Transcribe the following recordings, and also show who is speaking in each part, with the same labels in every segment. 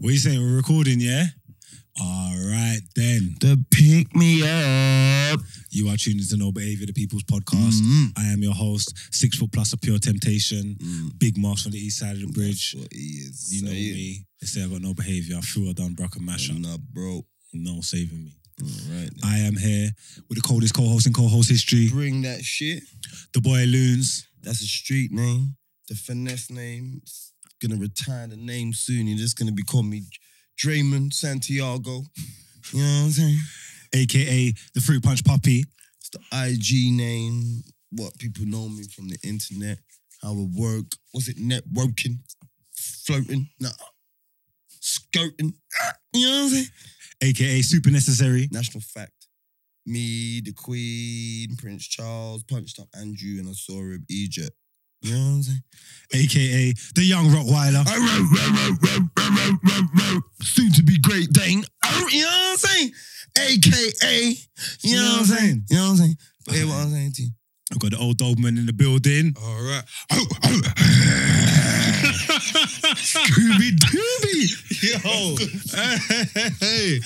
Speaker 1: What are you saying? We're recording, yeah? All right, then.
Speaker 2: The pick me up.
Speaker 1: You are tuned into No Behavior, the People's Podcast.
Speaker 2: Mm.
Speaker 1: I am your host, six foot plus of pure temptation,
Speaker 2: Mm.
Speaker 1: big marks from the east side of the bridge.
Speaker 2: That's what he is.
Speaker 1: You know
Speaker 2: Say it. Mm.
Speaker 1: me. They say I got no behavior. I feel I done broke a mash up.
Speaker 2: I'm not broke.
Speaker 1: No saving me.
Speaker 2: All right. then.
Speaker 1: I am here with the coldest co-host in co-host history,
Speaker 2: Bring that shit.
Speaker 1: the boy Loons.
Speaker 2: That's a street name. The finesse name. It's Gonna retire the name soon. You're just gonna be calling me Draymond Santiago. You know what I'm saying?
Speaker 1: aka the Fruit Punch Puppy.
Speaker 2: It's the IG name. What people know me from the internet. How it work. Was it networking? Floating? Nah. Skirting? Ah, You know what I'm saying?
Speaker 1: aka Super Necessary.
Speaker 2: National fact. Me, the Queen, Prince Charles punched up Andrew and I saw him Egypt. You know what I'm saying?
Speaker 1: aka the Young Rottweiler.
Speaker 2: I row, row, row, row, row, row, row, row. Soon to be great Dane. Oh, You know what I'm saying? AKA. You know what I'm saying? You know what I'm saying? But hear what I'm saying to you.
Speaker 1: I've got the old Doberman in the building.
Speaker 2: All right.
Speaker 1: Scooby Dooby.
Speaker 2: Yo.
Speaker 1: hey,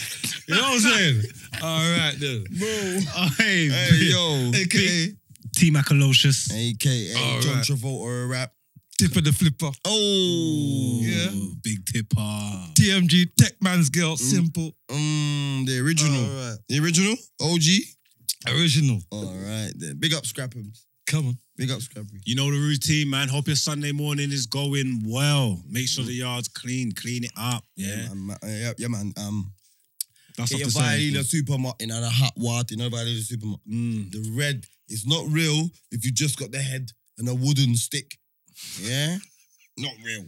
Speaker 1: you know what I'm saying? All right, then.
Speaker 2: Bro.
Speaker 1: hey,
Speaker 2: Hey, yo.
Speaker 1: AKA. T Macalocious.
Speaker 2: AKA
Speaker 3: All
Speaker 2: John
Speaker 3: right.
Speaker 2: Travolta rap.
Speaker 3: Tipper the Flipper.
Speaker 2: Oh.
Speaker 3: Yeah.
Speaker 1: Big ah. tipper.
Speaker 3: TMG, Tech Man's Girl,
Speaker 2: Mm.
Speaker 3: Simple,
Speaker 2: Mm, the original.
Speaker 3: All right.
Speaker 2: The original? OG?
Speaker 3: Original.
Speaker 2: All right then. Big up Scrapham.
Speaker 3: Come on.
Speaker 2: Big up Scrappy.
Speaker 1: You know the routine, man. Hope your Sunday morning is going well. Make sure the yard's clean. Clean it up. Yeah.
Speaker 2: man, man, yeah, yeah, man. Um,
Speaker 1: That's off
Speaker 2: if
Speaker 1: the
Speaker 2: I need a
Speaker 1: surface.
Speaker 2: supermarket and a hot water, you know, if I need a supermarket,
Speaker 1: Mm.
Speaker 2: the red is not real if you just got the head and a wooden stick. Yeah, not real.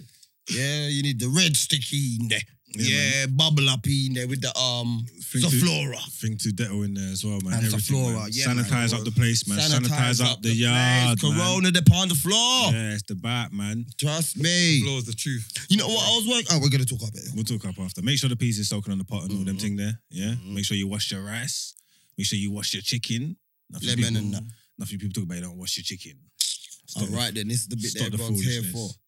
Speaker 2: Yeah, you need the red sticky in there.
Speaker 1: Yeah,
Speaker 2: Yeah, bubble up in there with the um,
Speaker 1: Think to-
Speaker 2: Zaflora.
Speaker 1: Thing to Detto in there as well, man.
Speaker 2: And
Speaker 1: Everything,
Speaker 2: Zaflora,
Speaker 1: man.
Speaker 2: yeah, man.
Speaker 1: Sanitize up the place, man. Sanitize, up the,
Speaker 2: place.
Speaker 1: yard. man.
Speaker 2: Corona, they on the floor.
Speaker 1: Yeah, it's the bat, man.
Speaker 2: Trust me.
Speaker 3: Floor is the truth.
Speaker 2: You know what? I was working. Oh, we're gonna talk about it.
Speaker 1: We'll talk up after. Make sure the peas is soaking on the pot and all them
Speaker 2: Mhm.
Speaker 1: thing there. Yeah.
Speaker 2: Mhm.
Speaker 1: Make sure you wash your rice. Make sure you wash your chicken. Nothing
Speaker 2: Lemon
Speaker 1: people,
Speaker 2: and that.
Speaker 1: Nothing people talk about. You don't wash your chicken.
Speaker 2: All right, then. This is the bit
Speaker 1: Stop
Speaker 2: that
Speaker 1: the
Speaker 2: everyone's here for.
Speaker 1: foolishness.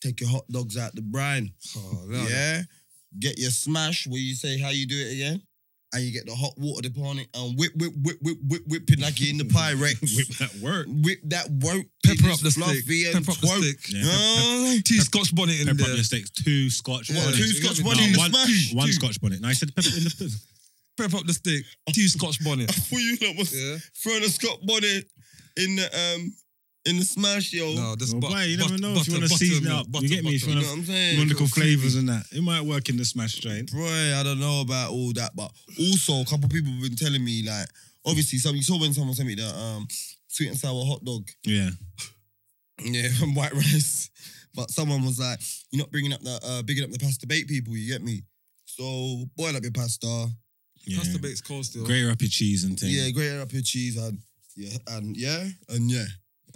Speaker 2: Take your hot dogs out the brine.
Speaker 3: Oh, that-
Speaker 2: Yeah. Get your smash where you say how you do it again. And you get the hot water upon it and whip, whip, whip, whip, whip, whip it like you're in the Pyrex.
Speaker 1: Whip that work.
Speaker 2: whip that work.
Speaker 3: Pepper up the stick.
Speaker 2: fluffy and
Speaker 3: Pepper up the
Speaker 2: twerk.
Speaker 3: stick.
Speaker 1: Yeah.
Speaker 2: You know what I'm saying?
Speaker 3: T Scotch bonnet in
Speaker 1: Pepper
Speaker 3: there.
Speaker 1: up your steaks. Two scotch
Speaker 2: Yeah,
Speaker 1: bonnets.
Speaker 2: two
Speaker 1: You
Speaker 2: scotch
Speaker 1: get me?
Speaker 2: bonnet in the
Speaker 1: one,
Speaker 2: smash.
Speaker 1: One
Speaker 2: Two.
Speaker 1: scotch bonnet. No, I said pepper in the.
Speaker 3: Pepper up the stick. T Scotch bonnet.
Speaker 2: I thought you lot was
Speaker 3: Yeah.
Speaker 2: throwing a Scott bonnet in the um in the smash, yo.
Speaker 3: No, this
Speaker 1: Well,
Speaker 3: but-
Speaker 1: boy, you never
Speaker 3: but-
Speaker 1: know if you
Speaker 3: butter-
Speaker 1: wanna
Speaker 3: butter
Speaker 1: season it
Speaker 3: milk,
Speaker 1: up. You
Speaker 3: butter-
Speaker 1: get me? If you
Speaker 3: butter
Speaker 2: You know
Speaker 3: milk.
Speaker 2: what I'm saying?
Speaker 1: Wonderful
Speaker 3: creamy.
Speaker 1: flavors and that. It might work in the smash joint.
Speaker 2: Boy, I don't know about all that, but also a couple people have been telling me like, obviously, some you saw when someone sent me the um sweet and sour hot dog,
Speaker 1: Yeah.
Speaker 2: yeah, and white rice, but someone was like, you're not bringing up the uh, bigging up the pasta bake people, you get me? So boil up your pasta,
Speaker 1: yeah.
Speaker 3: Pasta bakes cold still.
Speaker 1: Grate up your cheese and things.
Speaker 2: yeah, grate up your cheese and yeah, and yeah, and yeah,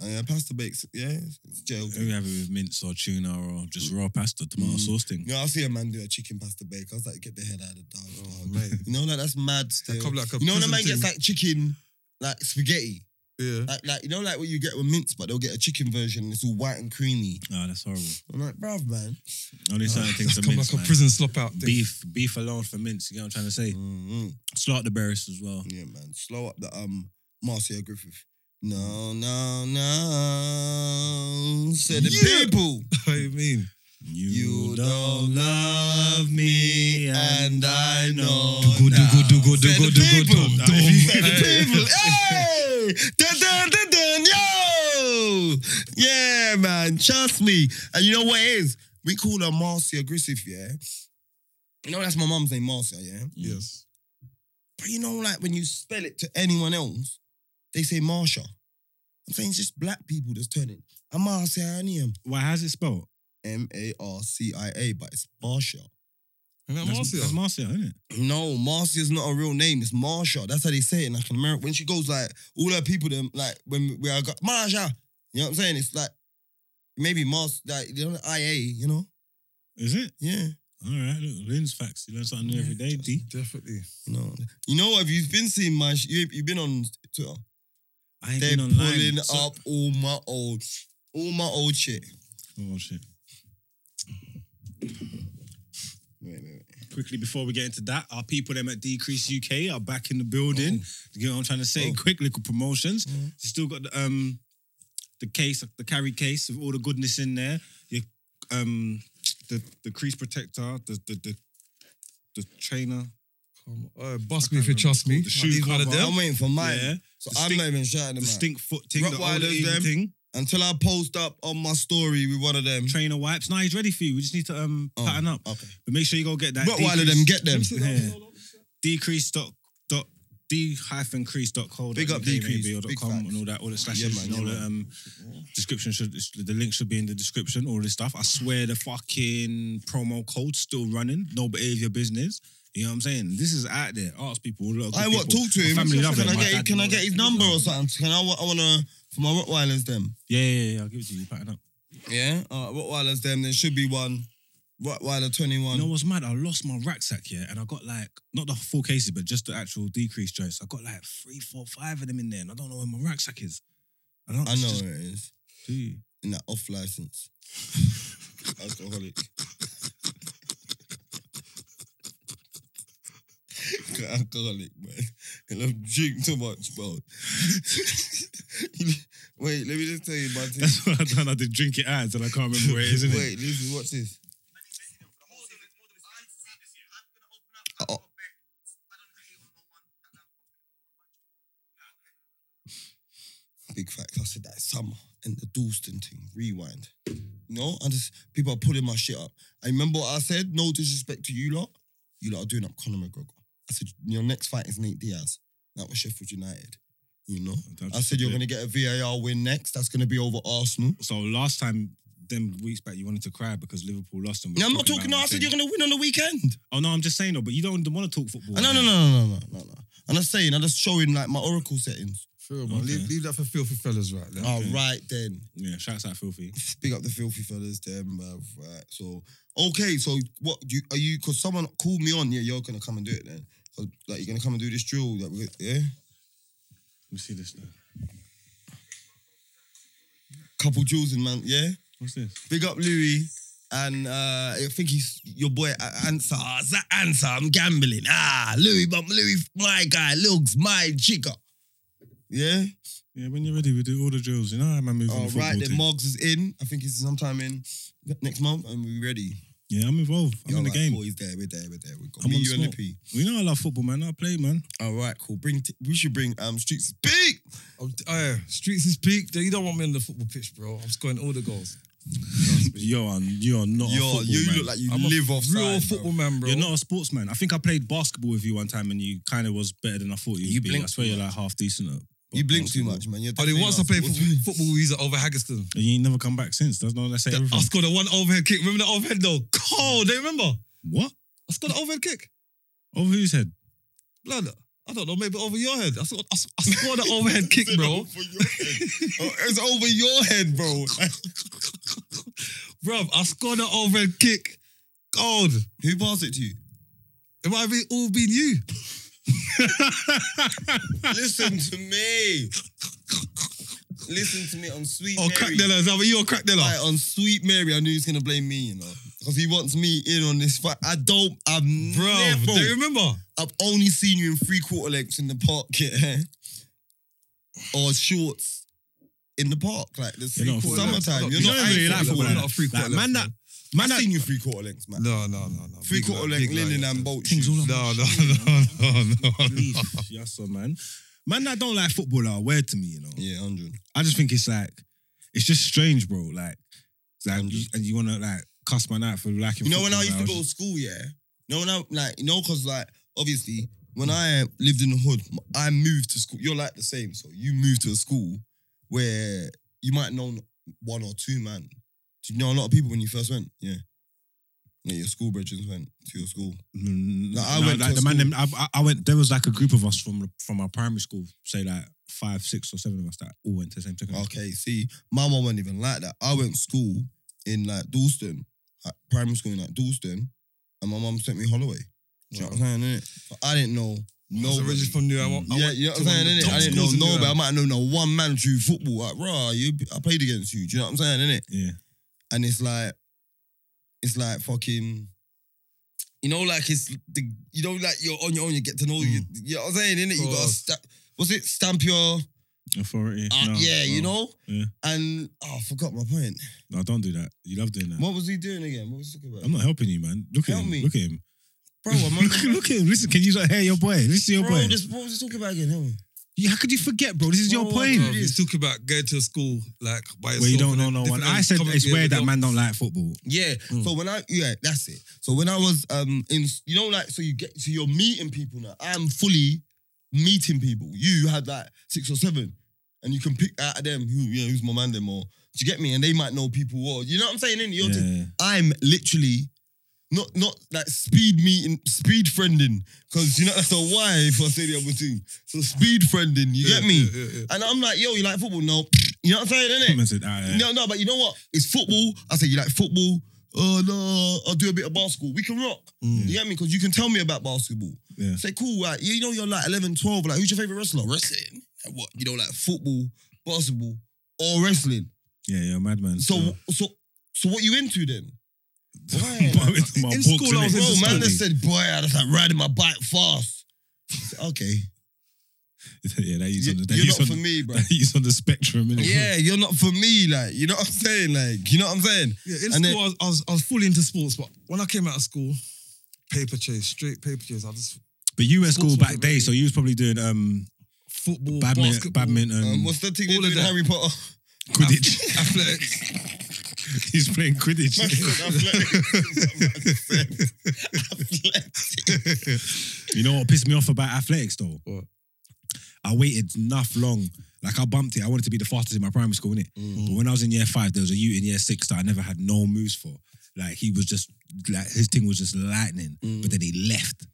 Speaker 2: and yeah, pasta bakes, yeah, it's jail.
Speaker 1: We have it with mince or tuna or just raw pasta, tomato
Speaker 2: Mm.
Speaker 1: sauce thing.
Speaker 2: You know, I see a man do a chicken pasta bake. I was like, get the hell out of the dog.
Speaker 3: Oh,
Speaker 2: dog.
Speaker 3: mate.
Speaker 2: You know, like, that's mad still.
Speaker 3: That come like a
Speaker 2: you know when a
Speaker 3: prison
Speaker 2: man gets
Speaker 3: thing.
Speaker 2: like chicken, like spaghetti,
Speaker 3: Yeah.
Speaker 2: like like you know like what you get with mince, but they'll get a chicken version. And it's all white and creamy.
Speaker 1: Oh, that's horrible.
Speaker 2: I'm like, bruv, man.
Speaker 1: Only certain things are
Speaker 3: That's come
Speaker 1: mince,
Speaker 3: like a
Speaker 1: man.
Speaker 3: prison slop out. thing. Mm.
Speaker 1: beef, beef alone for mince. You know what I'm trying to say?
Speaker 2: Mm-mm.
Speaker 1: Slot the berries as well.
Speaker 2: Mm-hmm. Yeah, man. Slow up the um Marcia Griffith. No, no, no. Said the
Speaker 3: Yeah.
Speaker 2: people.
Speaker 3: What do you mean?
Speaker 1: You,
Speaker 2: You
Speaker 1: don't Mm.
Speaker 2: don't
Speaker 1: love me, and I know.
Speaker 3: Dugu,
Speaker 1: now.
Speaker 3: dugu, dugu,
Speaker 2: Said
Speaker 3: dugu,
Speaker 2: the
Speaker 3: dugu,
Speaker 2: people.
Speaker 3: dum,
Speaker 1: Nah,
Speaker 3: dum.
Speaker 1: if you
Speaker 2: Said the
Speaker 3: Hey.
Speaker 2: people. Hey! Dun, dun, dun, dun, yo! Yeah, man. Trust me. And you know what it is? We call her Marcia Griffith, yeah? You know that's my mum's name, Marcia, yeah?
Speaker 3: Mm. Yes.
Speaker 2: But you know, like when you spell it to anyone else, they say Marsha. I'm saying it's just black people that's turning. I'm Marcianium.
Speaker 1: Why? How's it spelled?
Speaker 2: M A R C I A, but it's Marsha.
Speaker 3: And that
Speaker 1: That's-
Speaker 3: Marcia.
Speaker 1: That's Marcia, isn't it?
Speaker 2: No, Marcia's not a real name. It's Marsha. That's how they say it in like in America. When she goes like all her people, them like when we I got Marsha. You know what I'm saying? It's like maybe Mars like you know IA. You know?
Speaker 1: Is it?
Speaker 2: Yeah.
Speaker 1: All right. Look, Lynn's facts. You learn something new every day, D.
Speaker 3: Definitely.
Speaker 2: You know. You know? Have you been seeing my? Sh- you have been on Twitter?
Speaker 1: I ain't
Speaker 2: They're
Speaker 1: been online.
Speaker 2: pulling
Speaker 1: so-
Speaker 2: up all my old, all my old shit.
Speaker 1: Oh shit. quickly before we get into that. Our people them at Decrease UK are back in the building. You know what I'm trying to say?
Speaker 2: Oh.
Speaker 1: Quick little promotions.
Speaker 2: Mm.
Speaker 1: Still got the um the case, the carry case with all the goodness in there. Your um the the crease protector, the the the, the trainer,
Speaker 3: Come on. Uh, bust
Speaker 1: I
Speaker 3: me if
Speaker 1: can't
Speaker 3: you
Speaker 1: remember
Speaker 3: trust me.
Speaker 1: the shoe
Speaker 3: These man are
Speaker 1: cover.
Speaker 3: them.
Speaker 2: I'm waiting for mine.
Speaker 1: yeah,
Speaker 2: So
Speaker 1: The
Speaker 2: I'm
Speaker 1: stink-
Speaker 2: not even shouting
Speaker 1: the
Speaker 2: them out.
Speaker 1: stink foot thing, the old
Speaker 2: Rottweilers,
Speaker 1: eagle
Speaker 2: them.
Speaker 1: thing,
Speaker 2: Until I post up on my story with one of them.
Speaker 1: trainer wipes. Now he's ready for you. We just need to um
Speaker 2: Oh,
Speaker 1: pattern up.
Speaker 2: Okay.
Speaker 1: But make sure you go get that.
Speaker 2: But one of
Speaker 1: Decrease-
Speaker 2: them, get them.
Speaker 1: Yeah. decrease dot dot d hyphen crease dot co
Speaker 2: Big up Decrease, big
Speaker 1: com
Speaker 2: facts.
Speaker 1: and all that all the slashes
Speaker 2: Yeah, man,
Speaker 1: and all
Speaker 2: yeah,
Speaker 1: the um, description should the link should be in the description all this stuff I swear the fucking promo code's still running no behavior business you know what I'm saying this is out there ask people a lot of good
Speaker 2: I what?
Speaker 1: people.
Speaker 2: Talk to
Speaker 1: My
Speaker 2: him.
Speaker 1: family love
Speaker 2: can
Speaker 1: him,
Speaker 2: I
Speaker 1: my
Speaker 2: get?
Speaker 1: dad
Speaker 2: Can I
Speaker 1: knows
Speaker 2: get his
Speaker 1: him.
Speaker 2: number or something? Can I? wa- I wanna for my Rottweilers them.
Speaker 1: yeah yeah yeah I'll give it to you pattern up
Speaker 2: Yeah. Uh, Rottweilers them. There should be one. Rottweiler twenty one.
Speaker 1: you know what's mad I lost my rucksack yeah and I got like not the full cases but just the actual decrease joints I got like three four five of them in there and I don't know where my rucksack is I don't
Speaker 2: I know
Speaker 1: just-
Speaker 2: where it is.
Speaker 1: do you?
Speaker 2: In that off license. Alcoholic. Alcoholic, man. And I've drink too much, bro. Wait, let me just tell you about this.
Speaker 1: That's what I done. I did drink it out and I can't remember where it is, innit?
Speaker 2: Wait, listen, watch this. Oh. Big fact. I said that summer and the Dalston thing. Rewind. No, I just people are pulling my shit up. I remember what I said. No disrespect to you lot. You lot are doing up Conor McGregor. I said your next fight is Nate Diaz. That was Sheffield United. You know. I said you're gonna get a VAR win next. That's gonna be over Arsenal.
Speaker 1: So last time, them weeks back, you wanted to cry because Liverpool lost. And we
Speaker 2: No, I'm
Speaker 1: were
Speaker 2: not talking. No,
Speaker 1: about
Speaker 2: I
Speaker 1: the thing.
Speaker 2: said you're gonna win on the weekend.
Speaker 1: Oh no, I'm just saying though. But you don't want to talk football.
Speaker 2: No, no, no, no, no, no, no. I'm not saying. I'm just showing like my oracle settings.
Speaker 3: Sure, man.
Speaker 1: Okay.
Speaker 3: Leave, leave that for filthy fellas right there.
Speaker 2: All right then.
Speaker 1: Yeah, shouts out filthy.
Speaker 2: Big up the filthy fellas, them. bruv. Right. So okay. So what do you, are you? Cause someone called me on. Yeah, you're gonna come and do it then. 'Cause, Like you're gonna come and do this drill. That we yeah.
Speaker 1: Let me see this now.
Speaker 2: Couple drills in man. Yeah.
Speaker 1: What's this?
Speaker 2: Big up Louis. And uh, I think he's your boy A- Answer. Ah, Is that Answer? I'm gambling. Ah, Louis, but Louis, my guy, Lugs, my jigger. Yeah.
Speaker 1: Yeah, when you're ready, we do all the drills. You know, I'm moving
Speaker 2: All
Speaker 1: the football
Speaker 2: Oh, right, then
Speaker 1: team.
Speaker 2: Marks is in. I think he's sometime in next month, and we're ready.
Speaker 1: yeah, I'm involved. I'm in the
Speaker 2: Alright,
Speaker 1: game.
Speaker 2: Cool. He's there. We're there. We're there. We got
Speaker 1: I'm
Speaker 2: me,
Speaker 1: on
Speaker 2: you, and the
Speaker 1: smoke.
Speaker 2: P.
Speaker 1: Oh, We know I love football, man. I play, man.
Speaker 2: All right, cool. Bring. T- we should bring um streets. Big.
Speaker 3: I'm, uh, streets is peak. You don't want me on the football pitch, bro. I'm scoring all the goals. Trust me.
Speaker 1: Yo, I'm, you're not. a
Speaker 2: Yo,
Speaker 1: football
Speaker 2: you
Speaker 1: man.
Speaker 2: look like you
Speaker 3: I'm a
Speaker 2: live off
Speaker 3: real football man, bro.
Speaker 1: You're not a sportsman. I think I played basketball with you one time, and you kind of was better than I thought you. would
Speaker 2: You
Speaker 1: be. I
Speaker 2: blink
Speaker 1: swear, you're like half decent. At
Speaker 2: You blink too
Speaker 1: basketball.
Speaker 2: much, man. You're
Speaker 3: I mean,
Speaker 2: definitely
Speaker 3: once I
Speaker 2: not
Speaker 3: played
Speaker 2: sports-
Speaker 3: football, football he's at over Haggerston.
Speaker 1: And you ain't never come back since. That's not. That's
Speaker 3: That-
Speaker 1: everything.
Speaker 3: I scored a one overhead kick. Remember the overhead though? Cold. Do you remember?
Speaker 1: What?
Speaker 3: I scored an overhead kick.
Speaker 1: Over whose head?
Speaker 3: Blood. I don't know. Maybe over your head. I, scored- I, s- I scored an overhead kick, bro.
Speaker 2: It's over your head. Oh, it's over your head, bro.
Speaker 3: Bro, I scored an overhead kick. Cold.
Speaker 2: Who passed it to you?
Speaker 3: It might be all been you.
Speaker 2: Listen to me. Listen to me on Sweet
Speaker 1: Oh,
Speaker 3: Or crack
Speaker 2: Mary.
Speaker 3: dealer. Oh, Is that what you or crack dealer?
Speaker 2: Like, on Sweet Mary, I knew he was gonna blame me, you know, because he wants me in on this fight. I don't. I'm
Speaker 3: Bro,
Speaker 2: never.
Speaker 3: do you remember?
Speaker 2: I've only seen you in three quarter legs in the park, yeah, or shorts in the park, like the
Speaker 1: You're not
Speaker 2: three
Speaker 1: a
Speaker 2: quarter
Speaker 1: footballer.
Speaker 2: summertime. You're
Speaker 1: You're
Speaker 2: not,
Speaker 1: not really
Speaker 2: a
Speaker 1: that
Speaker 2: footballer.
Speaker 1: footballer.
Speaker 3: I'm not a free
Speaker 1: Like,
Speaker 3: quarter
Speaker 1: man,
Speaker 3: left,
Speaker 1: that man,
Speaker 2: I've
Speaker 1: that
Speaker 2: seen you three quarter legs, man.
Speaker 3: No, no, no, no.
Speaker 2: three
Speaker 3: Big
Speaker 2: quarter
Speaker 3: lie,
Speaker 2: leg,
Speaker 3: big lie,
Speaker 2: Lillian
Speaker 3: yeah.
Speaker 2: and Bolt.
Speaker 1: Kings all up.
Speaker 2: shoes.
Speaker 3: No, no, no, no, no,
Speaker 1: Leaf.
Speaker 3: no.
Speaker 1: yes, sir, man. Man, that don't like football are weird to me. You know,
Speaker 2: Yeah, hundred.
Speaker 1: I just think it's like, it's just strange, bro. Like, it's like
Speaker 2: Hundred.
Speaker 1: you- and you wanna like cuss man out for lacking.
Speaker 2: You know when I
Speaker 1: football,
Speaker 2: used to
Speaker 1: man,
Speaker 2: go to school, yeah. You know when I like, you know, cause like obviously when I lived in the hood, I moved to school. You're like the same, so you moved to a school where you might know one or two man. Do you know a lot of people when you first went? Yeah. Yeah, your school bridges went to your school.
Speaker 1: I was- Mm,
Speaker 2: No, I
Speaker 1: no,
Speaker 2: went
Speaker 1: like
Speaker 2: to
Speaker 1: the man.
Speaker 2: school.
Speaker 1: Them, I, I- I went. There was like a group of us from from our primary school. Say like five, six, or seven of us that all went to the same secondary.
Speaker 2: Okay, see, my mom wasn't even like that. I went to school in like Dalston, like, primary school in like Dalston, and my mom sent me Holloway. Do you know what I'm saying? innit? But I didn't know
Speaker 3: No,
Speaker 2: nobody.
Speaker 3: originally from New I went- I
Speaker 2: yeah,
Speaker 3: went
Speaker 2: you know what
Speaker 3: to
Speaker 2: I'm
Speaker 3: one of the
Speaker 2: saying, innit?
Speaker 3: top
Speaker 2: I didn't
Speaker 3: schools in
Speaker 2: know nobody. I
Speaker 3: Newham.
Speaker 2: might know no one man through football. Like, rah, you, I played against you. Do you know what I'm saying, innit?
Speaker 1: Yeah.
Speaker 2: And it's like, it's like fucking, You know, like it's the you know, like you're on your own. You get to know you. You know what I'm saying, innit? You gotta
Speaker 3: Mm. Course.
Speaker 2: stamp. Was it stamp your?
Speaker 1: Authority.
Speaker 2: Uh,
Speaker 1: no,
Speaker 2: yeah, you
Speaker 1: no.
Speaker 2: know.
Speaker 1: Yeah.
Speaker 2: And oh, I forgot my point.
Speaker 1: No, don't do that. You love doing that.
Speaker 2: What was he doing again? What was he talking about?
Speaker 1: I'm not helping you, man. Look at
Speaker 2: Help
Speaker 1: him.
Speaker 2: me.
Speaker 1: Look at him.
Speaker 2: bro, I'm not,
Speaker 1: look, look at him. Listen, can you not hear your boy? This is your
Speaker 2: bro.
Speaker 1: boy.
Speaker 2: This, what was he talking about again? Help me.
Speaker 1: You- how could you forget, bro? This is your
Speaker 2: Bro,
Speaker 1: point.
Speaker 2: It
Speaker 3: Bro,
Speaker 2: is.
Speaker 3: he's talking about going to school like by yourself.
Speaker 1: Where you don't
Speaker 3: and
Speaker 1: know
Speaker 3: then
Speaker 1: no one.
Speaker 3: different-
Speaker 1: I said
Speaker 3: coming
Speaker 1: it's
Speaker 3: here
Speaker 1: weird
Speaker 3: with
Speaker 1: that
Speaker 3: your-
Speaker 1: man don't like football.
Speaker 2: Yeah.
Speaker 3: Mm.
Speaker 2: So when I yeah, that's it. So when I was um in you know like so you get so you're meeting people now. I'm fully meeting people. You had like six or seven, and you can pick out of them who yeah who's my man them or do you get me? And they might know people or you know what I'm saying. In you're
Speaker 1: Yeah.
Speaker 2: I'm literally. Not not like speed meeting, speed friending, because you know that's a why if I say the other thing. So speed friending, you
Speaker 3: Yeah,
Speaker 2: get me?
Speaker 3: yeah, yeah, yeah.
Speaker 2: And I'm like, yo, you like football? No, you know what I'm saying, innit?
Speaker 1: I said, ah, yeah.
Speaker 2: No, no, but you know what? It's football. I say you like football. Oh no, I'll do a bit of basketball. We can rock.
Speaker 3: Mm.
Speaker 2: You get me? Because you can tell me about basketball.
Speaker 1: Yeah.
Speaker 2: Say, cool, right? You know you're like 11, 12. Like, who's your favorite wrestler? Wrestling. Like, what? You know, like football, basketball, or wrestling.
Speaker 1: yeah, you're a madman.
Speaker 2: So,
Speaker 1: still.
Speaker 2: so, so what you into then?
Speaker 1: But it's my
Speaker 3: In
Speaker 1: books,
Speaker 3: school, I
Speaker 1: innit?
Speaker 3: was
Speaker 2: Bro,
Speaker 1: It's a
Speaker 2: man, they
Speaker 1: study.
Speaker 2: said, boy, I just like riding my bike fast. I said, okay,
Speaker 1: yeah, that he's
Speaker 2: you,
Speaker 1: on the that
Speaker 2: you're
Speaker 1: he's
Speaker 2: not
Speaker 1: on,
Speaker 2: for me, bro.
Speaker 1: that he's on the spectrum, innit?
Speaker 2: yeah, you're not for me. Like, you know what I'm saying? Like, you know what I'm saying?
Speaker 3: Yeah, in
Speaker 2: And then-
Speaker 3: school, I, was, I, was, I was fully into sports, but when I came out of school, paper chase, straight paper chase. I just
Speaker 1: But you were in
Speaker 3: Sports
Speaker 1: school back
Speaker 3: was
Speaker 1: day,
Speaker 3: very-
Speaker 1: so you was probably doing um
Speaker 3: football,
Speaker 1: badminton,
Speaker 3: basketball,
Speaker 1: badminton,
Speaker 2: Um, what's the thing they
Speaker 3: all
Speaker 2: do
Speaker 3: of
Speaker 2: in
Speaker 3: that.
Speaker 2: Harry Potter?
Speaker 1: Quidditch.
Speaker 3: athletics.
Speaker 1: he's playing Quidditch.
Speaker 2: Man said athletics.
Speaker 1: you know what pissed me off about athletics though?
Speaker 3: What?
Speaker 1: I waited enough long. Like I bumped it. I wanted to be the fastest in my primary school, innit?
Speaker 2: Mm.
Speaker 1: But when I was in year five, there was a youth in year six that I never had no moves for. Like he was just like his thing was just lightning.
Speaker 2: Mm.
Speaker 1: But then he left.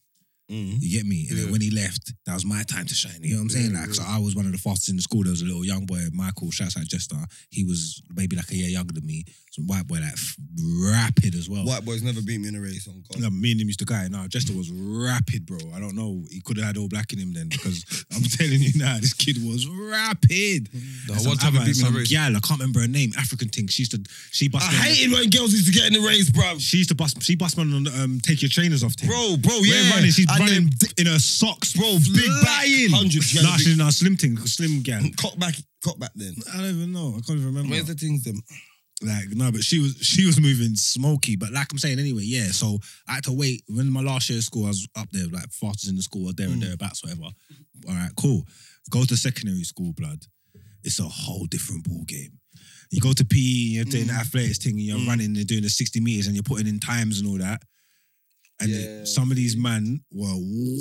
Speaker 1: You get me? And
Speaker 3: Yeah.
Speaker 1: then when he left, that was my time to shine. You know what I'm saying?
Speaker 3: Yeah,
Speaker 1: Like, so I was one of the fastest in the school. There was a little young boy, Michael, shouts out Jester. He was maybe like a year younger than me. Some white boy, like f- rapid as well.
Speaker 2: White boys never beat me in a race on God.
Speaker 1: No, me and him used to guy. Now Jester was rapid, bro. I don't know. He could have had all black in him then because I'm telling you now, this kid was rapid.
Speaker 3: No,
Speaker 1: And some
Speaker 3: one time
Speaker 1: other-
Speaker 3: Mm-hmm. I beat me in
Speaker 1: some
Speaker 3: a race.
Speaker 1: gal, I can't remember her name. African thing. She used to. She
Speaker 2: I
Speaker 1: bust. me on the-
Speaker 2: hated when girls used to get in the race, bro.
Speaker 1: She used to bust. She bust man on the, um, take your trainers off. Thing.
Speaker 2: Bro, bro,
Speaker 1: We're
Speaker 2: yeah.
Speaker 1: running. She's
Speaker 2: And
Speaker 1: running
Speaker 2: then
Speaker 1: in her socks,
Speaker 2: Bro, big back,
Speaker 1: Flying.
Speaker 2: 100, she had a
Speaker 1: Nah,
Speaker 2: big-
Speaker 1: she's in our slim thing, slim gal.
Speaker 2: Cock back, cock back then.
Speaker 1: I don't even know. I can't even remember.
Speaker 2: Where's the things then?
Speaker 1: Like no, but she was she was moving smoky. But like I'm saying anyway, yeah. So I had to wait. When my last year of school, I was up there like fastest in the school, or there and thereabouts, whatever. All right, cool. Go to secondary school, blood. It's a whole different ball game. You go to PE, you're doing the athletics thing, and you're running, and doing the 60 meters, and you're putting in times and all that. And
Speaker 2: Yeah.
Speaker 1: some of these man were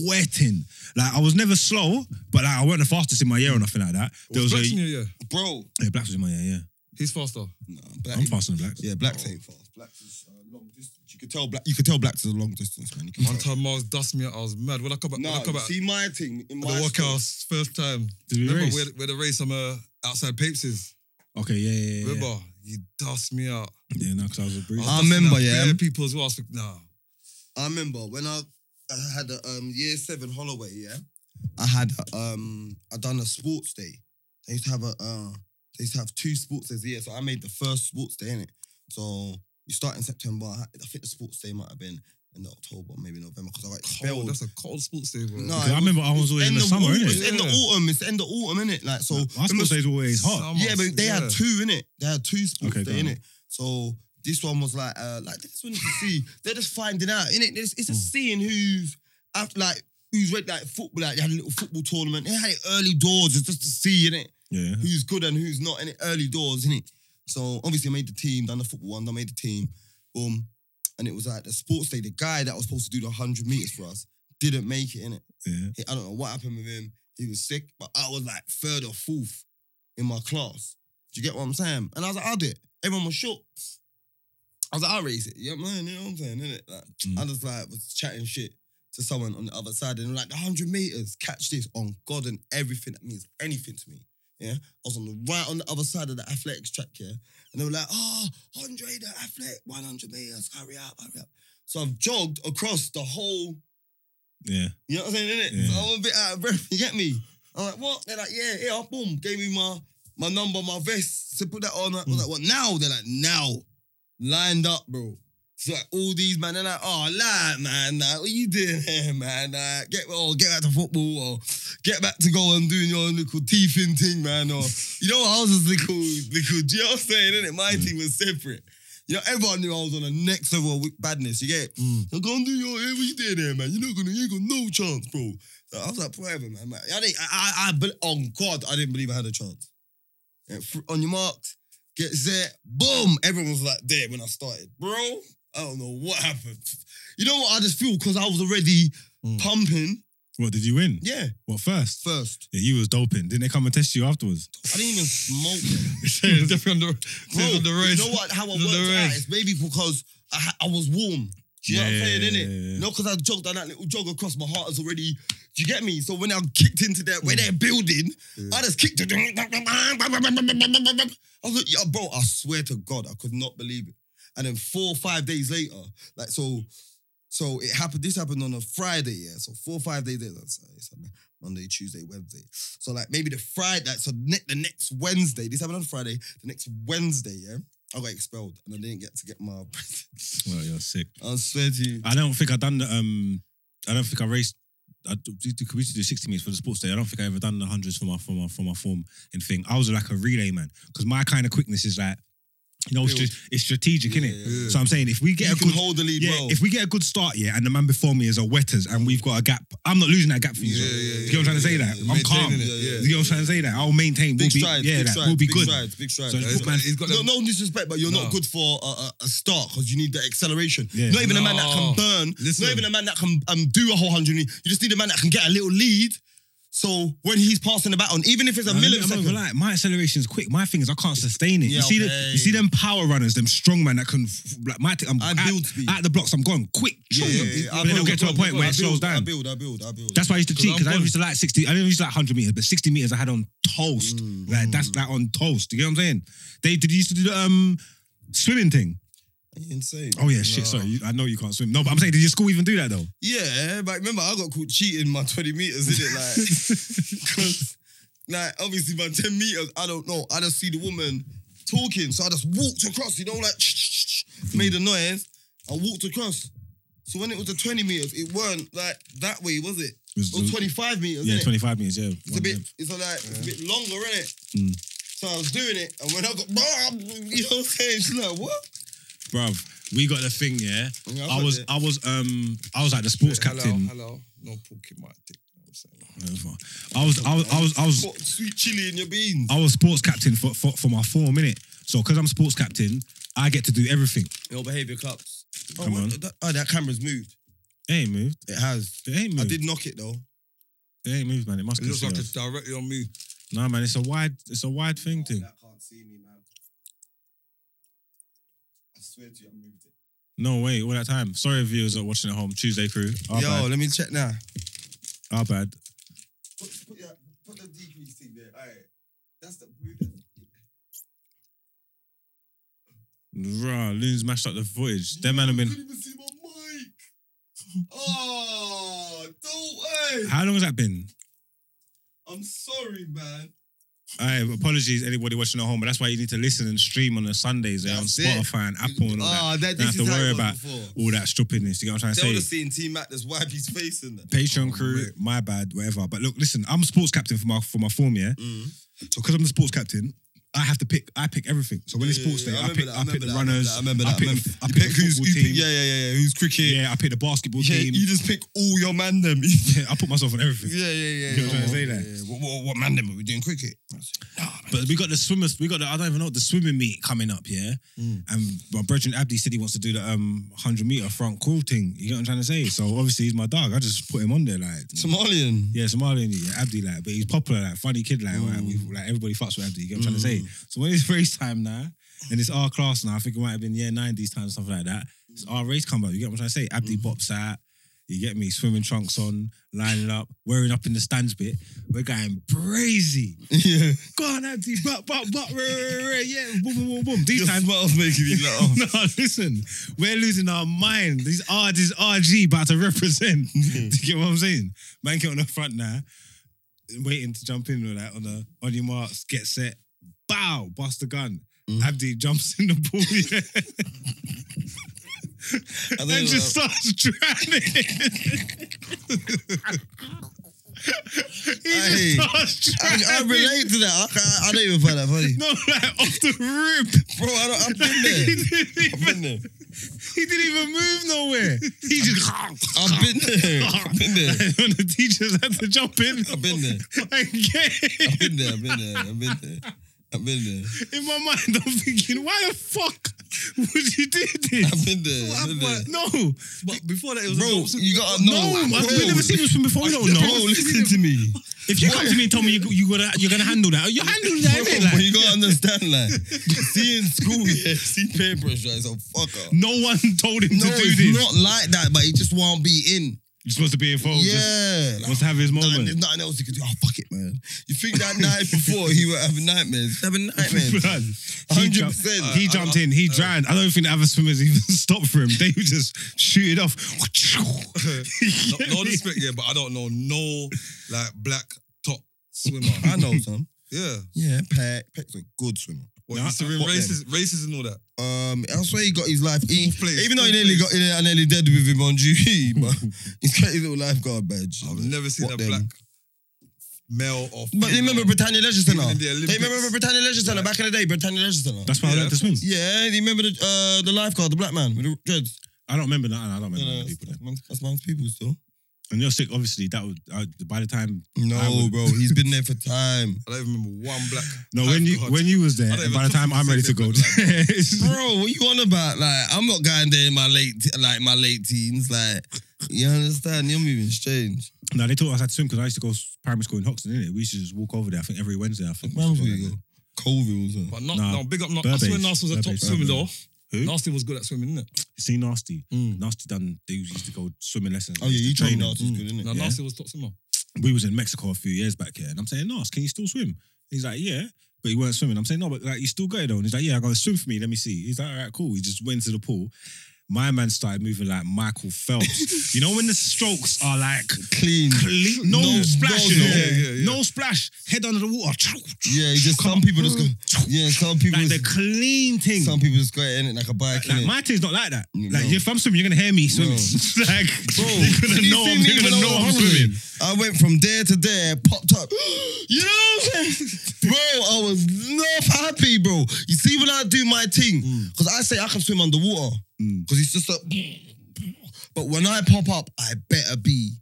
Speaker 1: wetting. Like I was never slow, but like, I wasn't the fastest in my year or nothing like that. There was,
Speaker 3: Black
Speaker 1: a
Speaker 3: senior, yeah.
Speaker 2: Bro.
Speaker 1: yeah, blacks was in my year. Yeah,
Speaker 3: He's faster.
Speaker 2: Nah, black.
Speaker 1: I'm faster than blacks.
Speaker 2: yeah, blacks ain't fast. Blacks is uh, long distance. You could tell black. You could tell blacks is a long distance, man. You can
Speaker 3: One
Speaker 2: tell.
Speaker 3: time Miles dust me out. I was mad. When I come back, when
Speaker 2: Nah,
Speaker 3: I come
Speaker 2: you
Speaker 3: back,
Speaker 2: see my thing in
Speaker 3: the
Speaker 2: my school.
Speaker 3: workhouse first time.
Speaker 1: Did we
Speaker 3: Remember
Speaker 1: race?
Speaker 3: where, where the race I'm uh, outside Papes's?
Speaker 1: Okay, yeah, yeah, yeah.
Speaker 3: Remember? You dust me out.
Speaker 1: Yeah, no, because I was a
Speaker 3: was
Speaker 1: breeze.
Speaker 2: I
Speaker 3: dusting
Speaker 2: remember,
Speaker 3: out
Speaker 2: yeah.
Speaker 3: bare People as well. I was like, nah.
Speaker 2: I remember when I, I had a um, year seven Holloway, yeah. I had a, um, I done a sports day. They used to have a, uh, they used to have two sports days a year. So I made the first sports day in it. So you start in September. I I think the sports day might have been in the October, maybe November, because I got
Speaker 3: Cold.
Speaker 2: expelled.
Speaker 3: That's a cold sports day, bro.
Speaker 2: No,
Speaker 1: Because I remember I was always in the
Speaker 2: of
Speaker 1: summer,
Speaker 2: au-
Speaker 1: innit?
Speaker 2: It's in the
Speaker 3: Yeah.
Speaker 2: autumn. It's end of autumn, innit? Like so.
Speaker 1: My school
Speaker 2: remember-
Speaker 1: days were always hot.
Speaker 3: Summer,
Speaker 2: yeah, but they
Speaker 3: yeah.
Speaker 2: had two in it. They had two sports
Speaker 1: Okay,
Speaker 2: day in
Speaker 1: go on.
Speaker 2: it. So this one was like, uh, like this one you can see they're just finding out in it. It's, it's
Speaker 1: Mm.
Speaker 2: just seeing who's af- like who's read like football. Like they had a little football tournament. They had it early doors. It's just to see in it
Speaker 1: Yeah.
Speaker 2: who's good and who's not in it early doors, innit? So obviously I made the team, done the football one, I made the team. Um, and it was like the sports day. The guy that was supposed to do the hundred meters for us didn't make it in it.
Speaker 1: Yeah.
Speaker 2: He- I don't know what happened with him. He was sick, but I was like third or fourth in my class. Do you get what I'm saying? And I was like, I'll do it. Everyone was shook. I was like, I'll raise it. Yeah, man, you know what I'm saying, innit? Like,
Speaker 1: Mm.
Speaker 2: I just like was chatting shit to someone on the other side and like, the 100 meters, catch this on God and everything that means anything to me. Yeah, I was on the right on the other side of the athletics track, yeah. And they were like, oh, 100, the athletic, 100 meters, hurry up, hurry up. So I've jogged across the whole
Speaker 1: Yeah.
Speaker 2: you know what I'm saying, innit?
Speaker 1: Yeah.
Speaker 2: So I'm a bit out of breath, you get me? I'm like, what? They're like, yeah, yeah, boom, gave me my my number, my vest, to put that on. I was like, what, now? They're like, now. Lined up, bro. So like, all these man, they're like, oh lad, man, like, what you doing here, man? Like, get or get back to football or get back to go and doing your little teething thing, man. Or you know what I was just little, little, do you know what I'm saying? Innit? My team was separate. You know, everyone knew I was on the next level with badness. You get it? So go and do your hey, what you doing there, man. You're not gonna, you ain't got no chance, bro. So I was like, whatever, man. man. I didn't, I, I, I, be- on God, I didn't believe I had a chance. Yeah, fr- on your marks, get set, boom. Everyone was like there when I started, bro. I don't know what happened. You know what? I just feel because I was already
Speaker 3: Mm.
Speaker 2: pumping.
Speaker 1: What did you win?
Speaker 2: Yeah,
Speaker 1: What first?
Speaker 2: first.
Speaker 1: Yeah, you was doping. Didn't they come and test you afterwards?
Speaker 2: I didn't even smoke. man.
Speaker 3: Definitely on the,
Speaker 2: Bro,
Speaker 3: on the
Speaker 2: you
Speaker 3: race.
Speaker 2: know what? How I
Speaker 3: It's on
Speaker 2: worked
Speaker 3: the
Speaker 2: it out
Speaker 3: race.
Speaker 2: is maybe because I, ha- I was warm. Do you know what I'm saying,
Speaker 1: Yeah.
Speaker 2: innit? No, because I jogged and that little jog across my heart is already. Do you get me? So when I kicked into that, where they're building, I just kicked it. I was like, yeah, bro, I swear to God, I could not believe it. And then four or five days later, like, so, so it happened, this happened on a Friday, yeah? So four or five days later, Saturday, Sunday, Monday, Tuesday, Wednesday. So like maybe the Friday, like, so ne- the next Wednesday, this happened on Friday, the next Wednesday, yeah? I got expelled and I didn't get to get my.
Speaker 1: Well, you're sick.
Speaker 2: I swear to you.
Speaker 1: I don't think I done the. Um, I don't think I raced. I d- d- d- we used to do sixty meters for the sports day. I don't think I ever done the hundreds for my for my for my form and thing. I was like a relay man because my kind of quickness is like, you know, it's,
Speaker 2: Build.
Speaker 1: just, it's strategic, innit?
Speaker 2: Yeah, yeah.
Speaker 1: So I'm saying if we get
Speaker 2: you
Speaker 1: a
Speaker 2: can
Speaker 1: good
Speaker 2: hold the lead
Speaker 1: yeah,
Speaker 2: well.
Speaker 1: if we get a good start, yeah, and the man before me is a wetters, and we've got a gap, I'm not losing that gap for you.
Speaker 2: Yeah,
Speaker 1: so.
Speaker 2: yeah,
Speaker 1: you know what I'm trying to say?
Speaker 2: yeah,
Speaker 1: That
Speaker 2: yeah.
Speaker 1: I'm calm.
Speaker 2: Maintaining it, yeah.
Speaker 1: You know what I'm trying to say? That I'll maintain.
Speaker 2: big
Speaker 1: we'll be,
Speaker 2: strides,
Speaker 1: yeah,
Speaker 2: big
Speaker 1: that
Speaker 2: strides,
Speaker 1: we'll be
Speaker 2: big
Speaker 1: good.
Speaker 2: strides, big strides.
Speaker 1: So it's
Speaker 3: He's got,
Speaker 1: man.
Speaker 3: he's got
Speaker 2: no,
Speaker 3: them-
Speaker 2: no disrespect, but you're not
Speaker 3: No.
Speaker 2: good for a, a, a start because you need the acceleration.
Speaker 1: Yeah.
Speaker 2: Not even a man that
Speaker 3: No.
Speaker 2: can burn.
Speaker 3: Listen.
Speaker 2: Not even a man that can um, do a whole hundred. You just need a man that can get a little lead. So when he's passing the baton, even if it's a
Speaker 1: I'm not gonna
Speaker 2: millisecond,
Speaker 1: lie, my acceleration is quick. My thing is I can't sustain it. you
Speaker 2: Yeah,
Speaker 1: see the
Speaker 2: okay.
Speaker 1: you see them power runners, them strong man that can like my t- I'm
Speaker 2: I
Speaker 1: at-
Speaker 2: build speed.
Speaker 1: At the blocks, I'm going quick.
Speaker 2: Yeah,
Speaker 1: chum,
Speaker 2: yeah, yeah. I
Speaker 1: But then it'll
Speaker 2: build,
Speaker 1: get to
Speaker 2: I
Speaker 1: a
Speaker 2: build,
Speaker 1: point where
Speaker 2: I
Speaker 1: it
Speaker 2: build,
Speaker 1: slows
Speaker 2: I
Speaker 1: down.
Speaker 2: build, I build, I build.
Speaker 1: That's why I used to
Speaker 3: 'Cause
Speaker 1: cheat
Speaker 3: I'm
Speaker 1: because I
Speaker 3: one.
Speaker 1: used to like 60. I didn't used to like 100 meters, but 60 meters I had on toast.
Speaker 2: Mm,
Speaker 1: like that's like on toast. You get what I'm saying? They did you used to do the um swimming thing.
Speaker 2: insane.
Speaker 1: Oh yeah, shit. Sorry, you, I know you can't swim. No, but I'm saying, did your school even do that though?
Speaker 2: Yeah, but remember I got caught cheating my 20 meters, did it? Like, because like obviously my 10 meters, I don't know. I just see the woman talking. So I just walked across, you know, like
Speaker 1: Mm.
Speaker 2: made a noise. I walked across. So when it was the 20 meters, it weren't like that way, was it?
Speaker 1: It was
Speaker 2: It was 25 meters,
Speaker 1: Yeah,
Speaker 2: innit?
Speaker 1: 25 meters. Yeah,
Speaker 2: It's a bit, it's a, like, it's a bit longer, innit?
Speaker 1: Mm.
Speaker 2: So I was doing it, and when I got, you know what I'm saying? She's like, what?
Speaker 1: bruv. We got the thing. Yeah,
Speaker 2: Yeah, I
Speaker 1: I was,
Speaker 2: got it.
Speaker 1: I was, um, I was like the sports captain.
Speaker 3: Hello, hello. No poking my dick. you know what I'm saying?
Speaker 1: I was, I was, I was, I was,
Speaker 2: Got sweet chili in your beans.
Speaker 1: I was sports captain for for, for my four minute. So because I'm sports captain, I get to do everything.
Speaker 2: Your behavior cups.
Speaker 1: Come
Speaker 2: what-
Speaker 1: on.
Speaker 2: That, oh, that camera's moved.
Speaker 1: It ain't moved.
Speaker 2: It has.
Speaker 1: It ain't moved.
Speaker 2: I did knock it though.
Speaker 1: It ain't moved, man. It must
Speaker 3: It looks like
Speaker 1: be.
Speaker 3: it's directly on me.
Speaker 1: Nah, man. It's a wide, it's a wide thing, thing.
Speaker 2: can't see me, man. I swear to you, I moved it.
Speaker 1: No, wait, all that time. Sorry, viewers are watching at home. Tuesday crew. Our
Speaker 2: Yo,
Speaker 1: bad.
Speaker 2: let me check now.
Speaker 1: Our bad.
Speaker 2: Put, put, that, put the decrease thing there. All right. That's the move. that-
Speaker 1: Bruh, Loons mashed up the footage. Them man have
Speaker 2: I
Speaker 1: been.
Speaker 2: couldn't even see my mic. Oh, don't wait.
Speaker 1: How long has that been?
Speaker 2: I'm sorry, man.
Speaker 1: I apologies anybody watching at home, but that's why you need to listen and stream on the Sundays yeah, on
Speaker 2: That's it.
Speaker 1: Spotify and Apple and all that.
Speaker 2: Oh, that,
Speaker 1: Don't
Speaker 2: this
Speaker 1: have to
Speaker 2: is how
Speaker 1: worry
Speaker 2: it was
Speaker 1: about-
Speaker 2: before.
Speaker 1: All that stupidness. You know what I'm
Speaker 2: They
Speaker 1: trying
Speaker 2: would
Speaker 1: to
Speaker 2: have
Speaker 1: say?
Speaker 2: seen Team Mac just wipe his face in there.
Speaker 1: Patreon crew,
Speaker 3: mate.
Speaker 1: my bad, whatever. But look, listen, I'm sports captain for my for my form, yeah.
Speaker 2: Mm.
Speaker 1: So because I'm the sports captain, I have to pick. I pick everything. So when it's
Speaker 2: Yeah,
Speaker 1: sports
Speaker 2: yeah,
Speaker 1: day,
Speaker 2: yeah,
Speaker 1: I, pick.
Speaker 2: remember that,
Speaker 1: I, pick
Speaker 2: remember
Speaker 1: the
Speaker 2: that,
Speaker 1: runners.
Speaker 2: I remember that.
Speaker 1: I pick,
Speaker 2: remember
Speaker 1: the-
Speaker 2: that.
Speaker 1: I
Speaker 2: You
Speaker 1: pick, the
Speaker 2: who's,
Speaker 1: football
Speaker 2: who pick-
Speaker 1: team.
Speaker 2: yeah, yeah, yeah, yeah, who's cricket.
Speaker 1: yeah. I pick the basketball
Speaker 2: Yeah,
Speaker 1: team.
Speaker 2: you just pick all your man them. yeah,
Speaker 1: Yeah, I put myself on everything.
Speaker 2: yeah, yeah.
Speaker 1: You know what I'm trying to say there?
Speaker 2: Yeah, yeah. What, what, what man them are we doing cricket?
Speaker 1: But we got the swimmers. We got the. I don't even know the swimming meet coming up. Yeah, and my brethren Abdi said he wants to do the um hundred meter front crawl thing. You know what I'm trying to say? So obviously he's my dog. I just put him on there like.
Speaker 2: Somalian.
Speaker 1: yeah, Somalian, yeah, Abdi, like, but he's popular, like, funny kid, like, like, we, like everybody fucks with Abdi, you get what I'm trying to say? So when it's race time now, and it's our class now, I think it might have been, yeah, 90s time, stuff like that, it's our race come up, you get what I'm trying to say? Abdi bops out, you get me, swimming trunks on, lining up, wearing up in the stands bit, we're going crazy.
Speaker 2: Yeah.
Speaker 1: Go on, Abdi, bop, bop, bop, rah, rah, rah, yeah, boom, boom, boom, boom. These
Speaker 2: Your
Speaker 1: times,
Speaker 2: smile's making me laugh.
Speaker 1: no, listen, we're losing our mind. These R, this RG about to represent. Do you get what I'm saying? Man, get on the front now, waiting to jump in with that on the on your marks, get set, bow, bust the gun.
Speaker 2: Mm.
Speaker 1: Abdi jumps in the pool yeah,
Speaker 2: And
Speaker 1: and
Speaker 2: then
Speaker 1: just starts drowning. he
Speaker 2: Hey.
Speaker 1: just starts
Speaker 2: I,
Speaker 1: drowning.
Speaker 2: I relate to that. I, can't- I don't even find that funny.
Speaker 1: No, like off the rip.
Speaker 2: Bro, I don't, I've been
Speaker 1: He
Speaker 2: there.
Speaker 1: didn't
Speaker 2: I've
Speaker 1: even,
Speaker 2: been there.
Speaker 1: he didn't even move nowhere. He just
Speaker 2: I've been there. I've been there.
Speaker 1: and the teachers had to jump in.
Speaker 2: I've been there.
Speaker 1: I get it.
Speaker 2: I've been there. I've been there. I've been there. I've been there.
Speaker 1: In my mind, I'm thinking, why the fuck would you do this?
Speaker 2: I've been there. I've been there.
Speaker 1: No,
Speaker 3: But before that, it was
Speaker 2: Bro,
Speaker 3: adults.
Speaker 2: you gotta
Speaker 1: no,
Speaker 2: know.
Speaker 1: I've
Speaker 2: Bro.
Speaker 1: we've never seen this from before. We don't
Speaker 2: Bro,
Speaker 1: know.
Speaker 2: listen to me.
Speaker 1: If you come to me and tell me you, you gotta, you're gonna handle that, you're handling that,
Speaker 2: Bro,
Speaker 1: innit?
Speaker 2: but
Speaker 1: Like,
Speaker 2: you gotta understand, like, see in school, yeah, see peer pressure is a fucker.
Speaker 1: no one told him
Speaker 2: No,
Speaker 1: to do
Speaker 2: it's
Speaker 1: this.
Speaker 2: not like that, but it just won't be in.
Speaker 1: You're supposed to be
Speaker 3: Oh,
Speaker 1: involved. Just,
Speaker 2: Yeah.
Speaker 1: must have his
Speaker 2: Nah,
Speaker 1: moment.
Speaker 2: there's nothing else you could do. Oh, fuck it, man. You think that night before he were having nightmares? Having nightmares.
Speaker 1: Blood. He,
Speaker 2: 100%.
Speaker 1: jumped, he jumped in, he drowned. I don't think the other swimmers even stopped for him. They would just shoot it off.
Speaker 3: no, no disrespect, yeah, but I don't know no like black top swimmer.
Speaker 2: I know some.
Speaker 3: Yeah,
Speaker 2: Yeah, Peck. Peck's a good swimmer.
Speaker 3: what
Speaker 1: No,
Speaker 3: used to win
Speaker 2: what
Speaker 3: races, races and all that.
Speaker 2: Um, I swear he got his life. He,
Speaker 3: Fourth place,
Speaker 2: even though he
Speaker 3: fourth
Speaker 2: nearly
Speaker 3: place.
Speaker 2: got in there and nearly dead with him on duty, but he's got his little lifeguard badge.
Speaker 3: I've never seen
Speaker 2: What
Speaker 3: a
Speaker 2: them?
Speaker 3: black male or.
Speaker 2: But you
Speaker 3: female.
Speaker 2: remember Britannia Leisure Centre?
Speaker 3: Even in the
Speaker 2: They
Speaker 3: Olympics.
Speaker 2: remember Britannia Leisure Centre back in the day. Britannia Leisure Centre.
Speaker 1: That's why I
Speaker 3: Yeah.
Speaker 1: learned to swim.
Speaker 2: yeah, do you remember the uh, the lifeguard, the black man with the dreads?
Speaker 1: I don't remember that. I don't remember
Speaker 2: Yeah,
Speaker 1: the
Speaker 2: that's,
Speaker 1: people then.
Speaker 2: amongst- that's amongst people still.
Speaker 1: And you're sick, obviously. That would uh, by the time I
Speaker 2: No,
Speaker 1: would-
Speaker 2: bro, he's been there for time.
Speaker 3: I don't even remember one black.
Speaker 1: no when you
Speaker 3: lifeguard.
Speaker 1: when you was there.
Speaker 3: I don't
Speaker 1: and
Speaker 3: even
Speaker 1: By the time
Speaker 3: fucking
Speaker 1: I'm ready to
Speaker 3: say
Speaker 1: go,
Speaker 3: that,
Speaker 2: Bro, what you on about? Like, I'm not going there in my late, te- like my late teens. Like, you understand? You're moving strange.
Speaker 1: no, they taught us how to swim because I used to go s- primary school in Hoxton, innit? We used to just walk over there. I think every Wednesday. I think.
Speaker 2: Man, where you go? Colville, isn't it?
Speaker 3: But not,
Speaker 1: Nah.
Speaker 3: no, big up. Not, I
Speaker 1: Burbank.
Speaker 3: swear Nasty was a top
Speaker 1: Burbank.
Speaker 3: swimmer though.
Speaker 1: Who?
Speaker 3: Nasty was good at swimming, innit?
Speaker 1: You see, nasty,
Speaker 2: Mm.
Speaker 1: nasty done. They used to go swimming lessons.
Speaker 2: Oh yeah, you trained
Speaker 1: trained
Speaker 2: out. It's good, isn't
Speaker 3: No,
Speaker 2: it?
Speaker 3: Nasty was top swimmer.
Speaker 1: We was in Mexico a few years back here, and I'm saying, Nas, can you still swim? He's like, yeah. But he weren't swimming. I'm saying, no, but like you still got it though. And he's like, yeah, I gotta swim for me. Let me see. He's like, all right, cool. He just went to the pool. My man started moving like Michael Phelps. you know when the strokes are like
Speaker 2: Clean.
Speaker 1: clean, no,
Speaker 2: No,
Speaker 1: splash, you
Speaker 2: no,
Speaker 1: know?
Speaker 2: no.
Speaker 3: Yeah, yeah, yeah.
Speaker 1: no splash, head under the water.
Speaker 2: Yeah, it's just some people just go. Yeah, some people.
Speaker 1: Like the
Speaker 2: just-
Speaker 1: clean thing.
Speaker 2: some people just go in it like a bike.
Speaker 1: like
Speaker 2: innit?
Speaker 1: my thing's not like that.
Speaker 2: No.
Speaker 1: Like if I'm swimming, you're gonna hear me swimming. like
Speaker 2: Bro,
Speaker 1: you're
Speaker 2: did
Speaker 1: gonna
Speaker 2: you
Speaker 1: know
Speaker 2: see
Speaker 1: I'm,
Speaker 2: me
Speaker 1: you're
Speaker 2: when
Speaker 1: gonna
Speaker 2: I
Speaker 1: know I'm
Speaker 2: was hungry?
Speaker 1: swimming.
Speaker 2: I went from there to there, popped up. You know what I'm saying? Bro, I was not happy, bro. You see when I do my thing, because I say I can swim underwater,
Speaker 1: Mm.
Speaker 2: because it's just like. But when I pop up, I better be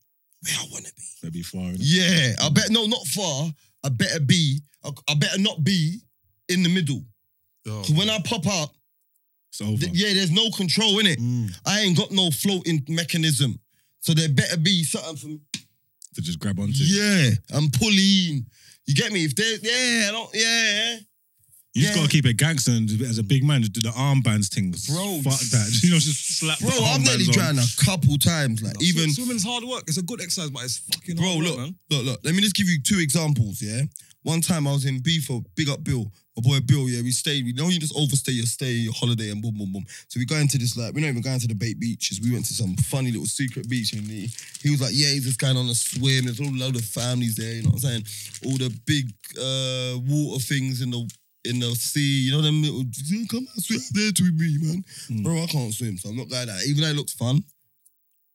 Speaker 2: where I want to be.
Speaker 1: That'd be far. innit?
Speaker 2: Yeah, I bet, no, not far. I better be, I, I better not be in the middle.
Speaker 3: Yo.
Speaker 2: 'Cause when I pop up,
Speaker 1: It's over.
Speaker 2: th- yeah, there's no control in it.
Speaker 3: Mm.
Speaker 2: I ain't got no floating mechanism. So there better be something for me.
Speaker 1: To just grab onto.
Speaker 2: Yeah, I'm pulling. You get me? If they, yeah, I don't, yeah,
Speaker 1: You just
Speaker 2: Yeah.
Speaker 1: gotta keep it gangster and as a big man, just do the armbands thing.
Speaker 2: Bro.
Speaker 1: Fuck that. You know, just slap
Speaker 2: bro,
Speaker 1: the
Speaker 2: I'm
Speaker 1: armbands
Speaker 2: nearly
Speaker 1: on.
Speaker 2: trying a couple times. Like
Speaker 3: Nah,
Speaker 2: even,
Speaker 3: sw- swimming's hard work. It's a good exercise, but it's fucking
Speaker 2: bro,
Speaker 3: hard
Speaker 2: look,
Speaker 3: work, man.
Speaker 2: look, look. Let me just give you two examples. Yeah, one time I was in B for big up Bill, my boy Bill. Yeah, we stayed. We know you just overstay your stay, your holiday, and boom, boom, boom. So we go into this like we're not even going to the bait beaches. We went to some funny little secret beach, and he, he was like, "Yeah, he's just going on a swim." There's all load of families there. You know what I'm saying? All the big uh, water things in the in the sea. You know them little come and swim there to me, man.
Speaker 3: Hmm.
Speaker 2: Bro, I can't swim, so I'm not going that. Even though it looks fun.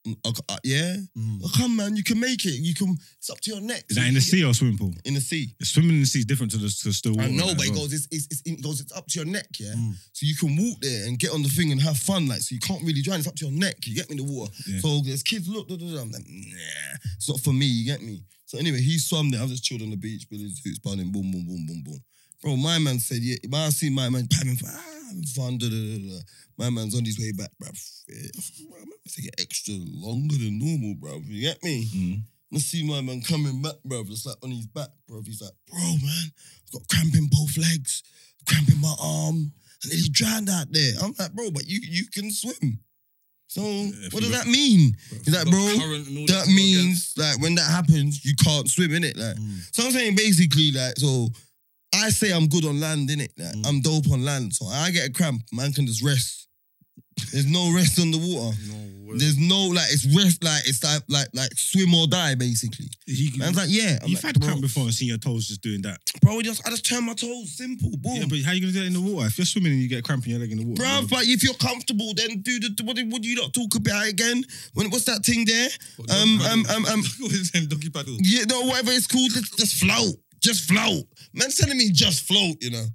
Speaker 2: mm, I c- I- yeah, Well, come man, you can make it. You can. It's up to your neck.
Speaker 1: Is that in the sea Oh, or swimming pool?
Speaker 2: In the sea.
Speaker 1: Swimming in the sea is different to the to still water.
Speaker 2: I know,
Speaker 1: like,
Speaker 2: but
Speaker 1: as
Speaker 2: it
Speaker 1: well.
Speaker 2: goes. It's, it's, it's, it goes. It's up to your neck, yeah.
Speaker 3: Mm.
Speaker 2: So you can walk there and get on the thing and have fun, like. So you can't really drown. It's up to your neck. You get me in the water.
Speaker 1: Yeah.
Speaker 2: So there's kids. Look, da, da, da. I'm like, nah, it's not for me. You get me. So anyway, he swam there. I was just chilled on the beach, building suits, bunning, boom, boom, boom, boom, boom. Bro, my man said, yeah. When I see my man having fun, ah, having fun, da, da, da, da. My man's on his way back, bruv. Yeah. My man take it extra longer than normal, bruv. You get me?
Speaker 1: Mm.
Speaker 2: And I see my man coming back, bro. It's like on his back, bro. He's like, bro, man, I've got cramp in both legs, cramp in my arm. And then he drowned out there. I'm like, bro, but you you can swim. So
Speaker 1: if
Speaker 2: what
Speaker 1: you
Speaker 2: does
Speaker 1: look-
Speaker 2: that mean? He's like,
Speaker 3: Got
Speaker 2: bro,
Speaker 3: current and all
Speaker 2: that
Speaker 3: to go
Speaker 2: means like when that happens, you can't swim, innit? Like,
Speaker 3: against. Mm.
Speaker 2: so I'm saying basically, like, so I say I'm good on land, innit? Like,
Speaker 3: Mm.
Speaker 2: I'm dope on land. So I get a cramp, man can just rest. There's no rest on the water.
Speaker 3: No word.
Speaker 2: There's no like it's rest like it's like like like swim or die basically.
Speaker 1: He,
Speaker 2: And I was like, yeah. I'm
Speaker 1: you've
Speaker 2: like,
Speaker 1: had
Speaker 2: bro,
Speaker 1: cramp before and seen your toes just doing that.
Speaker 2: bro, just I just turn my toes, simple, boom.
Speaker 1: Yeah, but how you gonna do that in the water? If you're swimming and you get cramp in your leg in the water,
Speaker 2: Bruv, but if you're comfortable, then do the what, what do you not talk about again? When what's that thing there? Um, um, um, um,
Speaker 3: What is it, doggy paddle?
Speaker 2: yeah, no, whatever it's called, just, just float, just float. Man's telling me just float, you know.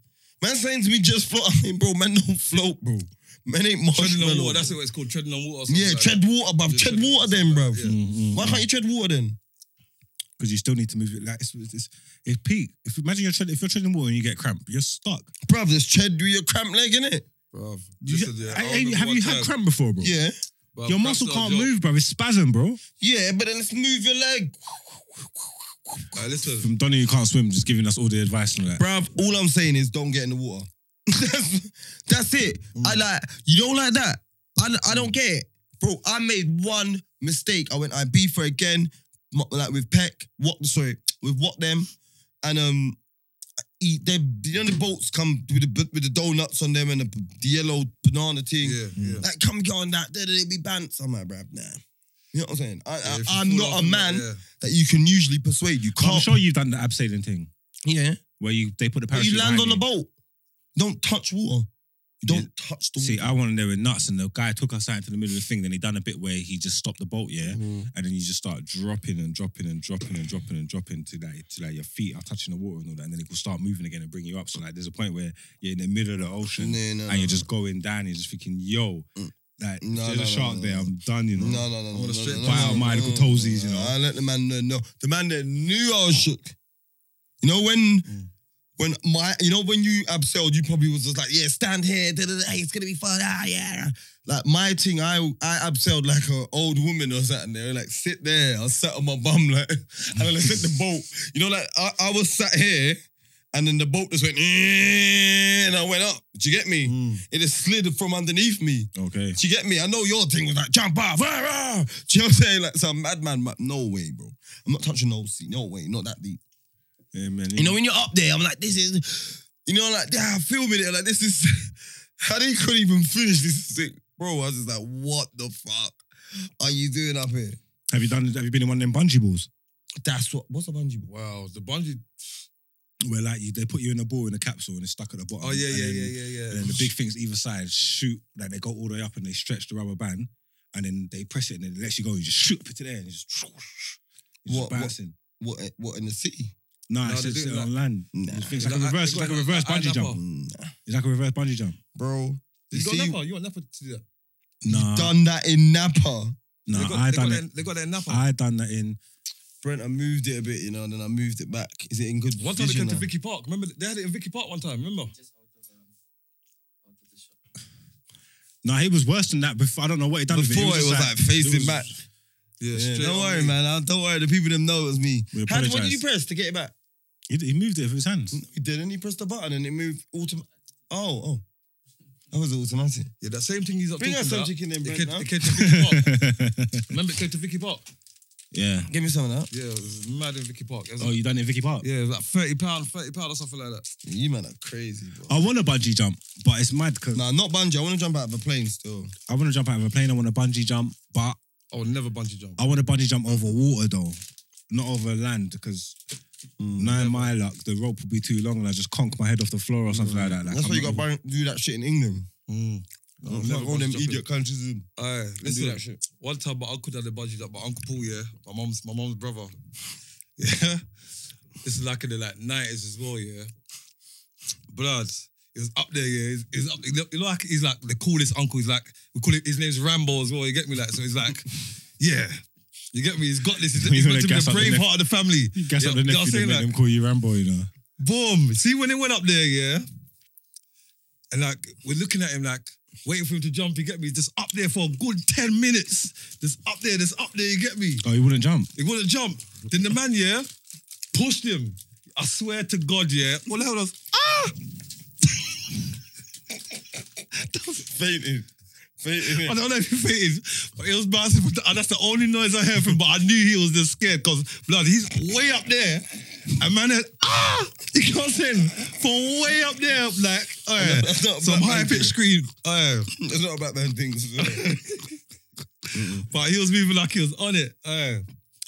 Speaker 2: Man's saying to me just float. I mean, bro, man don't float, bro. Man ain't
Speaker 3: Treading on water.
Speaker 2: marshmallow.
Speaker 3: That's what it's called. Treading on water. or something
Speaker 2: Yeah,
Speaker 3: like
Speaker 2: tread
Speaker 3: that.
Speaker 2: water, bruv.
Speaker 3: Yeah,
Speaker 2: Tread
Speaker 3: tread
Speaker 2: water
Speaker 3: water,
Speaker 2: then, bruv.
Speaker 3: yeah.
Speaker 2: Why can't you tread water then?
Speaker 1: because Mm-hmm. you still need to move it. Like it's, it's, it's peak. If imagine you're treading, if you're treading water and you get cramp, you're stuck.
Speaker 2: Bruv, there's tread with your cramp leg, innit?
Speaker 3: Bruv,
Speaker 1: You
Speaker 3: listen,
Speaker 1: get- I-
Speaker 3: yeah, I
Speaker 1: I-
Speaker 3: remember
Speaker 1: have
Speaker 3: one
Speaker 1: you had
Speaker 3: time,
Speaker 1: cramp before, bro?
Speaker 2: Yeah.
Speaker 1: Your
Speaker 3: bruv, that's
Speaker 1: muscle
Speaker 3: our
Speaker 1: can't
Speaker 3: job.
Speaker 1: move, bro. It's spasm, bro.
Speaker 2: Yeah, but then let's move your leg.
Speaker 3: Like, Uh, listen,
Speaker 1: From Donny, who can't swim, just giving us all the advice and all that.
Speaker 2: Bruv, all I'm saying is don't get in the water. that's, that's it.
Speaker 3: Mm.
Speaker 2: I like, you don't like that. I, I don't get it. Bro, I made one mistake. I went Ibiza again, mo- like with Peck, what, sorry, with what them, and um, he, they, you know, the boats come with the, b- with the donuts on them and the, b- the yellow banana thing.
Speaker 3: yeah, yeah.
Speaker 2: Like, come get on that, da, da, da, be bants. I'm like, bruv, nah. You know what I'm saying? I,
Speaker 3: Yeah, if you
Speaker 2: I, I'm
Speaker 3: fall
Speaker 2: not
Speaker 3: off
Speaker 2: a
Speaker 3: and
Speaker 2: man
Speaker 3: that,
Speaker 2: that you can usually persuade. You
Speaker 1: But I'm
Speaker 2: can't.
Speaker 1: sure you've done the abseiling thing
Speaker 2: yeah.
Speaker 1: where you they put the
Speaker 2: But
Speaker 1: parachute.
Speaker 2: you land on
Speaker 1: behind
Speaker 2: the boat. Don't touch water. You don't touch the
Speaker 1: See,
Speaker 2: water.
Speaker 1: I went in there with nuts, and the guy took us out into the middle of the thing. Then he done a bit where he just stopped the boat, yeah,
Speaker 2: Mm-hmm.
Speaker 1: and then you just start dropping and dropping and dropping and dropping and dropping to like, to like your feet are touching the water and all that, and then it will start moving again and bring you up. So like, there's a point where you're in the middle of the ocean
Speaker 2: No, no,
Speaker 1: and
Speaker 2: no.
Speaker 1: you're just going down. You're just thinking, yo,
Speaker 2: Mm.
Speaker 1: like if there's
Speaker 2: No, no,
Speaker 1: a
Speaker 2: no,
Speaker 1: shark
Speaker 2: no,
Speaker 1: there.
Speaker 2: no.
Speaker 1: I'm done, you know.
Speaker 2: No, no, no,
Speaker 3: I
Speaker 2: no.
Speaker 3: wanna
Speaker 2: no,
Speaker 3: straight
Speaker 2: no,
Speaker 1: bite
Speaker 2: no,
Speaker 1: out
Speaker 2: no,
Speaker 1: my
Speaker 2: no,
Speaker 1: little toesies, you
Speaker 2: no,
Speaker 1: know.
Speaker 2: I let the man know. No, the man that knew I was shook. You know when,
Speaker 1: Mm.
Speaker 2: when my, you know when you abseiled, you probably was just like, yeah, stand here. Da, da, da, hey, it's gonna be fun. Ah, yeah. Like my thing, I I abseiled like an old woman or something. There, like sit there. I sat on my bum like, and then I set the boat. You know, like I, I was sat here. And then the boat just went, "Eh," and I went up. Do you get me?
Speaker 1: Mm.
Speaker 2: It just slid from underneath me.
Speaker 1: Okay.
Speaker 2: Do you get me? I know your thing was like jump off. Rah, rah. Do you know what I'm saying? Like some madman. but No way, bro. I'm not touching the whole sea. No way. Not that deep.
Speaker 1: Yeah, man.
Speaker 2: You know, when you're up there, I'm like, this is, you know, like, yeah, filming it. Like, this is, I didn't couldn't even finish this thing. Bro, I was just like, what the fuck are you doing up here?
Speaker 1: have you done? Have you been in one of them bungee balls
Speaker 2: That's what, what's a bungee
Speaker 3: yeah. Wow, the bungee.
Speaker 1: where like you, they put you in a ball in a capsule and it's stuck at the bottom?
Speaker 3: Oh yeah,
Speaker 1: and
Speaker 3: yeah,
Speaker 1: then-
Speaker 3: yeah, yeah,
Speaker 1: And
Speaker 3: yeah.
Speaker 1: then the big things either side shoot, like they go all the way up and they stretch the rubber band and then they press it and then it lets you go. You just shoot up into there and it's just, it's just
Speaker 2: What- what-
Speaker 1: bouncing.
Speaker 2: What, what in the sea?
Speaker 1: No,
Speaker 3: No,
Speaker 1: it's,
Speaker 3: they
Speaker 1: it's
Speaker 3: do it
Speaker 1: on
Speaker 3: like-
Speaker 1: land.
Speaker 2: Nah.
Speaker 1: It's, things
Speaker 3: It's
Speaker 1: like a
Speaker 3: like-
Speaker 1: reverse,
Speaker 3: it's
Speaker 1: like a
Speaker 3: like
Speaker 1: reverse
Speaker 3: an
Speaker 1: bungee jump.
Speaker 3: apple.
Speaker 2: Nah.
Speaker 1: It's like a reverse bungee jump.
Speaker 2: Bro.
Speaker 3: Did you
Speaker 2: see,
Speaker 3: go Napa? You want Napa to do that?
Speaker 1: Nah,
Speaker 2: you've done that in Napa.
Speaker 1: nah,
Speaker 3: they got,
Speaker 1: I
Speaker 3: they
Speaker 1: done
Speaker 3: got
Speaker 1: it.
Speaker 3: Their, they got their Napa.
Speaker 1: I done that in.
Speaker 2: Brent, I moved it a bit, you know, and then I moved it back. Is it in good
Speaker 3: one time they
Speaker 2: vision
Speaker 3: came to
Speaker 2: now?
Speaker 3: Vicky Park. Remember they had it in Vicky Park one time. Remember?
Speaker 4: Just out of, um, out of the shop.
Speaker 1: Nah, it was worse than that. Before I don't know what he done. with
Speaker 2: Before
Speaker 1: it,
Speaker 2: it was
Speaker 1: just
Speaker 2: like facing
Speaker 1: it was-
Speaker 2: back.
Speaker 3: Yeah.
Speaker 2: Yeah,
Speaker 3: straight
Speaker 2: don't
Speaker 3: on
Speaker 2: worry,
Speaker 3: me.
Speaker 2: man. I- Don't worry. The people them know it was me.
Speaker 1: We
Speaker 2: How, what did
Speaker 1: apologise.
Speaker 2: you press to get it back?
Speaker 1: He, he moved it with his hands.
Speaker 2: He didn't. He pressed the button and it moved automatic. Oh, oh. That was automatic.
Speaker 3: Yeah, that same thing he's up
Speaker 2: Bring
Speaker 3: talking
Speaker 2: us some
Speaker 3: about.
Speaker 2: chicken in,
Speaker 3: It
Speaker 2: Brent.
Speaker 3: came,
Speaker 2: huh?
Speaker 3: it came to Vicky Park. Remember it came to Vicky Park?
Speaker 1: yeah.
Speaker 2: Give me some of that.
Speaker 3: Yeah, it was mad in Vicky Park. It was
Speaker 1: Oh,
Speaker 3: like,
Speaker 1: you done it in Vicky Park?
Speaker 3: yeah, it was like thirty pound, thirty pound or something like that.
Speaker 2: You man are crazy, bro.
Speaker 1: I want a bungee jump, but it's mad because
Speaker 2: Nah, not bungee. I want to jump out of a plane still.
Speaker 1: I want to jump out of a plane. I want a bungee jump, but
Speaker 3: I would never bungee jump.
Speaker 1: I want to bungee jump over water though, not over land because
Speaker 3: Mm.
Speaker 1: nine my luck, the rope will be too long and I just conk my head off the floor or something like that. Like,
Speaker 2: That's
Speaker 1: I'm
Speaker 2: why you
Speaker 1: not
Speaker 2: got
Speaker 1: even-
Speaker 2: to do that shit in England.
Speaker 3: I'll
Speaker 2: Fuck
Speaker 3: never
Speaker 2: all them
Speaker 3: bungee jump
Speaker 2: idiot countries in.
Speaker 3: Aye,
Speaker 2: Let's do
Speaker 3: listen.
Speaker 2: that shit.
Speaker 3: One time, my uncle done a bungee jump. My uncle Paul, yeah, my mom's my mom's brother. Yeah, this is like in the like nineties as well, yeah. Blood. He was up there, yeah. He's, he's up. You know, like he's like they call this uncle. He's like we call it. His name's Rambo as well. You get me, like so. He's like, yeah. You get me? He's got this. He's,
Speaker 1: He's
Speaker 3: he's
Speaker 1: gonna
Speaker 3: meant to be
Speaker 1: gas
Speaker 3: the
Speaker 1: up the
Speaker 3: brave
Speaker 1: nep-
Speaker 3: heart of the family.
Speaker 1: You guess
Speaker 3: Yeah,
Speaker 1: up the
Speaker 3: you know
Speaker 1: next
Speaker 3: what I'm
Speaker 1: thing
Speaker 3: saying?
Speaker 1: made
Speaker 3: Like,
Speaker 1: them call you Rambo, you know.
Speaker 3: Boom. See when it went up there, yeah. And like we're looking at him like waiting for him to jump. You get me? Just up there for a good ten minutes. Just up there. Just up there. You get me?
Speaker 1: Oh, you wouldn't jump.
Speaker 3: He wouldn't jump. Then the man, yeah, pushed him. I swear to God, yeah. All I heard was ah.
Speaker 2: Fainting. Fainting.
Speaker 3: I don't know if he fainted, but it was bouncing. But that's the only noise I heard from. But I knew he was just scared because blood. He's way up there, and man, had, ah, you know what I'm saying? From way up there, like all right,
Speaker 2: That's not
Speaker 3: some
Speaker 2: Batman
Speaker 3: eh. high pitched scream. All right.
Speaker 2: It's not about them things.
Speaker 3: But he was moving like he was on it. Uh,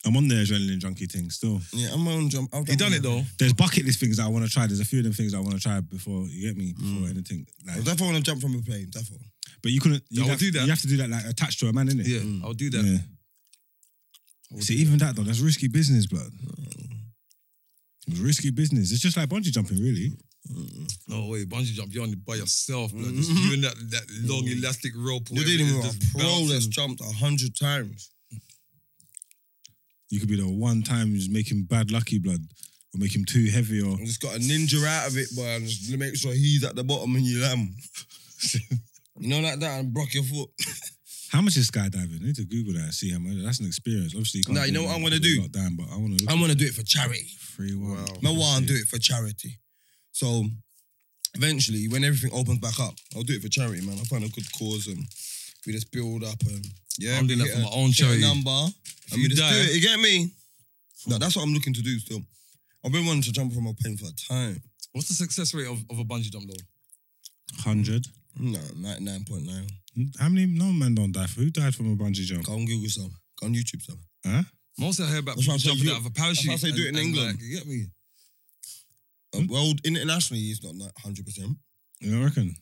Speaker 1: I'm on the adrenaline junkie thing still.
Speaker 2: Yeah, I'm on jump. I've
Speaker 3: he done it though.
Speaker 1: There's bucket list things that I want to try. There's a few of them things I want to try before you get me before
Speaker 3: Mm.
Speaker 1: anything.
Speaker 2: I
Speaker 1: Like,
Speaker 2: definitely want to jump from a plane. Definitely.
Speaker 1: but you couldn't.
Speaker 3: I
Speaker 1: You
Speaker 3: would
Speaker 1: have,
Speaker 3: do that.
Speaker 1: you have to do that like attached to a man, innit?
Speaker 3: Yeah,
Speaker 2: Mm.
Speaker 3: I'll do that.
Speaker 1: Yeah.
Speaker 3: I'll
Speaker 1: See,
Speaker 3: do
Speaker 1: even that though, that's risky business, blood. It's risky business. It's just like bungee jumping, really.
Speaker 3: that. No way, bungee jump. You're on it by yourself, blood.
Speaker 2: Mm.
Speaker 3: Just you and that, that long elastic rope.
Speaker 2: You're dealing with a pro that's jumped a hundred times.
Speaker 1: You could be the one time who's making bad lucky blood or make him too heavy or
Speaker 2: And just got a ninja out of it, boy, and just make sure he's at the bottom and you lamb. you know, like that, and broke your foot.
Speaker 1: how much is skydiving? I need to Google that and see how much that's an experience. Obviously, you can't
Speaker 2: Nah, you
Speaker 1: do
Speaker 2: know
Speaker 1: it
Speaker 2: what I'm
Speaker 1: when
Speaker 2: gonna
Speaker 1: people
Speaker 2: do?
Speaker 1: lock down, but I wanna look
Speaker 2: I'm gonna do it for charity.
Speaker 1: free one.
Speaker 2: My one do it for charity. So eventually, when everything opens back up, I'll do it for charity, man. I'll find a good cause and we just build up and yeah.
Speaker 3: I'm doing
Speaker 2: we
Speaker 3: that for
Speaker 2: hit
Speaker 3: my
Speaker 2: a-
Speaker 3: own
Speaker 2: hit a
Speaker 3: charity.
Speaker 2: number. and we
Speaker 3: you
Speaker 2: just
Speaker 3: die-
Speaker 2: do it. You get me? No, that's what I'm looking to do still. I've been wanting to jump from a plane for a time.
Speaker 3: What's the success rate of, of a bungee jump though?
Speaker 1: Hundred.
Speaker 2: No, 99.9.
Speaker 1: How many no man don't die for who died from a bungee jump?
Speaker 2: Go on Google some. Go on YouTube some.
Speaker 1: Huh?
Speaker 3: Most I hear about
Speaker 2: That's why I
Speaker 3: people
Speaker 2: say
Speaker 3: jumping
Speaker 2: you-
Speaker 3: out of a parachute.
Speaker 2: that's why I say do it in
Speaker 3: and- and,
Speaker 2: England.
Speaker 3: like, you get me?
Speaker 2: Uh, well, internationally, it's not like 100%. Can't
Speaker 1: You know, I reckon.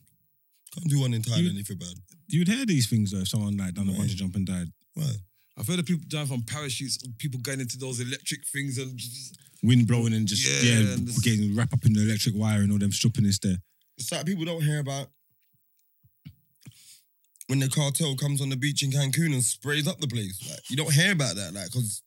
Speaker 2: do one in Thailand
Speaker 1: You-
Speaker 2: if you're bad.
Speaker 1: You'd hear these things though if someone like done a
Speaker 2: Right.
Speaker 1: bungee jump and died.
Speaker 2: Right.
Speaker 3: I've heard of people dying from parachutes, people going into those electric things and just,
Speaker 1: Wind blowing and just
Speaker 3: Yeah,
Speaker 1: yeah,
Speaker 3: and this-
Speaker 1: getting wrapped up in the electric wire and all them stripping is there.
Speaker 2: It's like people don't hear about when the cartel comes on the beach in Cancun and sprays up the place. Like you don't hear about that, like because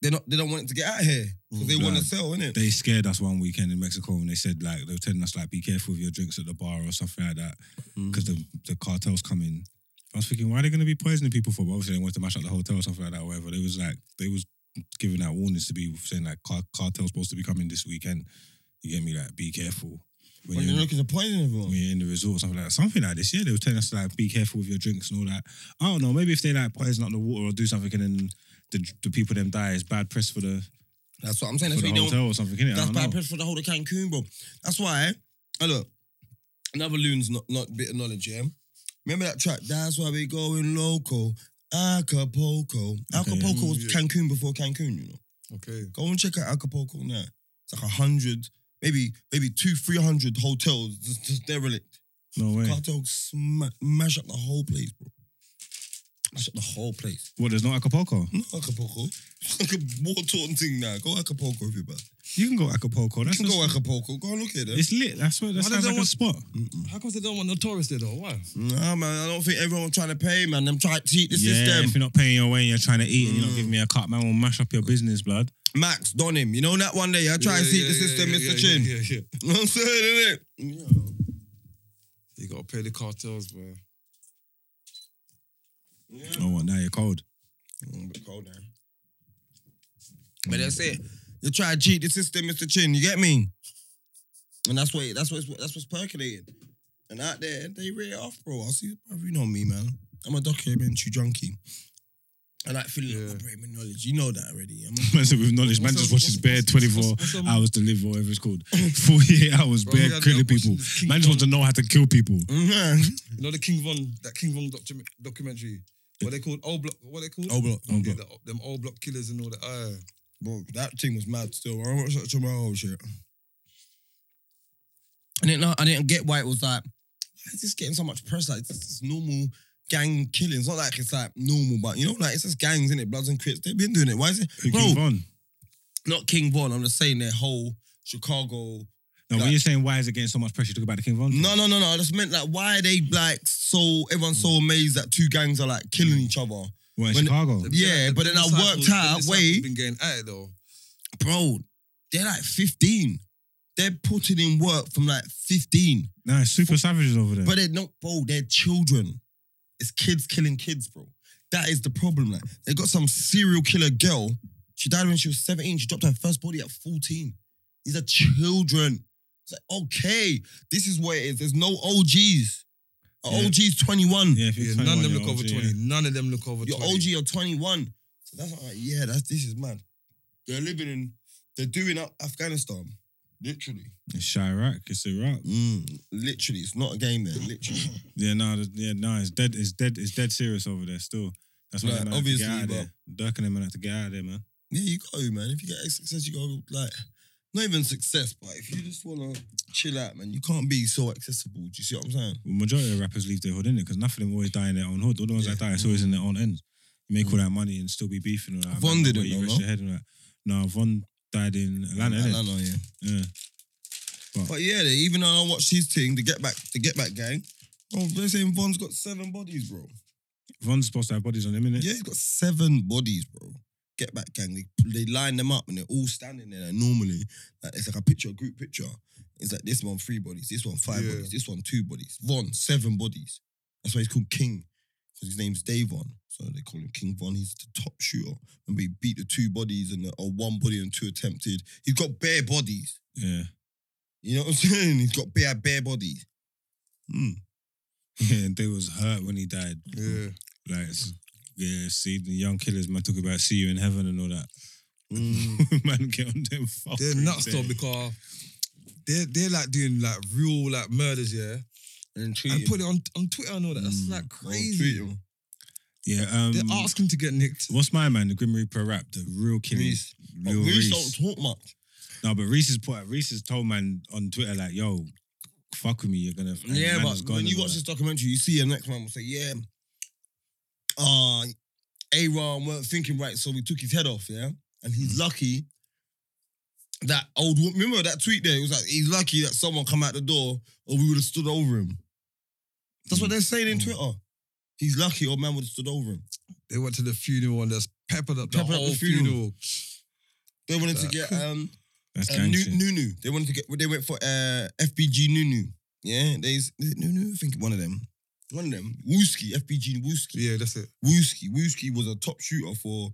Speaker 2: they not they don't want it to get out here because they
Speaker 1: Mm.
Speaker 2: want to
Speaker 1: Right.
Speaker 2: sell, innit?
Speaker 1: they scared us one weekend in Mexico and they said like they were telling us like be careful with your drinks at the bar or something like that
Speaker 2: Mm.
Speaker 1: because the, the cartels coming. I was thinking why are they going to be poisoning people for? But obviously they wanted to mash up the hotel or something like that. Or whatever they was like they was giving out warnings to be saying like car- cartels supposed to be coming this weekend. You get me like be careful when
Speaker 2: When
Speaker 1: you're
Speaker 2: they're
Speaker 1: in,
Speaker 2: looking to poison everyone.
Speaker 1: when you're in the resort or something like that. something like this. Yeah, they were telling us to, like be careful with your drinks and all that. I don't know maybe if they like poison up the water or do something and then the, the people them die is bad press for the
Speaker 2: That's what I'm saying.
Speaker 1: for
Speaker 2: That's,
Speaker 1: the
Speaker 2: why you don't,
Speaker 1: hotel or something. innit? I
Speaker 2: that's
Speaker 1: don't
Speaker 2: bad
Speaker 1: know.
Speaker 2: press for the whole of Cancun, bro. That's why. I look, another loon's not not bit of knowledge, yeah. Remember that track? That's why we going local. Acapulco. Acapulco was
Speaker 3: yeah.
Speaker 2: Cancun before Cancun, you know.
Speaker 3: okay.
Speaker 2: Go and check out Acapulco now. It's like a hundred, maybe maybe two, three hundred hotels just, just derelict.
Speaker 1: No way.
Speaker 2: Cartel sma- mash up the whole place, bro. Mash up the whole place.
Speaker 1: What, there's no Acapulco?
Speaker 2: Not Acapulco. It's like a war torn thing now. Go Acapulco if you're bad.
Speaker 1: You can go Acapulco.
Speaker 2: You
Speaker 1: That's
Speaker 2: can
Speaker 1: just-
Speaker 2: go Acapulco. Go and look at it.
Speaker 1: It's lit. That's what that
Speaker 3: Why they
Speaker 1: sounds
Speaker 3: don't
Speaker 1: like a
Speaker 3: want-
Speaker 1: spot.
Speaker 3: How come they don't want no tourists there though? Why?
Speaker 2: Nah, man. I don't think everyone's trying to pay, man. I'm trying to cheat the
Speaker 1: if
Speaker 2: system.
Speaker 1: you're not paying your way and you're trying to eat and
Speaker 2: Mm.
Speaker 1: you're not giving me a cut, man, we'll mash up your business, blood.
Speaker 2: Max, don him. You know that one day I try and
Speaker 3: Yeah,
Speaker 2: cheat
Speaker 3: yeah,
Speaker 2: the
Speaker 3: yeah,
Speaker 2: system,
Speaker 3: yeah,
Speaker 2: Mr.
Speaker 3: yeah,
Speaker 2: Chin.
Speaker 3: Yeah, yeah,
Speaker 2: You know what I'm saying, innit?
Speaker 3: You gotta pay the cartels, bro.
Speaker 1: Oh, what? Now you're cold.
Speaker 2: Mm, a bit cold now. But that's it. You try to cheat the system, Mr. Chin. You get me? And that's what that's what's that's what's percolating. And out there, they rear off, bro. I see, bro, you know me, man. I'm a documentary junkie. I like feeling like
Speaker 3: Yeah.
Speaker 2: operating with knowledge. You know that already. I'm a-
Speaker 1: Man said with knowledge, man
Speaker 3: What's
Speaker 1: just
Speaker 3: up-
Speaker 1: watches
Speaker 3: what's-
Speaker 1: bare
Speaker 3: what's-
Speaker 1: 24
Speaker 3: what's- what's up-
Speaker 1: hours to live or whatever it's called. 48 hours
Speaker 3: Bro, we
Speaker 1: bare
Speaker 3: had
Speaker 1: killing
Speaker 3: that watching
Speaker 1: people.
Speaker 3: this King
Speaker 1: Man just wants to know how to kill people.
Speaker 2: Mhm.
Speaker 3: You know the King Von, that King Von docu- documentary. What they called? Old Block. What they called?
Speaker 2: Oh, bro.
Speaker 1: Oh,
Speaker 3: Yeah,
Speaker 1: God.
Speaker 3: the- them old block killers and all that. Uh,
Speaker 2: Bro, that thing was mad still. I watched that tomorrow and shit. I didn't know, I didn't get why it was like, why is this getting so much press? Like, this is normal gang killings. It's not like it's like normal, but you know, like it's just gangs in it, bloods and crips. They've been doing it. Why is it?
Speaker 1: Who
Speaker 2: Bro,
Speaker 1: keep on?
Speaker 2: not King Von. I'm just saying their whole Chicago.
Speaker 1: Now,
Speaker 2: like-
Speaker 1: when you're saying why is it getting so much pressure, you talk about the King Von. thing.
Speaker 2: No, no, no, no. I just meant like why are they like so everyone's so amazed that two gangs are like killing each other.
Speaker 1: What, in
Speaker 2: when-
Speaker 1: Chicago?
Speaker 3: the-
Speaker 2: Yeah, but then I
Speaker 3: disciples-
Speaker 2: worked
Speaker 3: the
Speaker 2: out,
Speaker 3: disciples
Speaker 2: wait.
Speaker 3: Been getting at it though.
Speaker 2: Bro, they're like 15. They're putting in work from like 15.
Speaker 1: nah, it's super savages over there.
Speaker 2: But they're not, bro. They're children. It's kids killing kids, bro. That is the problem. Like they got some serial killer girl. She died when she was 17. She dropped her first body at 14. These are children. It's like, okay, this is what it is. There's no OGs. An
Speaker 1: Yeah.
Speaker 2: OG's 21.
Speaker 1: yeah, if you're
Speaker 3: Yeah, none of
Speaker 1: 21,
Speaker 3: them
Speaker 1: you're
Speaker 3: look over
Speaker 1: OG,
Speaker 3: 20.
Speaker 1: yeah.
Speaker 3: None of them look over
Speaker 2: Your
Speaker 3: 20.
Speaker 2: OG are 21. So that's like, yeah, that's this is mad. They're living in, they're doing Af- Afghanistan. Literally.
Speaker 1: It's Chirac. It's Iraq.
Speaker 2: Mm. Literally. It's not a game there. Literally.
Speaker 1: Yeah, no, the- yeah, no. It's dead. It's dead. It's dead serious over there. Still. That's why
Speaker 2: Like,
Speaker 1: they might have to get
Speaker 2: obviously,
Speaker 1: out of
Speaker 2: but-
Speaker 1: there. Dirk and them might have to get out of there, man.
Speaker 2: Yeah, you go, man. If you get success, you go like not even success, but if you just wanna chill out, man, you can't be so accessible. Do you see what I'm saying?
Speaker 1: Well, majority of rappers leave their hood in it because nothing of them always die in their own hood. All the ones that
Speaker 2: Yeah.
Speaker 1: die, it's always in their own ends. You make all that money and still be beefing and all that.
Speaker 2: Von
Speaker 1: Man,
Speaker 2: didn't
Speaker 1: where you
Speaker 2: though,
Speaker 1: rest
Speaker 2: no?
Speaker 1: your head and all that. No, Von died in Atlanta. innit?
Speaker 2: Atlanta, yeah.
Speaker 1: Yeah.
Speaker 2: But yeah, they, even though I don't watch his thing, the get back, the get back gang. Oh, they're saying Von's got seven bodies, bro.
Speaker 1: Von's supposed to have bodies on him, innit?
Speaker 2: Yeah, he's got seven bodies, bro. Get back gang. They, they line them up and they're all standing there like, normally. Like, it's like a picture, a group picture. It's like this one three bodies, this one five
Speaker 3: Yeah.
Speaker 2: bodies, this one two bodies. Von, seven bodies. That's why he's called King. Because his name's Davon. So they call him King Von. He's the top shooter. And we beat the two bodies and the, or one body and two attempted. He's got bare bodies.
Speaker 1: Yeah.
Speaker 2: You know what I'm saying? He's got bare bare bodies. Hmm.
Speaker 1: Yeah, and they was hurt when he died.
Speaker 3: Yeah.
Speaker 1: Like, it's- yeah, see, the young killers, man, talk about see you in heaven and all that. man, get on them.
Speaker 3: They're
Speaker 1: fuckery
Speaker 3: nuts though
Speaker 1: there.
Speaker 3: because they're they're like doing like real like murders, yeah.
Speaker 2: And treat
Speaker 3: And
Speaker 2: him.
Speaker 3: put it on on Twitter and all that. That's
Speaker 1: Mm.
Speaker 3: like
Speaker 2: Oh, treat
Speaker 3: crazy.
Speaker 2: him.
Speaker 1: Yeah.
Speaker 3: They're
Speaker 1: Um,
Speaker 3: asking to get nicked.
Speaker 1: what's my man, the Grim Reaper rap, the real killer?
Speaker 2: Reese. But
Speaker 1: Real
Speaker 2: Reese
Speaker 1: Reese.
Speaker 2: don't talk much.
Speaker 1: No, but Reese's point. Reese's told man on Twitter like, "Yo, fuck with me, you're gonna." and
Speaker 2: Yeah,
Speaker 1: man
Speaker 2: but
Speaker 1: is gone
Speaker 2: when you
Speaker 1: and all
Speaker 2: watch this
Speaker 1: that.
Speaker 2: documentary, you see your next man will say, yeah, uh, Aaron weren't thinking right, so we took his head off, yeah? And
Speaker 3: Mm.
Speaker 2: he's lucky that old woman, remember that tweet there? It was like, he's lucky that someone come out the door or we would have stood over him. That's what they're saying in
Speaker 1: Mm.
Speaker 2: Twitter. He's lucky old man would have stood over him.
Speaker 3: They went to the funeral and just peppered up the
Speaker 2: Peppered up the
Speaker 3: whole
Speaker 2: funeral.
Speaker 3: funeral.
Speaker 2: They wanted to
Speaker 3: That-
Speaker 2: get um,
Speaker 1: that's
Speaker 2: uh,
Speaker 1: gang
Speaker 2: Nu-
Speaker 1: shit.
Speaker 2: Nunu. They wanted to get. They went for uh, FBG Nunu. Yeah, they is it Nunu. I think one of them. One of them. Wooski. FBG Wooski.
Speaker 3: Yeah, that's it.
Speaker 2: Wooski. Wooski was a top shooter for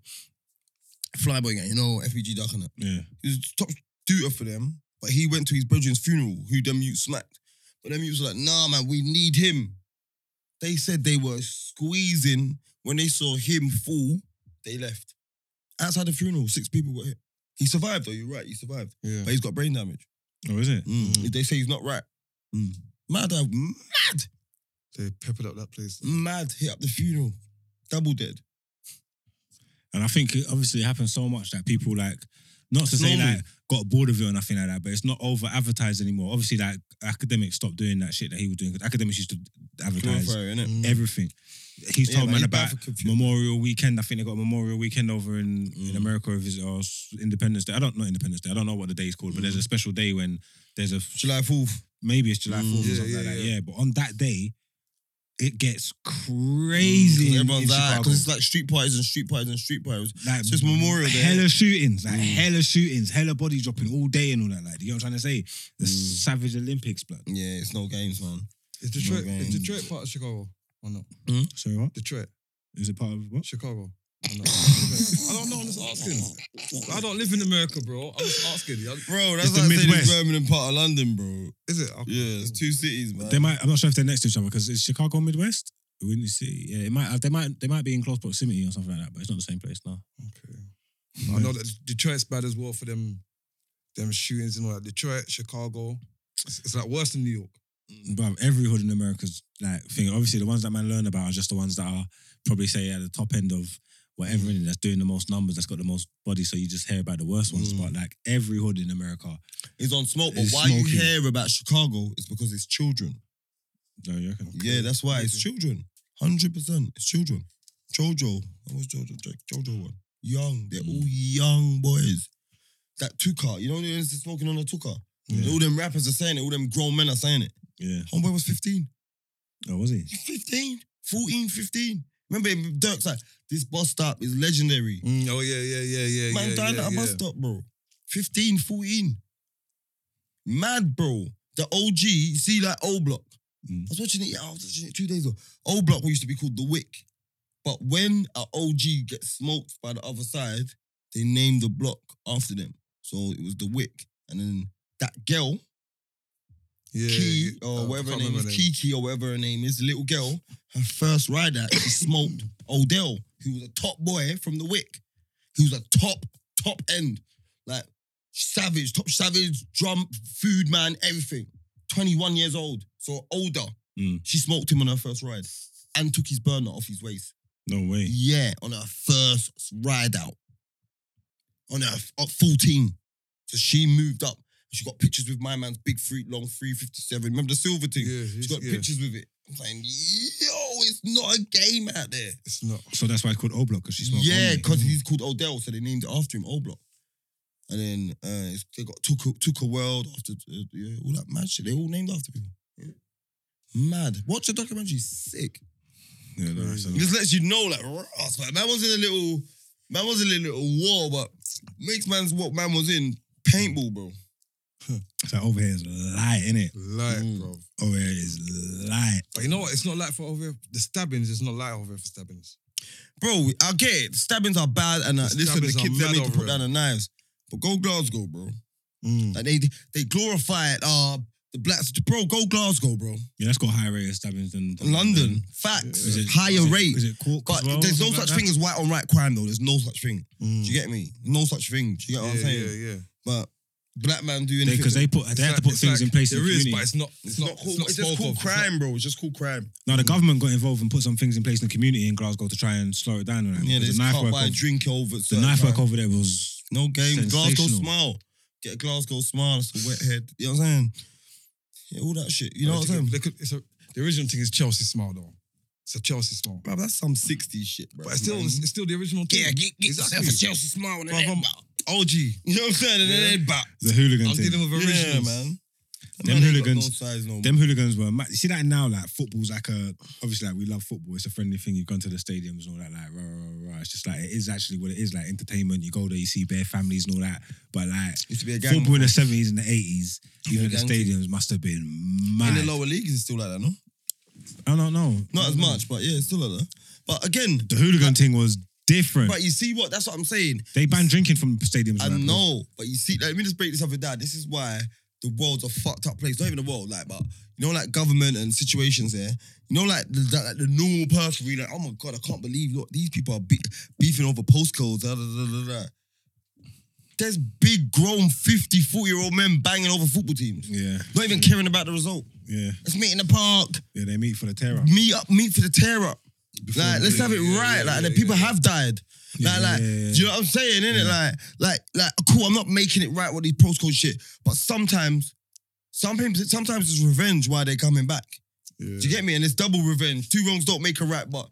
Speaker 2: Flyboy Gang. You know FBG Duck and that.
Speaker 1: Yeah,
Speaker 2: He was top shooter for them, but he went to his brethren's funeral, who them you smacked. But them you was like, nah, man, we need him. They said they were squeezing when they saw him fall. They left outside the funeral. Six people got hit. He survived though. You're right. He survived,
Speaker 3: Yeah. Mm-hmm.
Speaker 2: but he's got brain damage.
Speaker 1: oh, is it?
Speaker 2: Mm. They say he's not right. Mad, uh, mad,
Speaker 3: They peppered up that place.
Speaker 2: mad. Hit up the funeral, double dead.
Speaker 1: And I think it obviously it happened so much that people like, not to
Speaker 2: It's
Speaker 1: say
Speaker 2: normal.
Speaker 1: like got bored of it or nothing like that, but it's not over advertised anymore. Obviously, like academics stopped doing that shit that he was doing because academics used to advertise
Speaker 2: Glorifier, innit?
Speaker 1: everything. He's
Speaker 2: Yeah,
Speaker 1: told Mm. man
Speaker 2: man, he's
Speaker 1: about
Speaker 2: bad for confu-
Speaker 1: Memorial Weekend. I think they got Memorial Weekend over in, in
Speaker 2: Mm.
Speaker 1: America or, if it's- or Independence Day. I don't know Independence Day. I don't know what the day is called, but there's a special day when there's a
Speaker 2: Mm. July Fourth.
Speaker 1: maybe it's July
Speaker 2: Mm.
Speaker 1: 4th or
Speaker 3: Yeah,
Speaker 1: something like
Speaker 3: yeah,
Speaker 1: that.
Speaker 3: yeah.
Speaker 1: Yeah, but on that day, it gets crazy. in- in
Speaker 2: Mm, Everyone's out
Speaker 1: Chicago.
Speaker 2: because it's like street parties and street parties and street parties.
Speaker 1: like
Speaker 2: it's just Memorial Day.
Speaker 1: Hella shootings, like
Speaker 2: Mm.
Speaker 1: hella shootings, hella body dropping all day and all that. Like, you know what I'm trying to say? The
Speaker 2: Mm.
Speaker 1: Savage Olympics, blood.
Speaker 2: Yeah, it's no games, man.
Speaker 3: Is Detroit
Speaker 2: Okay.
Speaker 3: is Detroit part of Chicago or not?
Speaker 1: Sorry, what?
Speaker 3: Detroit,
Speaker 1: Is it part of what?
Speaker 3: Chicago. or not? I don't know. I'm just asking. I don't live in America, bro. I'm just asking. yeah.
Speaker 2: Bro, that's
Speaker 1: It's the
Speaker 2: like saying
Speaker 1: Midwest.
Speaker 2: it's Birmingham part of London, bro.
Speaker 3: Is it? Okay.
Speaker 2: Yeah, it's two cities, man.
Speaker 1: They might. I'm not sure if they're next to each other because it's Chicago Midwest. We didn't see. Yeah, it might. They might. They might be in close proximity or something like that. But it's not the same place now.
Speaker 3: I know that Detroit's bad as well for them, them shootings and all that. Detroit, Chicago, it's, it's like worse than New York.
Speaker 1: But every hood in America's like thing. Obviously, the ones that man learn about are just the ones that are probably say at the top end of whatever innit, that's doing the most numbers, that's got the most bodies. So you just hear about the worst ones.
Speaker 2: Mm.
Speaker 1: But like every hood in America,
Speaker 2: It's on smoke, but
Speaker 1: It's
Speaker 2: why
Speaker 1: smoking.
Speaker 2: you hear about Chicago is because it's children.
Speaker 1: no, you reckon?
Speaker 2: Yeah, that's why it's
Speaker 3: Okay.
Speaker 2: children. Hundred percent, it's children. Jojo, that was Jojo. Jack- Jojo one. Young, they're all young boys. That Tuka, you know, they're smoking on a Tuka.
Speaker 1: Yeah.
Speaker 2: All them rappers are saying it. All them grown men are saying it.
Speaker 1: yeah.
Speaker 2: Homeboy was 15.
Speaker 1: Oh, was he?
Speaker 2: 15, 14, 15. Remember, Dirk's like, this bus stop is legendary.
Speaker 3: Mm, oh yeah, yeah, yeah, yeah.
Speaker 2: Man
Speaker 3: yeah,
Speaker 2: died
Speaker 3: yeah,
Speaker 2: at a
Speaker 3: yeah.
Speaker 2: bus stop, bro. 15, 14. Mad, bro. The OG, you see like O Block.
Speaker 1: Mm.
Speaker 2: I was watching it, yeah, I was watching it two days ago. O Block used to be called The Wick. But when an OG gets smoked by the other side, they named the block after them. So it was The Wick. And then that girl,
Speaker 3: Yeah,
Speaker 2: Key
Speaker 3: yeah.
Speaker 2: or
Speaker 3: Oh, I
Speaker 2: whatever her
Speaker 3: can't
Speaker 2: name
Speaker 3: remember
Speaker 2: is, Kiki or whatever her name is, little girl, her first rider, she smoked Odell, who was a top boy from the Wick. He was a top, top end. Like, Savage, top savage, drum, food man, everything. 21 years old, so older.
Speaker 1: Mm.
Speaker 2: She smoked him on her first ride and took his burner off his waist.
Speaker 1: No way.
Speaker 2: Yeah, on her first ride out. On her up 14. So she moved up. She got pictures with my man's big fruit long 357. Remember the silver thing?
Speaker 3: Yeah,
Speaker 2: She
Speaker 3: it's,
Speaker 2: got
Speaker 3: yeah.
Speaker 2: pictures with it. I'm saying, yo, it's not a game out there.
Speaker 3: it's not.
Speaker 1: So that's why it's called O Block because she smoked.
Speaker 2: Yeah,
Speaker 1: only.
Speaker 3: Mm-hmm.
Speaker 2: because he's called Odell, so they named it after him, Oblock. And then uh, it's, they got took a, took a world after uh, yeah, all that mad shit. They all named after people. Yeah. Mad. Watch the documentary. it's Sick.
Speaker 1: Yeah, no, that's a
Speaker 2: It
Speaker 1: lot.
Speaker 2: just lets you know, like, Ross, man, man was in a little, man was in a little war, but makes man's what man was in paintball, bro.
Speaker 1: It's like over here is light, innit?
Speaker 3: Light,
Speaker 2: Mm.
Speaker 3: bro.
Speaker 1: Over here is light.
Speaker 3: But you know what? It's not light for over here. The stabbings, it's not light over here for stabbings.
Speaker 2: Bro, I get it. Stabbings are bad, and uh,
Speaker 3: The
Speaker 2: listen, the
Speaker 3: stabbings are
Speaker 2: kids they
Speaker 3: mad
Speaker 2: need to
Speaker 3: over
Speaker 2: put
Speaker 3: it.
Speaker 2: down the knives, but go Glasgow, bro.
Speaker 1: Mm.
Speaker 2: Like they they glorify it. Uh, the blacks, bro. Go Glasgow, bro.
Speaker 1: Yeah, that's got higher rate of stabbings than
Speaker 2: Mm-hmm.
Speaker 1: than
Speaker 2: London, facts,
Speaker 1: Is it-
Speaker 2: higher
Speaker 1: is it-
Speaker 2: rate.
Speaker 1: Is it cork?
Speaker 2: but
Speaker 1: as well,
Speaker 2: there's no
Speaker 1: something
Speaker 2: such
Speaker 1: like
Speaker 2: thing as white on right crime, though. There's no such thing.
Speaker 1: that? Mm.
Speaker 2: Do you get me? No such thing. Do you get what I'm
Speaker 3: yeah,
Speaker 2: saying?
Speaker 3: yeah, yeah.
Speaker 2: But black man doing
Speaker 1: Because they, put they had to put things in place in
Speaker 3: There
Speaker 1: the
Speaker 3: is,
Speaker 1: community.
Speaker 3: but it's not. It's,
Speaker 2: it's
Speaker 3: not.
Speaker 2: not cool.
Speaker 3: It's, not
Speaker 2: It's just
Speaker 3: spoke
Speaker 2: called
Speaker 3: of. It's
Speaker 2: crime, bro. It's just called crime.
Speaker 1: now the government got involved and put some things in place in the community in Glasgow to try and slow it down. Right?
Speaker 2: Yeah,
Speaker 1: the
Speaker 2: they just
Speaker 1: knife
Speaker 2: can't
Speaker 1: work,
Speaker 2: buy a
Speaker 1: over,
Speaker 2: drink over.
Speaker 1: the
Speaker 2: certain
Speaker 1: knife work
Speaker 2: time.
Speaker 1: over there was
Speaker 2: No game. Glasgow
Speaker 1: Sensational.
Speaker 2: smile. Get a Glasgow smile. That's a wet head. You know what I'm saying? Yeah, all that shit. You know
Speaker 3: not-
Speaker 2: what I'm saying?
Speaker 3: They could- it's a- The original thing is Chelsea smile, though. It's a Chelsea smile.
Speaker 2: Bro, that's some 60s shit, bro.
Speaker 3: But it's still,
Speaker 2: man.
Speaker 3: it's still the original thing.
Speaker 2: yeah, get, get yourself a Chelsea smile and
Speaker 3: Bro,
Speaker 2: then
Speaker 3: I'm- OG.
Speaker 2: You know what I'm saying? And
Speaker 3: Yeah.
Speaker 2: then back.
Speaker 1: the hooligan
Speaker 3: I'm
Speaker 1: thing.
Speaker 3: dealing with originals.
Speaker 2: Yeah, man. That
Speaker 1: Them
Speaker 2: man ain't got
Speaker 1: hooligans-
Speaker 2: No size no more.
Speaker 1: Them hooligans were mad. You see that now, like football's like a obviously like we love football. It's a friendly thing. You've gone to the stadiums and all that, like rah, rah, rah, rah. It's just like it is actually what it is, like entertainment. You go there, you see bare families and all that. But like
Speaker 2: Used to be a gang.
Speaker 1: football in the seventies and the eighties, even at the
Speaker 2: Yeah, gang
Speaker 1: stadiums must have been
Speaker 2: In
Speaker 1: mad.
Speaker 2: the lower leagues, it's still like that, no?
Speaker 1: I don't know.
Speaker 2: Not as
Speaker 3: Mm-hmm.
Speaker 2: much, but yeah, it's still like that. But again,
Speaker 1: The hooligan thing was different.
Speaker 2: but you see what? That's what I'm saying.
Speaker 1: they banned drinking from the stadiums.
Speaker 2: I
Speaker 1: like,
Speaker 2: know, but you see, like, let me just break this up with that. This is why the world's a fucked up place. Not even the world, like, but you know, like government and situations there. You know, like the, that, like the normal person, we like, oh my god, I can't believe look, these people are be- beefing over postcodes. Da, da, da, da, da. There's big, grown 50, 40 year old men banging over football teams,
Speaker 1: Yeah,
Speaker 2: not even caring about the result.
Speaker 1: yeah,
Speaker 2: Let's meet in the park.
Speaker 1: yeah. They meet for the terror.
Speaker 2: meet up, meet for the tear up.
Speaker 1: Before
Speaker 2: Like,
Speaker 1: the-
Speaker 2: let's have it
Speaker 3: yeah,
Speaker 2: right.
Speaker 3: yeah,
Speaker 2: like, the
Speaker 3: yeah,
Speaker 2: people
Speaker 3: yeah.
Speaker 2: have died.
Speaker 1: Yeah,
Speaker 2: like, like,
Speaker 1: yeah, yeah,
Speaker 2: do you know what I'm saying? Innit? Like, like, like, cool. I'm not making it right with these postcode shit, but sometimes, sometimes, sometimes it's revenge why they're coming back. Do you get me? And it's double revenge. Two wrongs don't make a right, but.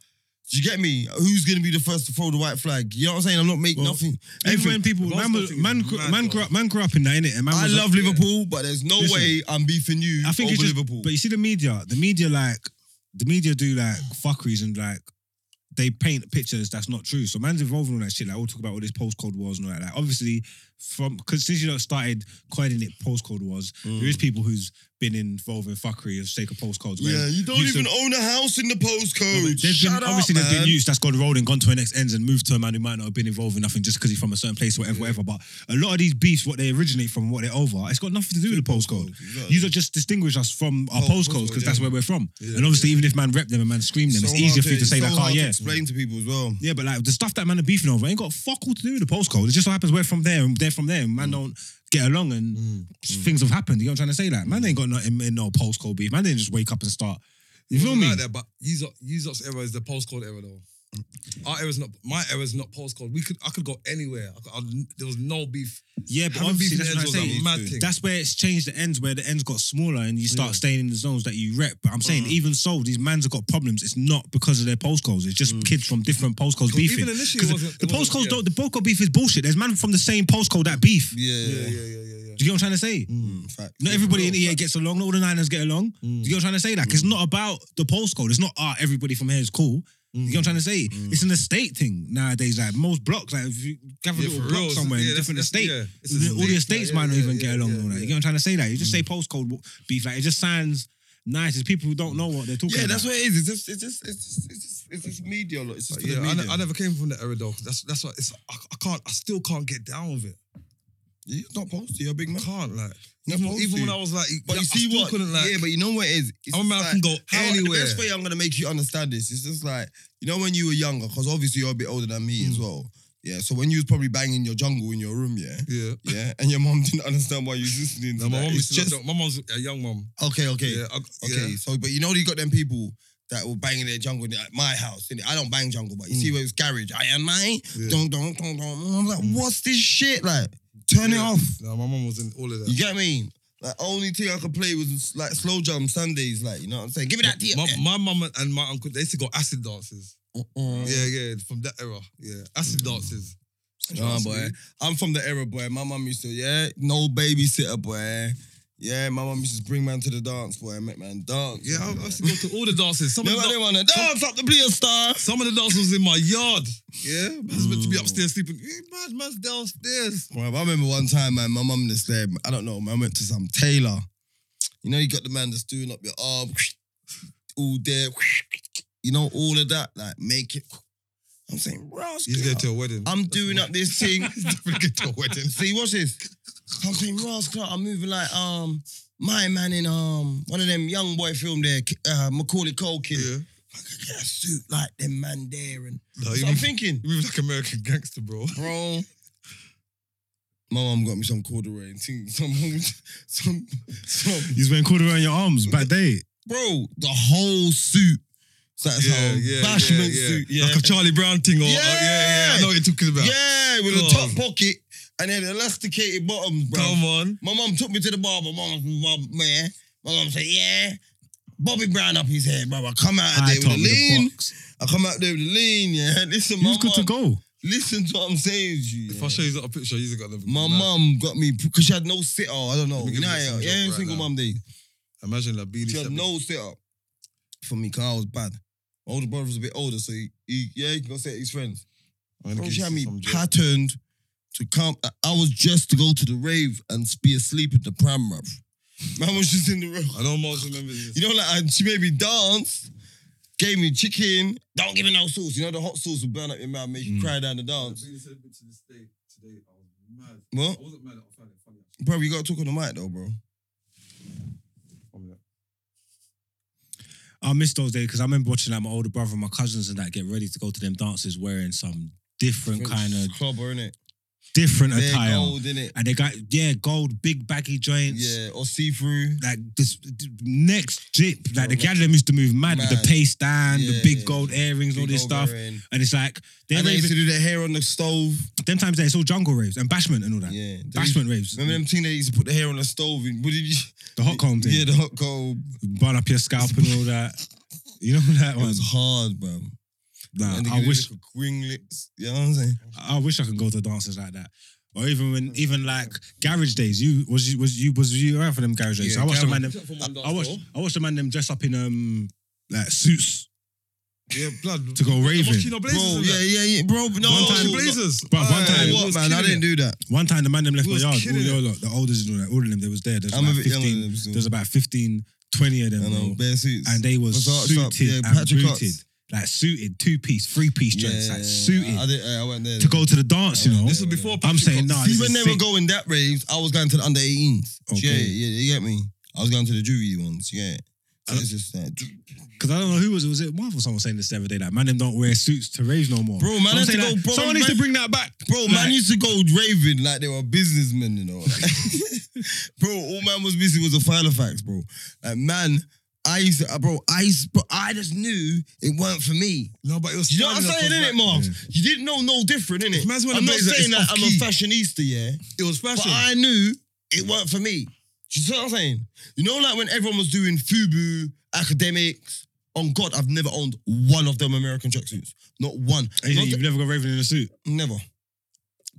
Speaker 2: Do you get me? Who's gonna be the first to throw the white flag? You know what I'm saying? I'm not making
Speaker 1: Well,
Speaker 2: nothing.
Speaker 1: Even when people
Speaker 3: the
Speaker 1: man,
Speaker 3: Glasgow
Speaker 1: was-
Speaker 3: thing is
Speaker 1: man, grew-
Speaker 3: mad,
Speaker 1: man,
Speaker 3: though.
Speaker 1: grew up, man grew up in that innit? And man
Speaker 2: I
Speaker 1: was a-
Speaker 2: love Liverpool, but there's no
Speaker 1: Listen.
Speaker 2: way I'm beefing you
Speaker 1: I think
Speaker 2: over
Speaker 1: it's just,
Speaker 2: Liverpool.
Speaker 1: but you see the media, the media like the media do like fuckeries and like they paint pictures that's not true. So man's involved in all that shit. Like we'll talk about all this postcode wars and all that. Like obviously from because since you lot started coining it postcode wars,
Speaker 2: Mm.
Speaker 1: there is people who's been involved in fuckery of sake of postcodes. when
Speaker 2: yeah, you don't
Speaker 1: use of-
Speaker 2: even own a house in the postcode.
Speaker 1: There's
Speaker 2: Shut
Speaker 1: been,
Speaker 2: up,
Speaker 1: obviously there's
Speaker 2: man.
Speaker 1: been youths that's gone rolled and gone to an ex ends and moved to a man who might not have been involved in nothing just because he's from a certain place, whatever, whatever. But a lot of these beefs, what they originate from, what they're over, it's got nothing to do with the postcode.
Speaker 2: Exactly.
Speaker 1: You lot just distinguish us from our
Speaker 3: Oh,
Speaker 1: postcodes because
Speaker 3: postcode,
Speaker 1: that's
Speaker 3: yeah.
Speaker 1: where we're from.
Speaker 3: Yeah,
Speaker 1: and obviously, even if man rep them and man scream them,
Speaker 2: So
Speaker 1: it's easier
Speaker 2: hard
Speaker 1: for you to say
Speaker 2: it's
Speaker 1: that,
Speaker 2: so
Speaker 1: oh
Speaker 2: hard to
Speaker 1: yeah.
Speaker 2: Explain to people as well.
Speaker 1: Yeah, but like the stuff that man are beefing over ain't got fuck all to do with the postcode. It just so happens we're from there and they're from there and
Speaker 2: Mm.
Speaker 1: man don't get along and things have happened. You know what I'm trying to say? Like, man
Speaker 2: Mm.
Speaker 1: ain't got nothing in no postcode beef. Man didn't just wake up and start. You feel
Speaker 3: Wasn't
Speaker 1: me?
Speaker 3: Like that, but use up, use up's era is the postcode era though. Our era's not my era's not postcode. We could I could go anywhere. I could, I, there was no beef.
Speaker 1: Yeah, but
Speaker 3: Having
Speaker 1: obviously
Speaker 3: beef
Speaker 1: that's
Speaker 3: in
Speaker 1: what I'm
Speaker 3: the ends was
Speaker 1: saying.
Speaker 3: a mad thing.
Speaker 1: That's where it's changed the ends, where the ends got smaller and you start
Speaker 3: Yeah. Mm.
Speaker 1: staying in the zones that you rep. But I'm saying, even so, these mans have got problems. It's not because of their postcodes. It's just kids from different postcodes
Speaker 3: Mm. Well,
Speaker 1: beefing.
Speaker 3: even initially it
Speaker 1: 'Cause
Speaker 3: wasn't-
Speaker 1: the
Speaker 3: it wasn't-
Speaker 1: postcodes
Speaker 3: yeah.
Speaker 1: don't. The postcode beef is bullshit. There's man from the same postcode that beef.
Speaker 2: Yeah.
Speaker 3: Yeah, yeah, yeah, yeah. yeah.
Speaker 1: Do you get what I'm trying to say?
Speaker 2: Mm, fact.
Speaker 1: Not everybody in the EA gets along. Not all the Niners get along. Do you get what I'm trying to say? Like, it's
Speaker 3: Mm.
Speaker 1: not about the postcode. It's not, ah, everybody from here is cool. You get what I'm trying to say?
Speaker 3: Mm.
Speaker 1: It's an estate thing nowadays. Like, most blocks, like, if you gather
Speaker 3: Yeah,
Speaker 1: a little
Speaker 3: for
Speaker 1: block
Speaker 3: real, it's-
Speaker 1: somewhere in a
Speaker 3: yeah, that's-
Speaker 1: different
Speaker 3: that's-
Speaker 1: estate,
Speaker 3: yeah, it's
Speaker 1: all the
Speaker 3: estates,
Speaker 1: estates
Speaker 3: yeah,
Speaker 1: might not
Speaker 3: yeah,
Speaker 1: even
Speaker 3: yeah,
Speaker 1: get along.
Speaker 3: yeah,
Speaker 1: and all that. You
Speaker 3: yeah. Mm.
Speaker 1: get what I'm trying to say? Like, you just say postcode w- beef. Like, it just sounds nice. It's people who don't know what they're talking
Speaker 2: Yeah,
Speaker 1: about.
Speaker 2: that's what it is. It's just, it's just, it's just, it's just, it's just media. Look. It's just
Speaker 3: But
Speaker 2: for the
Speaker 3: yeah, I,
Speaker 2: media.
Speaker 3: ne- I never came from that era though. That's that's why it's I, I can't I still can't get down with it.
Speaker 2: You're not posted. You're a big
Speaker 3: I
Speaker 2: man.
Speaker 3: can't like
Speaker 2: Not
Speaker 3: even,
Speaker 2: supposed
Speaker 3: even when
Speaker 2: to.
Speaker 3: I was like,
Speaker 2: But you
Speaker 3: yeah, I
Speaker 2: see
Speaker 3: still
Speaker 2: what?
Speaker 3: couldn't like.
Speaker 2: yeah, but you know what it is. It's just
Speaker 3: I remember I
Speaker 2: like,
Speaker 3: can go
Speaker 2: how-
Speaker 3: anywhere.
Speaker 2: The best
Speaker 3: Hmm.
Speaker 2: way I'm gonna make you understand this is just like you know when you were younger, because obviously you're a bit older than me as well. Yeah, so when you was probably banging your jungle in your room, yeah,
Speaker 3: Yeah.
Speaker 2: yeah, and your mom didn't understand why you was listening. To
Speaker 3: No, my
Speaker 2: that.
Speaker 3: mom
Speaker 2: It's
Speaker 3: used to
Speaker 2: just
Speaker 3: lock down- My mom's a young mom.
Speaker 2: okay, okay,
Speaker 3: Yeah, I,
Speaker 2: okay.
Speaker 3: yeah.
Speaker 2: So, but you know, you got them people that were banging their jungle at my house. Innit? I don't bang jungle, but you see where it's garage. I am mine.
Speaker 3: Mm. Yeah. Mm.
Speaker 2: Don't, don't, don't, don't. I'm like, what's this shit? Like, turn it
Speaker 3: Yeah.
Speaker 2: off.
Speaker 3: No, my mom was in all of that.
Speaker 2: You get me? Like, only thing I could play was like slow jump Sundays. Like, you know what I'm saying? Give me that tea.
Speaker 3: My, my mum and my uncle, they used to go acid dances. Yeah, yeah, from that era. Yeah, acid dances.
Speaker 2: Mm. Nah, boy. I'm from the era, boy. My mum used to, yeah, no babysitter, boy. Yeah, my mum used to bring man to the dance, boy. Make man dance.
Speaker 3: Yeah, I, I
Speaker 2: boy.
Speaker 3: used to go to all the dances. Some,
Speaker 2: No,
Speaker 3: of,
Speaker 2: I
Speaker 3: the,
Speaker 2: didn't
Speaker 3: dan-
Speaker 2: want to dance up the blue star.
Speaker 3: some of the dances was in my yard. Yeah, man's meant to be upstairs sleeping. Yeah, man, man's downstairs.
Speaker 2: Well, I remember one time, man, my mum just there. I don't know, man, I went to some tailor. You know, you got the man that's doing up your arm, all there, you know, all of that, like make it. I'm saying, bro,
Speaker 3: He's going to a wedding.
Speaker 2: I'm doing up this thing. See, watch this. I'm saying, Rascal, I'm moving like um my man in um one of them young boy film there, K- uh, Macaulay Culkin.
Speaker 3: Yeah.
Speaker 2: I could get a suit like them man there, and
Speaker 3: No,
Speaker 2: so
Speaker 3: you
Speaker 2: I'm
Speaker 3: move,
Speaker 2: thinking,
Speaker 3: you move like American gangster, bro.
Speaker 2: bro. My mom got me some corduroy and thing, some, some, some,
Speaker 1: He's been called around your arms. Bad day.
Speaker 2: bro, the whole suit. So that's
Speaker 3: Yeah,
Speaker 2: how
Speaker 3: yeah,
Speaker 2: bashment
Speaker 3: yeah, yeah.
Speaker 2: suit, yeah.
Speaker 3: Like a Charlie Brown thing, or
Speaker 2: Yeah.
Speaker 3: Oh, yeah, yeah, yeah. I know what you're talking about.
Speaker 2: yeah, with a
Speaker 3: God.
Speaker 2: top pocket and then elasticated bottoms, bro.
Speaker 3: Come on,
Speaker 2: My mom took me to the barber. My mom, man. My mom said, "Yeah, Bobby Brown up his head, bro. I come out
Speaker 1: High
Speaker 2: there with
Speaker 1: top
Speaker 2: a
Speaker 1: of the
Speaker 2: lean.
Speaker 1: box.
Speaker 2: I come out there with a lean. Yeah, listen,
Speaker 1: He
Speaker 2: my
Speaker 1: was good to
Speaker 2: mum-
Speaker 1: go.
Speaker 2: Listen to what I'm saying to you.
Speaker 3: if
Speaker 2: yeah.
Speaker 3: I show you a picture, you've got to
Speaker 2: my mum got me because she had no sit up. I don't know.
Speaker 3: Let me
Speaker 2: You
Speaker 3: give
Speaker 2: know,
Speaker 3: you
Speaker 2: how-
Speaker 3: some
Speaker 2: yeah,
Speaker 3: joke right
Speaker 2: single
Speaker 3: now.
Speaker 2: mum day.
Speaker 3: Imagine like Beanie.
Speaker 2: She had
Speaker 3: stepping-
Speaker 2: no sit up for me because I was bad. My older brother was a bit older, so he, he yeah, he can go sit at his friends.
Speaker 3: I'm gonna
Speaker 1: Oh,
Speaker 2: Bro,
Speaker 3: give
Speaker 2: she
Speaker 3: you
Speaker 2: had me
Speaker 3: some joke.
Speaker 2: patterned to come. I- I was just to go to the rave and be asleep at the pram, bruv. Man was just in the room.
Speaker 3: I know most remembers this.
Speaker 2: You know, like and she made me dance, gave me chicken. Don't give her no sauce. You know, the hot sauce will burn up your mouth, make you
Speaker 1: Mm.
Speaker 2: cry down the dance.
Speaker 3: Beanie said to this day, today, I was mad.
Speaker 2: What?
Speaker 3: I wasn't mad, I found it funny. actually.
Speaker 2: Bro, you gotta talk on the mic though, bro.
Speaker 3: One minute.
Speaker 1: I miss those days because I remember watching like my older brother and my cousins and that get ready to go to them dances wearing some different kind of
Speaker 2: clubber, innit?
Speaker 1: different
Speaker 2: They're
Speaker 1: attire.
Speaker 2: gold, innit?
Speaker 1: And they got yeah, gold, big baggy joints.
Speaker 2: Yeah, or see through.
Speaker 1: Like this d- next drip, like the
Speaker 2: Bro,
Speaker 1: gathering used to move mad with
Speaker 2: mad.
Speaker 1: the paste down, the
Speaker 2: Yeah,
Speaker 1: big
Speaker 2: yeah.
Speaker 1: gold earrings, all this stuff.
Speaker 2: And
Speaker 1: And it's like they're
Speaker 2: they used to
Speaker 1: raving,
Speaker 2: do their hair on the stove.
Speaker 1: them times it's all jungle raves and bashment and all that.
Speaker 2: Yeah. They used-
Speaker 1: Bashment raves,
Speaker 2: Remember them thing they used to put the hair on the stove and what did you
Speaker 1: the hot comb thing,
Speaker 2: Yeah, the hot comb.
Speaker 1: burn up your scalp and all that. You know that
Speaker 2: It
Speaker 1: one.
Speaker 2: was Oh, hard, bro.
Speaker 1: Nah,
Speaker 2: And they
Speaker 1: I
Speaker 2: give you
Speaker 1: wish
Speaker 2: little ringlets. You know what I'm saying?
Speaker 1: I wish I could go to dances like that. Or even when, even like garage days. You was you was you was you around for them garage days.
Speaker 2: Yeah,
Speaker 1: I watched the man them.
Speaker 3: Except for one
Speaker 1: I
Speaker 3: dance
Speaker 1: watched
Speaker 3: floor.
Speaker 1: I watched the man them dress up in um like suits
Speaker 3: Yeah, blood.
Speaker 1: to go raving.
Speaker 3: Moschino blazers.
Speaker 2: Bro,
Speaker 3: and
Speaker 2: yeah,
Speaker 3: that.
Speaker 2: yeah, yeah. Bro, no.
Speaker 3: One time
Speaker 2: no,
Speaker 3: blazers.
Speaker 1: Bruv, one
Speaker 3: Aye,
Speaker 1: time-
Speaker 3: we
Speaker 2: What,
Speaker 3: was
Speaker 2: man? I
Speaker 3: killing
Speaker 2: didn't do that.
Speaker 1: One time the man them left
Speaker 3: We
Speaker 1: my
Speaker 3: was
Speaker 1: yard. All
Speaker 3: killing
Speaker 1: your lot, the oldest and all that, all of them. They was there. There's
Speaker 2: I'm
Speaker 1: about
Speaker 2: a bit younger
Speaker 1: 15,
Speaker 2: than them still.
Speaker 1: There's about fifteen, twenty of them.
Speaker 2: I know,
Speaker 1: bro.
Speaker 2: bare suits.
Speaker 1: And they was
Speaker 2: Versace
Speaker 1: suited
Speaker 2: up, yeah,
Speaker 1: and
Speaker 2: Patrick
Speaker 1: booted,
Speaker 2: Hutz.
Speaker 1: like suited, two piece, three piece joints, like suited
Speaker 2: I, I, did, I went there.
Speaker 1: to go to the dance. You
Speaker 2: I
Speaker 1: know,
Speaker 2: went
Speaker 3: This was before.
Speaker 1: I'm
Speaker 3: Patrick
Speaker 1: saying
Speaker 3: Cox.
Speaker 1: nah.
Speaker 2: See,
Speaker 1: this
Speaker 2: when
Speaker 1: is
Speaker 2: they were
Speaker 1: sick.
Speaker 2: going that raves, I was going to the under 18s.
Speaker 1: Okay.
Speaker 2: Yeah, yeah, you get me? I was going to the juvie ones, yeah. So
Speaker 1: Uh,
Speaker 2: it's just like,
Speaker 1: Because I don't know who was it. Was it Marv or someone saying this the other day? Like, man, them don't wear suits to raves no more.
Speaker 2: Bro, man,
Speaker 1: I'm
Speaker 2: that's
Speaker 1: saying
Speaker 2: the
Speaker 1: that-
Speaker 2: goal, bro.
Speaker 1: someone needs to
Speaker 2: Man-
Speaker 1: bring that back.
Speaker 2: bro, man
Speaker 1: Like-
Speaker 2: used to go raving like they were businessmen, you know. bro, all man was missing was a final fax, bro. Like, man, I used to, uh, bro, I used, bro, I just knew it weren't for me.
Speaker 3: No, but it was.
Speaker 2: You know what I'm
Speaker 3: funny,
Speaker 2: saying,
Speaker 3: like,
Speaker 2: innit, Mark? You didn't know no different, innit?
Speaker 3: Man's wearing
Speaker 2: I'm
Speaker 3: a
Speaker 2: not
Speaker 3: blazer,
Speaker 2: saying
Speaker 3: it's
Speaker 2: that I'm a
Speaker 3: off-key.
Speaker 2: fashionista, yeah.
Speaker 3: It was
Speaker 2: But
Speaker 3: fashion.
Speaker 2: I knew it weren't for me. Do you see what I'm saying? You know, like when everyone was doing FUBU, academics. On God, I've never owned one of them American tracksuits. Not one.
Speaker 1: And you
Speaker 2: Not
Speaker 1: think you've never got raving in a suit,
Speaker 2: never.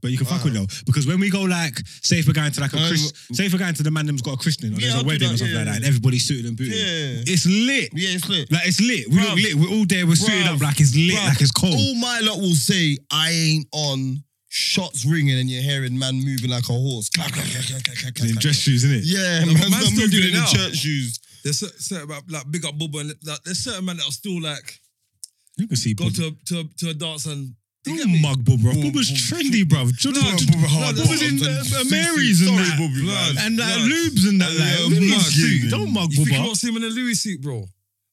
Speaker 1: but you can fuck with it though. Because when we go like, say if we're going to like a
Speaker 2: Um,
Speaker 1: Chris, say if we're going to the man them's got a christening or there's
Speaker 2: Yeah, I'll
Speaker 1: a
Speaker 2: do
Speaker 1: wedding
Speaker 2: that,
Speaker 1: or something
Speaker 2: yeah,
Speaker 1: like that, and
Speaker 2: yeah.
Speaker 1: everybody's suited and booted.
Speaker 2: Yeah.
Speaker 1: It's lit.
Speaker 2: Yeah, it's lit.
Speaker 1: Like it's lit. We
Speaker 2: Bruv.
Speaker 1: look lit. We're all there. We're suited
Speaker 2: Bruv.
Speaker 1: up. Like it's lit.
Speaker 2: Bruv.
Speaker 1: Like it's cold.
Speaker 2: All my lot will say, I ain't on shots ringing and you're hearing man moving like a horse. Clack, clack, clack, clack, clack, clack,
Speaker 1: in
Speaker 2: clack.
Speaker 1: dress shoes, isn't it?
Speaker 2: Yeah,
Speaker 3: No,
Speaker 2: man's,
Speaker 3: but man's
Speaker 2: not moving
Speaker 3: still doing
Speaker 2: in the
Speaker 3: now.
Speaker 2: church shoes.
Speaker 3: There's cer- certain about like big up Bubba and like, there's certain men that are still like
Speaker 1: You can see.
Speaker 3: go
Speaker 1: Bob.
Speaker 3: to a, to a, to a dance and you get
Speaker 1: Don't
Speaker 3: me?
Speaker 1: mug Bob, bro.
Speaker 2: Bob,
Speaker 1: Bob was
Speaker 2: Bob,
Speaker 1: trendy, bro. Do you know
Speaker 3: No,
Speaker 1: what
Speaker 3: Bob,
Speaker 1: I'm saying?
Speaker 3: Bob,
Speaker 1: Bob
Speaker 3: hard
Speaker 1: was in
Speaker 2: bottoms and
Speaker 1: uh,
Speaker 2: suits.
Speaker 1: Mary's and
Speaker 2: Sorry,
Speaker 1: that.
Speaker 2: Bobby,
Speaker 3: Blood.
Speaker 2: man.
Speaker 1: and like
Speaker 3: Blood.
Speaker 1: lubes and that.
Speaker 2: And
Speaker 1: Like,
Speaker 2: yeah,
Speaker 1: we need
Speaker 2: mug,
Speaker 1: suit.
Speaker 2: yeah.
Speaker 1: Don't mug
Speaker 3: You
Speaker 1: Bob
Speaker 3: think you
Speaker 1: up.
Speaker 3: won't see him in a Louis suit, bro?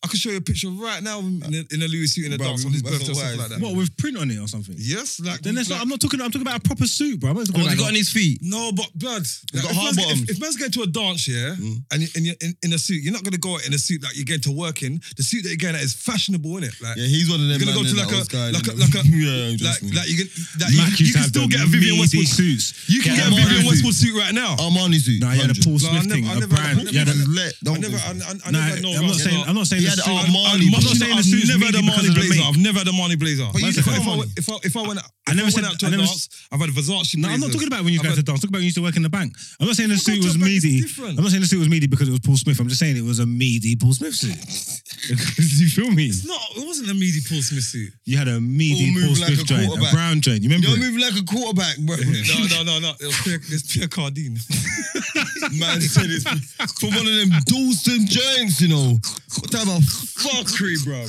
Speaker 3: I can show you a picture right now in a, in a Louis suit in a
Speaker 2: Bruv,
Speaker 3: dance on his
Speaker 2: that's
Speaker 3: birthday
Speaker 2: a
Speaker 3: or something
Speaker 2: wife.
Speaker 3: like that.
Speaker 1: What with print on it or something?
Speaker 3: Yes, like
Speaker 1: Then that's
Speaker 3: like,
Speaker 1: not. I'm not talking. I'm talking about a proper suit, bro. I'm not talking
Speaker 5: What's he
Speaker 1: about
Speaker 5: got on his feet?
Speaker 3: No, but blood.
Speaker 2: got
Speaker 3: if,
Speaker 2: hard
Speaker 3: man's,
Speaker 2: bottoms.
Speaker 3: if, if man's going to a dance, yeah, and, you, and you're in, in a suit, you're not going to go out in a suit that you're going to work in. The suit that you're going at is fashionable, innit? Like,
Speaker 2: Yeah, he's one of them.
Speaker 3: You're gonna
Speaker 2: man
Speaker 3: go to
Speaker 2: that
Speaker 3: like
Speaker 2: was
Speaker 3: a-
Speaker 2: guy,
Speaker 3: like a-
Speaker 2: innit?
Speaker 3: like a-
Speaker 2: yeah,
Speaker 3: like,
Speaker 2: trust me.
Speaker 3: like you can, that
Speaker 1: Mac used
Speaker 3: you, you
Speaker 1: to
Speaker 3: can
Speaker 1: have
Speaker 3: still
Speaker 1: the
Speaker 3: get a Vivian
Speaker 1: meaty
Speaker 3: Westwood suit.
Speaker 1: suits.
Speaker 3: You can
Speaker 2: Yeah,
Speaker 3: get a
Speaker 2: Armani
Speaker 3: Vivian
Speaker 2: suit.
Speaker 3: Westwood suit right now.
Speaker 2: Armani suit.
Speaker 1: No, he had a
Speaker 2: 100.
Speaker 1: Paul
Speaker 3: No, I
Speaker 1: Smith
Speaker 3: never-
Speaker 1: thing.
Speaker 3: I
Speaker 1: A
Speaker 3: never- I
Speaker 1: brand.
Speaker 3: never-
Speaker 1: Yeah,
Speaker 3: I never-
Speaker 1: the-
Speaker 2: Let-
Speaker 3: I
Speaker 2: don't
Speaker 3: never,
Speaker 2: do
Speaker 3: I,
Speaker 2: that.
Speaker 3: I, I
Speaker 1: nah,
Speaker 3: never know.
Speaker 1: I'm
Speaker 3: about
Speaker 1: not saying.
Speaker 3: that.
Speaker 1: I'm not saying.
Speaker 2: He
Speaker 1: the
Speaker 2: had
Speaker 1: suit-
Speaker 2: Armani
Speaker 3: I-
Speaker 2: Marnie
Speaker 3: I must
Speaker 1: I'm not
Speaker 3: say
Speaker 1: saying the
Speaker 3: I've
Speaker 1: suit's
Speaker 3: never had a
Speaker 1: meaty because
Speaker 3: Marnie
Speaker 1: of the
Speaker 3: blazer.
Speaker 1: mate.
Speaker 3: I've never had a Marnie blazer.
Speaker 2: But you
Speaker 3: if,
Speaker 1: said
Speaker 3: I- if, I
Speaker 2: Armani.
Speaker 3: went, if I if I went,
Speaker 1: I
Speaker 3: if
Speaker 1: never
Speaker 3: I
Speaker 1: said-
Speaker 3: went out to
Speaker 1: I
Speaker 3: a
Speaker 1: never
Speaker 3: dance, I've had
Speaker 1: No,
Speaker 3: Versace.
Speaker 1: I'm not
Speaker 3: blazers.
Speaker 1: talking about when you
Speaker 3: I've
Speaker 1: guys to
Speaker 3: had-
Speaker 1: dance. Talk about when you used to work in the bank. I'm not saying the
Speaker 3: Go
Speaker 1: suit
Speaker 3: to
Speaker 1: was
Speaker 3: a bank, it's
Speaker 1: meaty. I'm
Speaker 3: different.
Speaker 1: not saying the suit was meaty because it was Paul Smith. I'm just saying it was a meaty Paul Smith suit. you feel me?
Speaker 3: It's not. It wasn't a meaty Paul Smith suit.
Speaker 1: You had a meaty
Speaker 2: All
Speaker 1: Paul
Speaker 2: moving like
Speaker 1: Smith
Speaker 2: a
Speaker 1: joint, a
Speaker 2: quarterback.
Speaker 1: brown joint. You remember?
Speaker 2: You're
Speaker 1: it?
Speaker 2: moving like a quarterback, bro.
Speaker 3: No, no, no, no. It was Pierre, it's Pierre Cardin.
Speaker 2: Man said it's from one of them Dalston joints, you know. What type of fuckery, bro?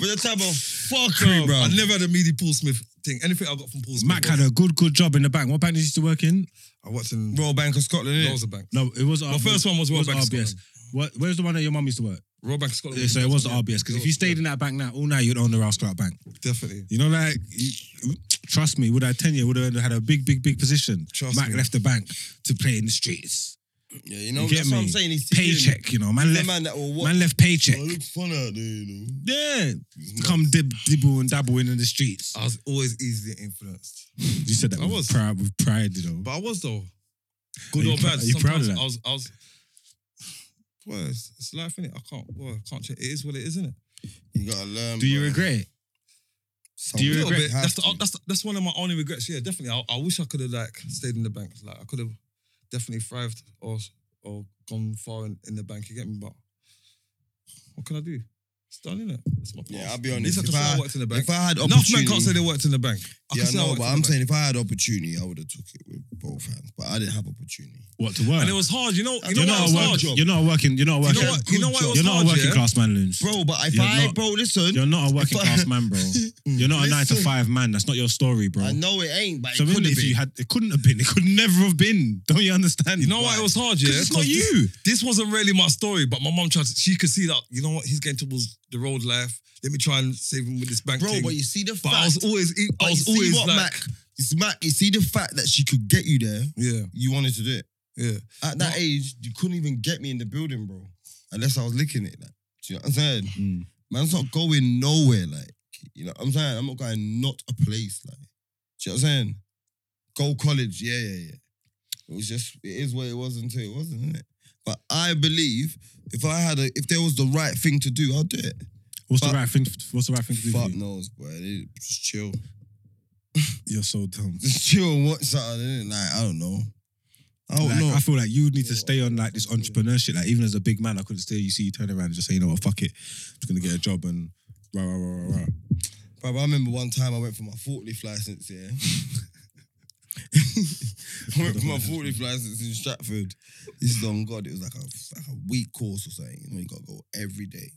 Speaker 2: What the type of fuckery, bro?
Speaker 3: I never had a meaty Paul Smith thing. Anything I got from Paul Smith.
Speaker 1: Mac had a good, good job in the bank. What bank did you used to work in?
Speaker 3: I worked in
Speaker 2: Royal Bank of Scotland, innit?
Speaker 3: Royal Bank.
Speaker 1: No, it was.
Speaker 3: My first one was Royal Bank of
Speaker 1: RBS.
Speaker 3: Scotland.
Speaker 1: What? Where's the one that your mum used to work?
Speaker 3: Royal Bank of Scotland.
Speaker 1: Yeah, so it was the RBS. Because if you stayed in that bank now, all night you'd own the Rascal Out Bank.
Speaker 3: definitely.
Speaker 1: You know, like, you- trust me, with that tenure, would have had a big, big, big position.
Speaker 3: Trust
Speaker 1: Mac
Speaker 3: me.
Speaker 1: left the bank to play in the streets.
Speaker 2: Yeah, you know,
Speaker 1: You get
Speaker 2: that's what
Speaker 1: me?
Speaker 2: I'm saying. He's
Speaker 1: Paycheck, you know, man
Speaker 2: The
Speaker 1: left.
Speaker 2: man that will watch.
Speaker 1: Man left paycheck.
Speaker 2: Oh, look fun out there, you know.
Speaker 1: Yeah, come dib, dibble and dabble in, in the streets.
Speaker 3: I was always easily influenced,
Speaker 1: You said that
Speaker 3: I
Speaker 1: with
Speaker 3: was.
Speaker 1: pride, with pride, you know.
Speaker 3: but I was though. Good
Speaker 1: Are you
Speaker 3: or
Speaker 1: pr-
Speaker 3: bad.
Speaker 1: are you proud of
Speaker 3: sometimes
Speaker 1: that?
Speaker 3: I was. I was. Well, it's, it's life, innit? I can't. Well, I can't change. It is what it is, innit?
Speaker 2: You gotta learn.
Speaker 1: Do you
Speaker 2: bro.
Speaker 1: regret it?
Speaker 2: Something.
Speaker 1: do you
Speaker 3: A little
Speaker 1: regret-
Speaker 3: bit.
Speaker 2: Have
Speaker 3: That's, the,
Speaker 2: to.
Speaker 3: that's the- that's one of my only regrets. Yeah, definitely. I, I wish I could have like stayed in the bank. Like I could have definitely thrived or or gone far in, in the bank. You get me? But what can I do? It's done, innit? That's my past.
Speaker 2: Yeah, I'll be
Speaker 3: At least
Speaker 2: honest. If
Speaker 3: I can say I
Speaker 2: I,
Speaker 3: worked in the bank.
Speaker 2: if I had
Speaker 3: Enough
Speaker 2: opportunity,
Speaker 3: men can't say they worked in the bank. I
Speaker 2: yeah,
Speaker 3: can say I
Speaker 2: no,
Speaker 3: worked
Speaker 2: but
Speaker 3: in the
Speaker 2: I'm
Speaker 3: bank.
Speaker 2: saying if I had opportunity, I would have took it with both hands. But I didn't have opportunity.
Speaker 1: What to work?
Speaker 3: And it was hard. You know.
Speaker 1: you're,
Speaker 3: You know what?
Speaker 1: not
Speaker 3: It
Speaker 1: a
Speaker 3: was
Speaker 1: work,
Speaker 3: hard.
Speaker 2: job.
Speaker 1: you're not a working. You're not a
Speaker 3: You
Speaker 1: working.
Speaker 3: know what? You know what? It was
Speaker 1: You're not
Speaker 3: hard.
Speaker 1: a working
Speaker 3: yeah?
Speaker 1: class man, Loons.
Speaker 2: Bro, but if
Speaker 1: You're
Speaker 2: I,
Speaker 1: not-
Speaker 2: bro, listen.
Speaker 1: You're not a working
Speaker 2: I-
Speaker 1: class man, bro. You're not a nine to
Speaker 2: Listen.
Speaker 1: five man. That's not your story, bro.
Speaker 2: I know it ain't, but
Speaker 1: So
Speaker 2: it could
Speaker 1: really,
Speaker 2: have
Speaker 1: if you
Speaker 2: been.
Speaker 1: had, it couldn't have been. It could never have been. Don't you understand?
Speaker 3: You know why it was hard, yeah?
Speaker 1: 'Cause it's not
Speaker 3: this-
Speaker 1: you.
Speaker 3: This, wasn't really my story, but my mom tried to, she could see that, you know what, he's getting towards the road life. Let me try and save him with this bank
Speaker 2: Bro,
Speaker 3: thing.
Speaker 2: but you see the fact.
Speaker 3: But I was always, e-
Speaker 2: but
Speaker 3: I
Speaker 2: you
Speaker 3: was
Speaker 2: see
Speaker 3: always
Speaker 2: what,
Speaker 3: like,
Speaker 2: Mac, it's Mac, you see the fact that she could get you there,
Speaker 3: yeah,
Speaker 2: you wanted to do it.
Speaker 3: yeah.
Speaker 2: At that
Speaker 3: What?
Speaker 2: age, you couldn't even get me in the building, bro. Unless I was licking it. Like, do you know what I'm saying?
Speaker 1: Mm.
Speaker 2: Man's not going nowhere. Like, you know what I'm saying? I'm not going not a place. Like, do you know what I'm saying? Go college. Yeah, yeah, yeah. It was just, it is what it was until it wasn't, isn't it? But I believe if I had a, if there was the right thing to do, I'll do it.
Speaker 1: What's
Speaker 2: Fuck.
Speaker 1: the right thing? What's the right thing to do? for
Speaker 2: Fuck
Speaker 1: you?
Speaker 2: knows, boy. They- Just chill.
Speaker 1: You're so dumb.
Speaker 2: Just chill and watch something, innit? Like, I don't know. I don't
Speaker 1: Like,
Speaker 2: know.
Speaker 1: I feel like you would need to stay on like this entrepreneurship. Like even as a big man, I couldn't stay. You see, you turn around and just say, you know what, fuck it, I'm just gonna get a job and rah rah rah rah. rah.
Speaker 2: Bro, I remember one time I went for my forklift license, yeah. I went for my forklift license in Stratford. This is on God. It was like a like a week course or something. You know, you gotta go every day.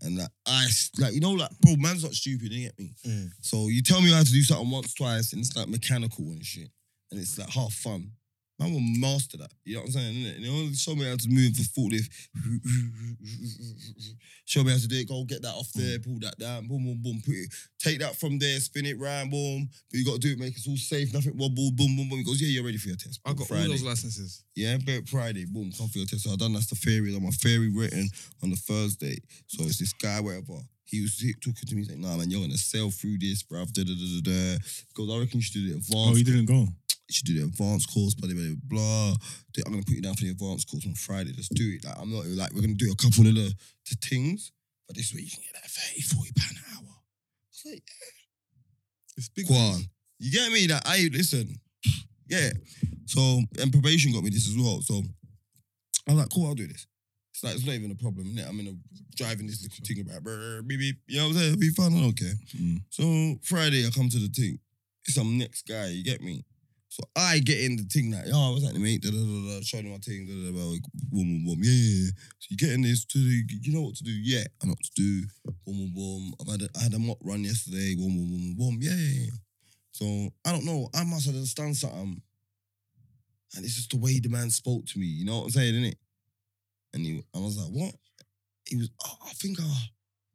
Speaker 2: And like I s- like you know, like bro, man's not stupid, you get me?
Speaker 3: Mm.
Speaker 2: So you tell me how to do something once, twice, and it's like mechanical and shit. And it's like half fun. Man will master that. You know what I'm saying? innit? And they only show me how to move the forklift. show me how to do it. Go get that off there,
Speaker 3: Mm.
Speaker 2: pull that down, boom, boom, boom, put it take that from there, spin it round, boom. But you got to do it, make it all safe, nothing wobble, boom, boom, boom. He goes, yeah, you're ready for your test.
Speaker 3: I
Speaker 2: boom,
Speaker 3: got
Speaker 2: Friday.
Speaker 3: all those licenses.
Speaker 2: yeah, but Friday, boom, come for your test. So I done that's the theory, on my theory written on the Thursday. So it's this guy, whatever. He was he- talking to me, he's like, nah, man, you're gonna sail through this, bruv. Da da da da da. Because I reckon you should do the advanced.
Speaker 1: Oh, you didn't go.
Speaker 2: you should do the advanced course, blah blah blah. blah. Do- I'm gonna put you down for the advanced course on Friday. Let's do it. Like I'm not like we're gonna do a couple of the, the things, but this way you can get that 30, 40 pound an hour. I was like,
Speaker 3: It's big.
Speaker 2: Guan. You get me? That I listen. Yeah. So and probation got me this as well. So I was like, cool, I'll do this. It's like it's not even a problem. innit? I'm in a driving this little thing about brr, beep, beep. You know what I'm saying? Be fun, I don't care.
Speaker 1: Mm.
Speaker 2: So Friday I come to the thing. It's some next guy, you get me? So I get in the thing like, oh, what's happening, mate? Da, da, da, da, showing him my thing, da, da, da, da, boom, boom, boom. Yeah, yeah, yeah. So you get in this to do, you know what to do? Yeah, I know what to do. Boom, boom, boom. I've had a, I had a mock run yesterday. Boom, boom, boom, boom. Yeah, yeah, yeah. So I don't know. I must have understand something. And it's just the way the man spoke to me. You know what I'm saying, innit? And he, I was like, what? he was, oh, I think I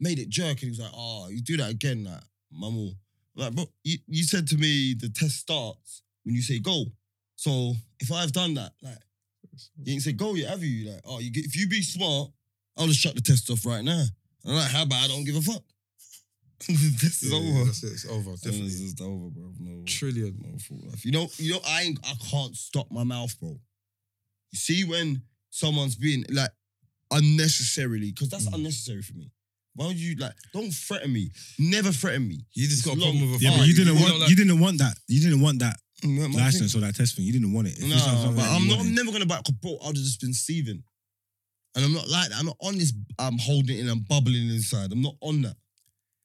Speaker 2: made it jerk. And he was like, oh, you do that again, like, mum will. I'm Like, bro, you, you said to me the test starts when you say go. So if I've done that, like, you ain't say go yet, have you? Like, oh, you get, if you be smart, I'll just shut the test off right now. And I'm like, how about I don't give a fuck? the test is
Speaker 3: Yeah, yeah,
Speaker 2: over.
Speaker 3: That's it. It's over.
Speaker 2: Definitely.
Speaker 3: Definitely.
Speaker 2: just over, bro. No,
Speaker 3: Trillion.
Speaker 2: no fault life. You know, you know, I ain't, I can't stop my mouth, bro. You see when someone's being like unnecessarily, because that's
Speaker 1: Mm.
Speaker 2: unnecessary for me. Why would you like? Don't threaten me. Never threaten me.
Speaker 3: You just
Speaker 2: It's
Speaker 3: got a
Speaker 2: long.
Speaker 3: problem with a
Speaker 1: Yeah,
Speaker 3: fire.
Speaker 1: but you didn't
Speaker 3: don't
Speaker 1: want
Speaker 3: like-
Speaker 1: you didn't want that. You didn't want that
Speaker 2: Mm, my
Speaker 1: license or that test thing. You didn't want it. If
Speaker 2: thing-
Speaker 1: it's
Speaker 2: Nah,
Speaker 1: not something
Speaker 2: but
Speaker 1: that
Speaker 2: I'm
Speaker 1: you
Speaker 2: not. I'm
Speaker 1: wanted-
Speaker 2: never gonna back. Bro, I'd have just been thieving, and I'm not like that. I'm not on this. I'm holding it and I'm bubbling inside. I'm not on that.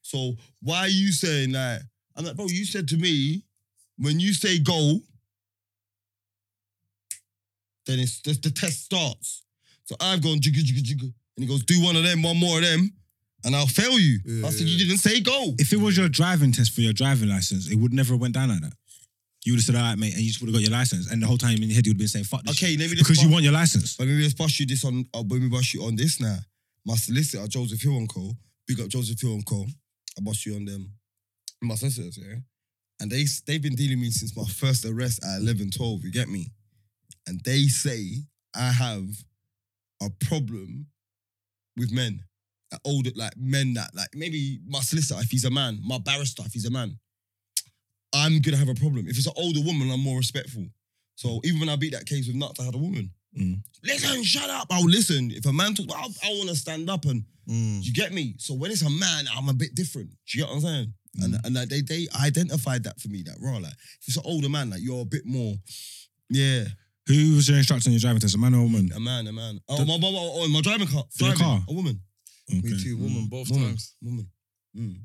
Speaker 2: So why are you saying that? I'm like, bro. You said to me when you say go, then it's the, the test starts. So I've gone jigga jigga jigga, and he goes, do one of them, one more of them, and I'll fail you.
Speaker 3: Yeah,
Speaker 2: I said
Speaker 3: yeah.
Speaker 2: you didn't say go.
Speaker 1: If it was your driving test for your driving license, it would never have went down like that. You would have said, "All right, mate," and you just would have got your license. And the whole time in your head, you would have been saying, "Fuck this," shit,"
Speaker 2: okay, let me just
Speaker 1: because you
Speaker 2: bu-
Speaker 1: want your license.
Speaker 2: But maybe let's bust you this on. Uh, maybe bust you on this now. My solicitor, Joseph Hill and Co. Big up Joseph Hill and Co. I bust you on them. My solicitors, yeah. And they they've been dealing with me since my first arrest at 11, 12, You get me? And they say I have a problem with men, like older, like men that like maybe my solicitor if he's a man, my barrister if he's a man. I'm gonna have a problem. If it's an older woman, I'm more respectful. So even when I beat that case with nuts, I had a woman.
Speaker 1: Mm.
Speaker 2: Listen, shut up. I'll listen. If a man talks, I, I want to stand up and
Speaker 3: Mm.
Speaker 2: you get me. So when it's a man, I'm a bit different. Do you get what I'm saying?
Speaker 1: Mm.
Speaker 2: And, and like they they identified that for me. That raw, like if it's an older man, like you're a bit more, yeah,
Speaker 1: Who was your instructor on your driving test? A man or a woman?
Speaker 2: a man, a man. Oh,
Speaker 1: The-
Speaker 2: my, my, my, oh, my driving car,
Speaker 1: Your
Speaker 2: driving,
Speaker 1: car?
Speaker 2: a woman.
Speaker 3: Me
Speaker 1: Okay. Mm.
Speaker 3: too, woman, both
Speaker 2: Woman.
Speaker 3: times.
Speaker 2: woman. Mm.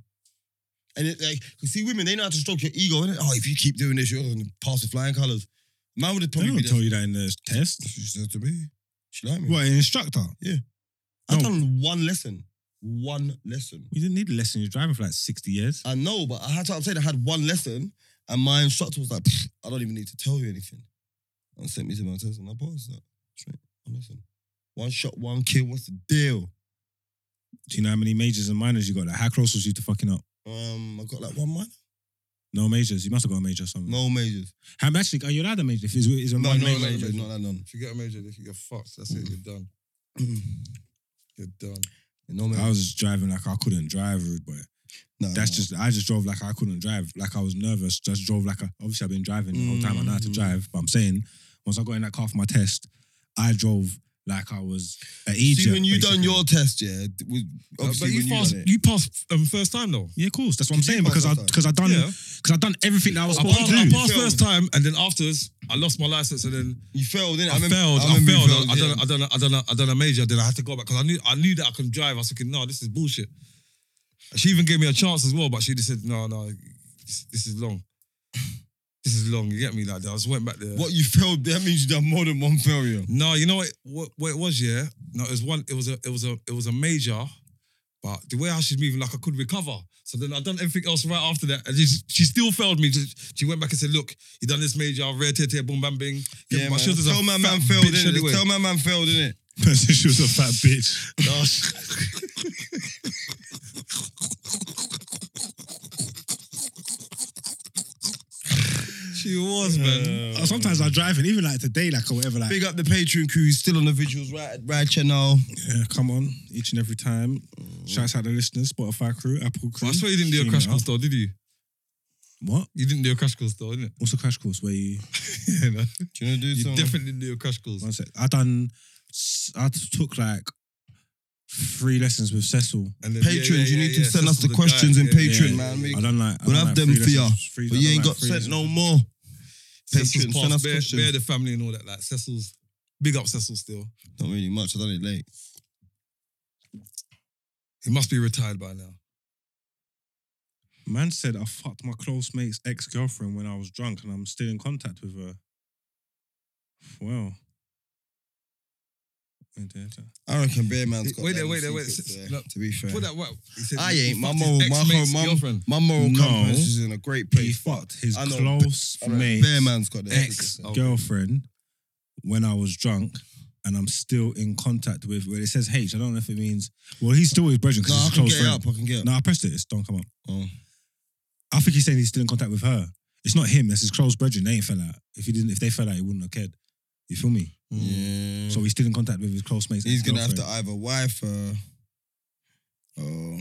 Speaker 2: And it, like, you see, women they know how to stroke your ego. innit? Oh, if you keep doing this, you're going to pass with flying colors. Man would have
Speaker 1: They
Speaker 2: probably
Speaker 1: don't
Speaker 2: been
Speaker 1: tell you that in the test.
Speaker 2: She said to me, she liked me.
Speaker 1: What an instructor?
Speaker 2: I've
Speaker 1: no.
Speaker 2: done one lesson, one lesson.
Speaker 1: We didn't need a lesson. You're driving for like sixty years.
Speaker 2: I know, but I had to. I'm saying I had one lesson, and my instructor was like, "Pfft, "I don't even need to tell you anything," and sent me to my test, and I passed that straight. One lesson, one shot, one kill. What's the deal?
Speaker 1: Do you know how many majors and minors you got? Like, how close was you to fucking up?
Speaker 2: Um, I got like one minor,
Speaker 1: No majors. You must have got a major or something.
Speaker 2: no majors,
Speaker 1: How actually? Are you allowed a major? If it's, it's a
Speaker 2: no,
Speaker 1: one
Speaker 2: no,
Speaker 1: major.
Speaker 2: majors,
Speaker 3: major.
Speaker 2: not that none.
Speaker 3: If you get a major, if you're fucked. That's it. You're done. You're done.
Speaker 2: no Oh,
Speaker 1: I
Speaker 2: majors.
Speaker 1: was just driving like I couldn't drive, rude boy.
Speaker 2: Nah,
Speaker 3: Uh,
Speaker 1: That's
Speaker 2: nah.
Speaker 1: just I just drove like I couldn't drive. Like I was nervous. Just drove like I obviously I've been driving the whole time. I know how to
Speaker 2: Mm.
Speaker 1: drive. But I'm saying once I got in that car for my test, I drove like I was an Egypt.
Speaker 2: See, when you done
Speaker 1: basically.
Speaker 2: your test, yeah, th- was-
Speaker 3: Uh,
Speaker 2: obviously
Speaker 3: but you
Speaker 2: when you
Speaker 3: passed.
Speaker 2: done it,
Speaker 3: You passed um, first time though.
Speaker 1: Yeah, of course. That's what I'm
Speaker 2: Did you
Speaker 1: saying
Speaker 2: pass
Speaker 1: because I
Speaker 2: that time?
Speaker 1: because I done
Speaker 3: Yeah.
Speaker 1: because I done everything that I was
Speaker 3: I
Speaker 1: supposed
Speaker 3: passed, I
Speaker 1: to do.
Speaker 3: passed first time, and then afterwards, I lost my license, and then
Speaker 2: you failed, didn't
Speaker 3: I,
Speaker 2: remember-
Speaker 3: failed. I,
Speaker 2: remember you
Speaker 3: failed. I, I,
Speaker 2: yeah.
Speaker 3: done, I done. I done. I done a major. Then I had to go back because I knew. I knew that I could drive. I was thinking, no, this is bullshit. She even gave me a chance as well, but she just said, no, no, this, this is long. This is long. You get me? Like I just went back there.
Speaker 2: What you failed? That means you done more than one failure.
Speaker 3: No, you know what, what? What it was? Yeah. No, it was one. It was a. It was a. It was a major. But the way how she's moving, like I could recover. So then I done everything else right after that, and she, she still failed me. She, she went back and said, "Look, you done this major, rare, tear, tear, boom, bam, bing."
Speaker 2: Yeah,
Speaker 3: my
Speaker 2: man.
Speaker 3: shoulders are
Speaker 2: Tell my
Speaker 3: fat
Speaker 2: man failed,
Speaker 3: bitch
Speaker 2: innit?
Speaker 3: anyway.
Speaker 2: Tell my man failed, innit?
Speaker 1: she was a fat bitch.
Speaker 3: She was, man.
Speaker 2: Oh,
Speaker 1: Sometimes I'm driving, even like today, like or whatever. Like,
Speaker 2: Big up the Patreon crew who's still on the visuals right right channel.
Speaker 1: yeah, come on, each and every time. Shouts out to the listeners, Spotify crew, Apple
Speaker 3: But
Speaker 1: crew.
Speaker 3: I swear you didn't do a
Speaker 1: Stream
Speaker 3: crash
Speaker 1: it
Speaker 3: course
Speaker 1: up.
Speaker 3: though, did you?
Speaker 1: What?
Speaker 3: You didn't do a crash course though, didn't
Speaker 1: What's a crash course where you?
Speaker 3: it? yeah, no.
Speaker 2: Do you know do
Speaker 3: You
Speaker 2: something?
Speaker 3: definitely didn't do a crash course.
Speaker 1: One sec. I done. I took like three lessons with Cecil.
Speaker 3: And then,
Speaker 2: Patrons, you need to send us
Speaker 3: Cecil
Speaker 2: the questions
Speaker 3: guy,
Speaker 2: in
Speaker 3: yeah, yeah,
Speaker 2: Patreon,
Speaker 3: yeah.
Speaker 2: man. We-
Speaker 1: I done like. I
Speaker 2: We'll
Speaker 1: done,
Speaker 2: have
Speaker 1: like
Speaker 2: them
Speaker 1: three
Speaker 2: for ya.
Speaker 1: lessons- three-
Speaker 2: But
Speaker 1: I
Speaker 2: you
Speaker 1: done,
Speaker 2: ain't
Speaker 1: like,
Speaker 2: got
Speaker 1: three
Speaker 2: sent
Speaker 1: lessons.
Speaker 2: no more.
Speaker 3: Cecil's
Speaker 2: Patreon,
Speaker 3: past,
Speaker 2: send us
Speaker 3: bear,
Speaker 2: questions.
Speaker 3: bear the family and all that. Like Cecil's, big up Cecil still.
Speaker 2: Not really much. I done it late.
Speaker 3: He must be retired by now.
Speaker 1: Man said I fucked my close mate's ex girlfriend when I was drunk, and I'm still in contact with her. Well. Wait there, there.
Speaker 2: I reckon Bear Man's got
Speaker 3: Wait there,
Speaker 2: them
Speaker 3: wait there, wait
Speaker 2: secrets
Speaker 3: there.
Speaker 2: there,
Speaker 3: No.
Speaker 2: To be fair,
Speaker 3: Put that what? He said
Speaker 2: I
Speaker 3: he
Speaker 2: ain't. My
Speaker 3: fucked
Speaker 2: moral,
Speaker 3: his
Speaker 2: my,
Speaker 3: ex-mate's
Speaker 2: whole- my,
Speaker 3: girlfriend.
Speaker 2: my moral
Speaker 1: No.
Speaker 2: compass is in a great
Speaker 1: He
Speaker 2: place.
Speaker 1: fucked his
Speaker 2: I know,
Speaker 1: close
Speaker 2: I reckon
Speaker 1: mate's
Speaker 2: Bear Man's got the
Speaker 1: ex
Speaker 2: secrets there.
Speaker 3: Oh.
Speaker 1: girlfriend when I was drunk, and I'm still in contact with. Well, it says H. I don't know if it means. Well, he's still his brethren
Speaker 2: No,
Speaker 1: because
Speaker 2: I
Speaker 1: he's a
Speaker 2: can
Speaker 1: close
Speaker 2: get it
Speaker 1: friend.
Speaker 2: up. I can get it
Speaker 1: No, I pressed it. It's don't come up.
Speaker 2: Oh.
Speaker 1: I think he's saying he's still in contact with her. It's not him. That's his close brethren. They ain't fell out. If he didn't, if they fell out, he wouldn't have cared. You feel me?
Speaker 2: Yeah.
Speaker 1: So he's still in contact with his close mates.
Speaker 2: Mm. He's gonna have to
Speaker 1: girlfriend.
Speaker 2: either wife uh, her. Oh.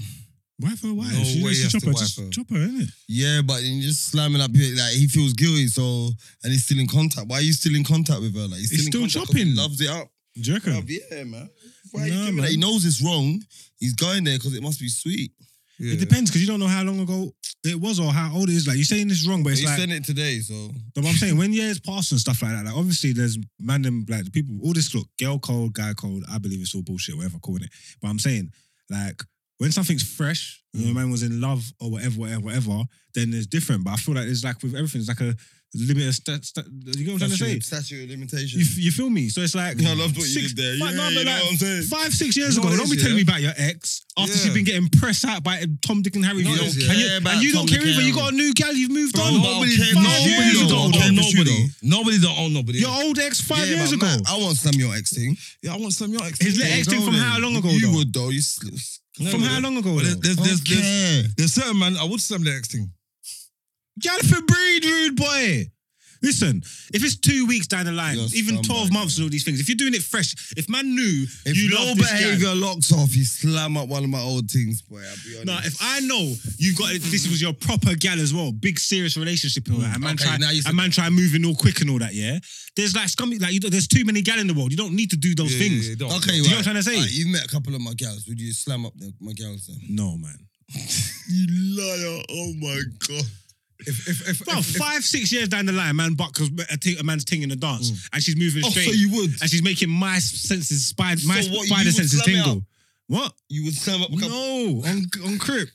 Speaker 1: wife her, wife.
Speaker 3: No
Speaker 1: she,
Speaker 3: way
Speaker 1: she
Speaker 3: he has
Speaker 1: chop
Speaker 3: to
Speaker 1: her,
Speaker 3: wife
Speaker 1: just
Speaker 3: her.
Speaker 1: chop her, innit?
Speaker 2: Yeah, but then just slamming up here, like he feels guilty, so and he's still in contact. Why are you still in contact with her? Like he's
Speaker 1: He's
Speaker 2: still, in
Speaker 1: still
Speaker 2: contact 'cause
Speaker 1: chopping.
Speaker 2: he loves it up.
Speaker 1: Do you reckon?
Speaker 2: Yeah, man. Why are you
Speaker 1: Nah,
Speaker 2: doing that?
Speaker 1: man.
Speaker 2: He knows it's wrong. He's going there because it must be sweet.
Speaker 3: Yeah.
Speaker 1: It depends because you don't know how long ago it was or how old it is. Like you're saying this wrong, but
Speaker 2: But
Speaker 1: it's
Speaker 2: he
Speaker 1: like
Speaker 2: sent it today, so
Speaker 1: But what I'm saying, when years pass and stuff like that, like obviously there's man them like the people, all this look, girl code, guy code, I believe it's all bullshit, whatever calling it. But I'm saying, like, when something's fresh, you
Speaker 2: Mm.
Speaker 1: know, man was in love or whatever, whatever, whatever, then it's different. But I feel like it's like with everything, it's like a limit of st- st- you know what I'm trying to say?
Speaker 2: statue of limitation.
Speaker 1: You, you feel me? So it's like
Speaker 2: I loved what you did there.
Speaker 1: five,
Speaker 2: Yeah,
Speaker 1: no,
Speaker 2: you
Speaker 1: but
Speaker 2: know
Speaker 1: like
Speaker 2: what I'm saying?
Speaker 1: five, six years
Speaker 3: No,
Speaker 1: ago.
Speaker 3: it
Speaker 1: Don't be
Speaker 3: is,
Speaker 1: telling me
Speaker 3: yeah.
Speaker 1: about your ex after she's
Speaker 3: Yeah.
Speaker 1: been getting pressed out by Tom, Dick, and Harry.
Speaker 3: No,
Speaker 1: you
Speaker 3: it
Speaker 1: don't
Speaker 3: is,
Speaker 1: care,
Speaker 2: yeah.
Speaker 1: and
Speaker 2: About
Speaker 1: you don't
Speaker 2: Tom,
Speaker 1: care
Speaker 2: Dick, and
Speaker 1: either. You
Speaker 2: Harry.
Speaker 1: got a new gal. You've moved
Speaker 2: Bro,
Speaker 1: on.
Speaker 2: I'll
Speaker 1: Nobody-
Speaker 2: care.
Speaker 1: five
Speaker 2: Nobody
Speaker 1: years
Speaker 2: don't-
Speaker 1: ago,
Speaker 2: I'll
Speaker 1: bro.
Speaker 2: care.
Speaker 3: nobody,
Speaker 2: Nobody.
Speaker 3: nobody don't own nobody.
Speaker 1: Your old ex five
Speaker 2: Yeah,
Speaker 1: years
Speaker 2: but
Speaker 1: ago.
Speaker 2: man, I want some of your ex thing.
Speaker 3: yeah, I want some of your ex.
Speaker 1: His little
Speaker 3: Yeah,
Speaker 1: ex thing
Speaker 3: go
Speaker 1: from
Speaker 3: then.
Speaker 1: how long ago?
Speaker 2: You
Speaker 1: though?
Speaker 2: would though. You sl-
Speaker 3: No,
Speaker 1: From
Speaker 3: no,
Speaker 1: how
Speaker 3: no.
Speaker 1: long ago?
Speaker 3: But
Speaker 1: though?
Speaker 3: there's, there's, there's, there's,
Speaker 2: care.
Speaker 3: there's certain man I would slam the ex thing.
Speaker 1: Jonathan Breed, rude boy. Listen, if it's two weeks down the line,
Speaker 2: You're
Speaker 1: even
Speaker 2: scumbag,
Speaker 1: twelve months and all these things, if you're doing it fresh, if man knew
Speaker 2: oh If
Speaker 1: you
Speaker 2: no
Speaker 1: love this
Speaker 2: behavior
Speaker 1: behavior.
Speaker 2: locks off, you slam up one of my old things, boy. I'll be honest.
Speaker 1: No, if I know you've got this was your proper gal as well, big serious relationship and all that, and man
Speaker 2: Okay,
Speaker 1: try
Speaker 2: now you said
Speaker 1: and man try moving all quick and all that, yeah. There's like scummy, like you, there's too many gal in the world. You don't need to do those
Speaker 3: Yeah,
Speaker 1: things.
Speaker 3: yeah, yeah, don't.
Speaker 2: okay,
Speaker 1: you
Speaker 2: right.
Speaker 1: know what I'm trying to say?
Speaker 2: Alright, you've met a couple of my gals. Would you slam up the, my gals then?
Speaker 1: No, man.
Speaker 2: You liar! Oh my god!
Speaker 3: If, if, if,
Speaker 1: Bro,
Speaker 3: if, if,
Speaker 1: five six years down the line, man, but because a, ting- a man's ting in the dance and she's moving
Speaker 2: Oh,
Speaker 1: straight.
Speaker 2: so you would?
Speaker 1: and she's making my senses spider my
Speaker 2: So what, you
Speaker 1: spider
Speaker 2: would
Speaker 1: senses
Speaker 2: slam it
Speaker 1: tingle. What?
Speaker 2: You would slam up a couple?
Speaker 1: No, on on crip.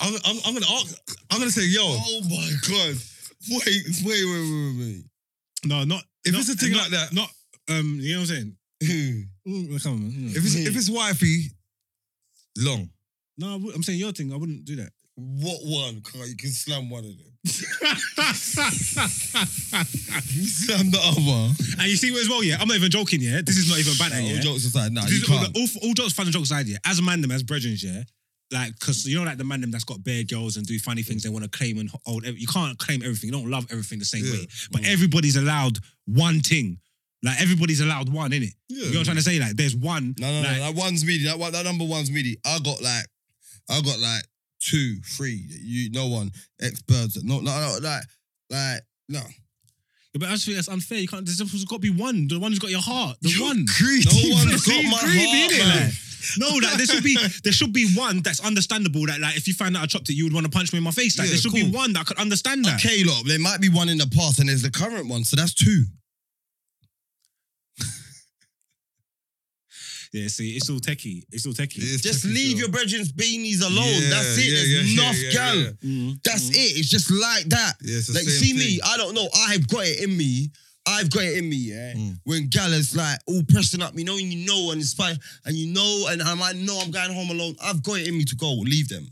Speaker 3: I'm, I'm, I'm gonna ask, I'm gonna say, yo,
Speaker 2: Oh my god! Wait, wait, wait, wait, wait.
Speaker 1: No, not
Speaker 3: If
Speaker 1: not-
Speaker 3: it's a thing
Speaker 1: not-
Speaker 3: like that-
Speaker 1: Not um, you know what I'm saying. Mm, Come on, man.
Speaker 3: if it's if it's wifey, long.
Speaker 1: no, I would- I'm saying your thing. I wouldn't do that.
Speaker 2: What one? 'Cause You can slam one of them.
Speaker 1: and
Speaker 2: You slam the other.
Speaker 1: you see as well, yeah. I'm not even joking, yeah. This is not even banter,
Speaker 2: All
Speaker 1: yeah.
Speaker 2: jokes aside, nah,
Speaker 1: This
Speaker 2: you
Speaker 1: is all,
Speaker 2: can't.
Speaker 1: all, all jokes, fun and jokes aside, yeah. As a man, them, as brethren, yeah. Like, cause you know, like the man them that's got bare girls and do funny things they want to claim and hold. You can't claim everything. You don't love everything the same
Speaker 3: Yeah.
Speaker 1: way. But
Speaker 2: mm.
Speaker 1: everybody's allowed one thing. Like everybody's allowed one, innit? You
Speaker 3: Yeah.
Speaker 1: know what I'm trying to say? Like, there's one.
Speaker 2: No, no,
Speaker 1: like,
Speaker 2: no. That one's meaty. That one, that number one's meaty. I got like, I got like two, three. that You, no one, experts. No, no, no, like, like, no.
Speaker 1: But I just think that's unfair. You can't. There's there's got to be one. The one who's got your heart. The one.
Speaker 2: No one's
Speaker 1: See,
Speaker 2: got my
Speaker 1: greedy,
Speaker 2: heart,
Speaker 1: innit?
Speaker 2: man.
Speaker 1: Like, no, like there should be there should be one that's understandable. That like if you found out I chopped it, you would want to punch me in my face. Like
Speaker 2: Yeah,
Speaker 1: there should
Speaker 2: cool.
Speaker 1: be one that I could understand that.
Speaker 2: Okay, look, there might be one in the past, and there's the current one, so that's two.
Speaker 1: Yeah, see, it's all techie. It's all techie.
Speaker 3: It's
Speaker 2: Just
Speaker 3: tricky,
Speaker 2: leave
Speaker 3: so.
Speaker 2: your brethren's beanies alone.
Speaker 3: Yeah,
Speaker 2: that's it.
Speaker 3: yeah,
Speaker 2: there's
Speaker 3: yeah,
Speaker 2: enough
Speaker 3: yeah,
Speaker 2: gal.
Speaker 3: yeah,
Speaker 1: Mm.
Speaker 2: That's it. It's just like that.
Speaker 3: Yeah, it's the
Speaker 2: like,
Speaker 3: same
Speaker 2: see
Speaker 3: thing.
Speaker 2: me, I don't know. I've got it in me. I've got it in me, yeah.
Speaker 3: Mm.
Speaker 2: When gal is like all pressing up, me knowing you know and it's fine, and you know, and I might know I'm going home alone. I've got it in me to go. Leave them.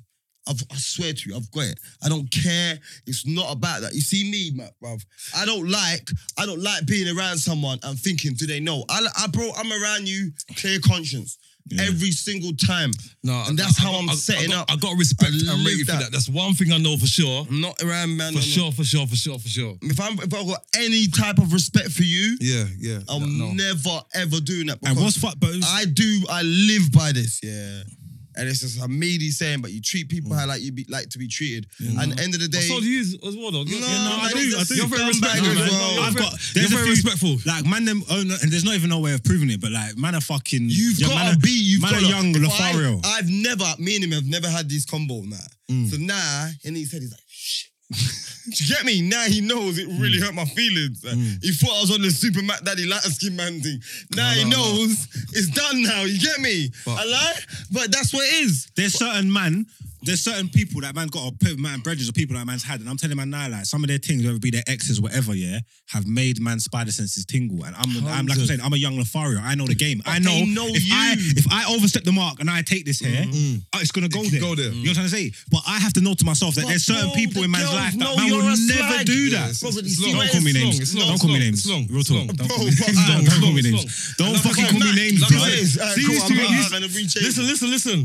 Speaker 2: I've, I swear to you, I've got it. I don't care. It's not about that. You see me, man, bruv. I don't like. I don't like being around someone and thinking, do they know? I, I bro, I'm around you, clear conscience, every single time.
Speaker 3: No,
Speaker 2: And that's how I'm setting up.
Speaker 3: got, I got respect
Speaker 2: I
Speaker 3: and
Speaker 2: live
Speaker 3: rate for
Speaker 2: that. Mm,
Speaker 3: that. That's one thing I know for sure.
Speaker 2: I'm not around man.
Speaker 3: For
Speaker 2: on-
Speaker 3: sure, for sure, for sure, for sure.
Speaker 2: If I'm, if I've got any type of respect for you,
Speaker 3: Yeah, yeah.
Speaker 2: I'm
Speaker 3: no, no.
Speaker 2: never ever doing that.
Speaker 1: And
Speaker 2: Because
Speaker 1: what's fuck? But it's-
Speaker 2: I do, I live by this. Yeah. And it's just a meaty saying, but you treat people how like you be, like to be treated. And end of the
Speaker 3: Mm. But
Speaker 2: day,
Speaker 3: Oh, so do you as well, though. You're-
Speaker 2: No,
Speaker 3: you're-
Speaker 2: man, it's
Speaker 1: a
Speaker 3: You're very
Speaker 2: scumbag
Speaker 3: respectful.
Speaker 2: as
Speaker 3: man.
Speaker 2: well.
Speaker 3: You're
Speaker 1: I've
Speaker 3: very-
Speaker 1: got-
Speaker 3: You're
Speaker 1: there's a
Speaker 3: very
Speaker 1: few-
Speaker 3: respectful.
Speaker 1: like man, them oh, no, and there's not even no way of proving it. But like man, are fucking.
Speaker 2: you've
Speaker 1: yeah,
Speaker 2: got
Speaker 1: man
Speaker 2: to
Speaker 1: are-
Speaker 2: be, you've
Speaker 1: man
Speaker 2: got
Speaker 1: are young Lothario.
Speaker 2: I've never, me and him have never had this combo now.
Speaker 1: Mm.
Speaker 2: So now, and he said, he's like, shit. Do you get me? Now he knows it
Speaker 1: Mm.
Speaker 2: really hurt my feelings. Uh, He thought I was on the super Mac Daddy light skin man thing. Now he knows it's done now. You get me?
Speaker 3: But-
Speaker 2: I lie, but that's what it is.
Speaker 1: There's certain man there's certain people that man got a man bridges or people that man's had, and I'm telling man now, like some of their things, whether it be their exes, whatever, yeah, have made man spider senses tingle. And I'm, I'm like I'm saying, I'm a young Lothario. I know the game. I know,
Speaker 2: they know
Speaker 1: if I
Speaker 2: you.
Speaker 1: if I overstep the mark and I take this here, uh, it's gonna go
Speaker 3: can
Speaker 1: there.
Speaker 3: Oh, go there.
Speaker 1: You know what I'm trying to say? But I have to know to myself that
Speaker 2: But
Speaker 1: there's certain
Speaker 2: bro,
Speaker 1: people in
Speaker 2: the
Speaker 1: man's
Speaker 2: girls
Speaker 1: life
Speaker 2: know
Speaker 1: that man
Speaker 2: you're
Speaker 1: will
Speaker 2: a
Speaker 1: never
Speaker 2: slag.
Speaker 1: do
Speaker 3: Yeah,
Speaker 1: that.
Speaker 3: it's-
Speaker 2: Bro, but
Speaker 3: it's
Speaker 2: you see
Speaker 3: long.
Speaker 2: where
Speaker 1: Don't call me
Speaker 2: it's
Speaker 1: names.
Speaker 2: long, it's
Speaker 1: Don't
Speaker 2: long,
Speaker 1: call me
Speaker 3: it's
Speaker 1: names.
Speaker 3: long, it's long,
Speaker 1: Real talk.
Speaker 3: it's
Speaker 1: Don't
Speaker 3: long.
Speaker 1: call me
Speaker 2: Bro, but
Speaker 1: names. Don't-
Speaker 2: I-
Speaker 1: Don't call me
Speaker 3: it's long,
Speaker 1: names.
Speaker 3: it's long.
Speaker 1: Don't
Speaker 3: And like I
Speaker 1: fucking
Speaker 3: said,
Speaker 1: call me
Speaker 3: Mac-
Speaker 1: names,
Speaker 3: like I
Speaker 1: bro.
Speaker 3: said,
Speaker 2: Yes, all right,
Speaker 1: See,
Speaker 2: cool,
Speaker 1: these
Speaker 2: I'm
Speaker 1: two-
Speaker 2: out,
Speaker 1: these-
Speaker 2: I'm gonna reach
Speaker 3: Listen,
Speaker 2: it.
Speaker 3: listen, listen.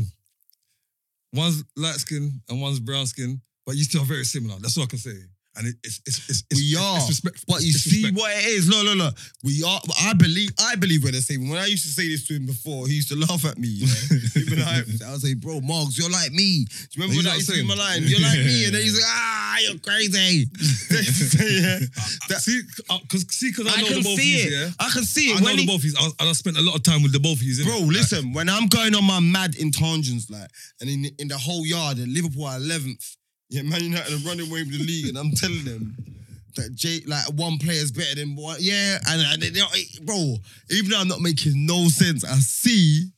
Speaker 3: One's light skin and one's brown skin, but you two are very similar. That's all I can say. And it, it's, it's, it's, it's,
Speaker 2: We are.
Speaker 3: It's respect,
Speaker 2: But you
Speaker 3: it's
Speaker 2: see
Speaker 3: respect.
Speaker 2: what it is. No, no, no. We are. I believe. I believe we're the same. When I used to say this to him before, he used to laugh at me. You know? Even I, I would say, "Bro, Margs, you're like me." Do you remember
Speaker 3: He's
Speaker 2: when I used
Speaker 3: not
Speaker 2: to
Speaker 3: saying-
Speaker 2: give him a line? You're like me, and then he's like, "Ah, you're crazy." yeah.
Speaker 3: I- see, because see, because I,
Speaker 2: I
Speaker 3: know
Speaker 2: can
Speaker 3: the both
Speaker 2: see
Speaker 3: of
Speaker 2: it.
Speaker 3: you. Yeah?
Speaker 2: I can see
Speaker 3: I
Speaker 2: it.
Speaker 3: know
Speaker 2: When
Speaker 3: the
Speaker 2: he-
Speaker 3: both of you, and I spent a lot of time with the both of you.
Speaker 2: Bro, listen, when I'm going on my mad in tangents, like, and in, in the whole yard, and Liverpool are 11th, yeah, Man United are running away with the league, and I'm telling them that Jay, like, one player's better than one. Yeah, and, and they don't, bro, even though I'm not making no sense, I see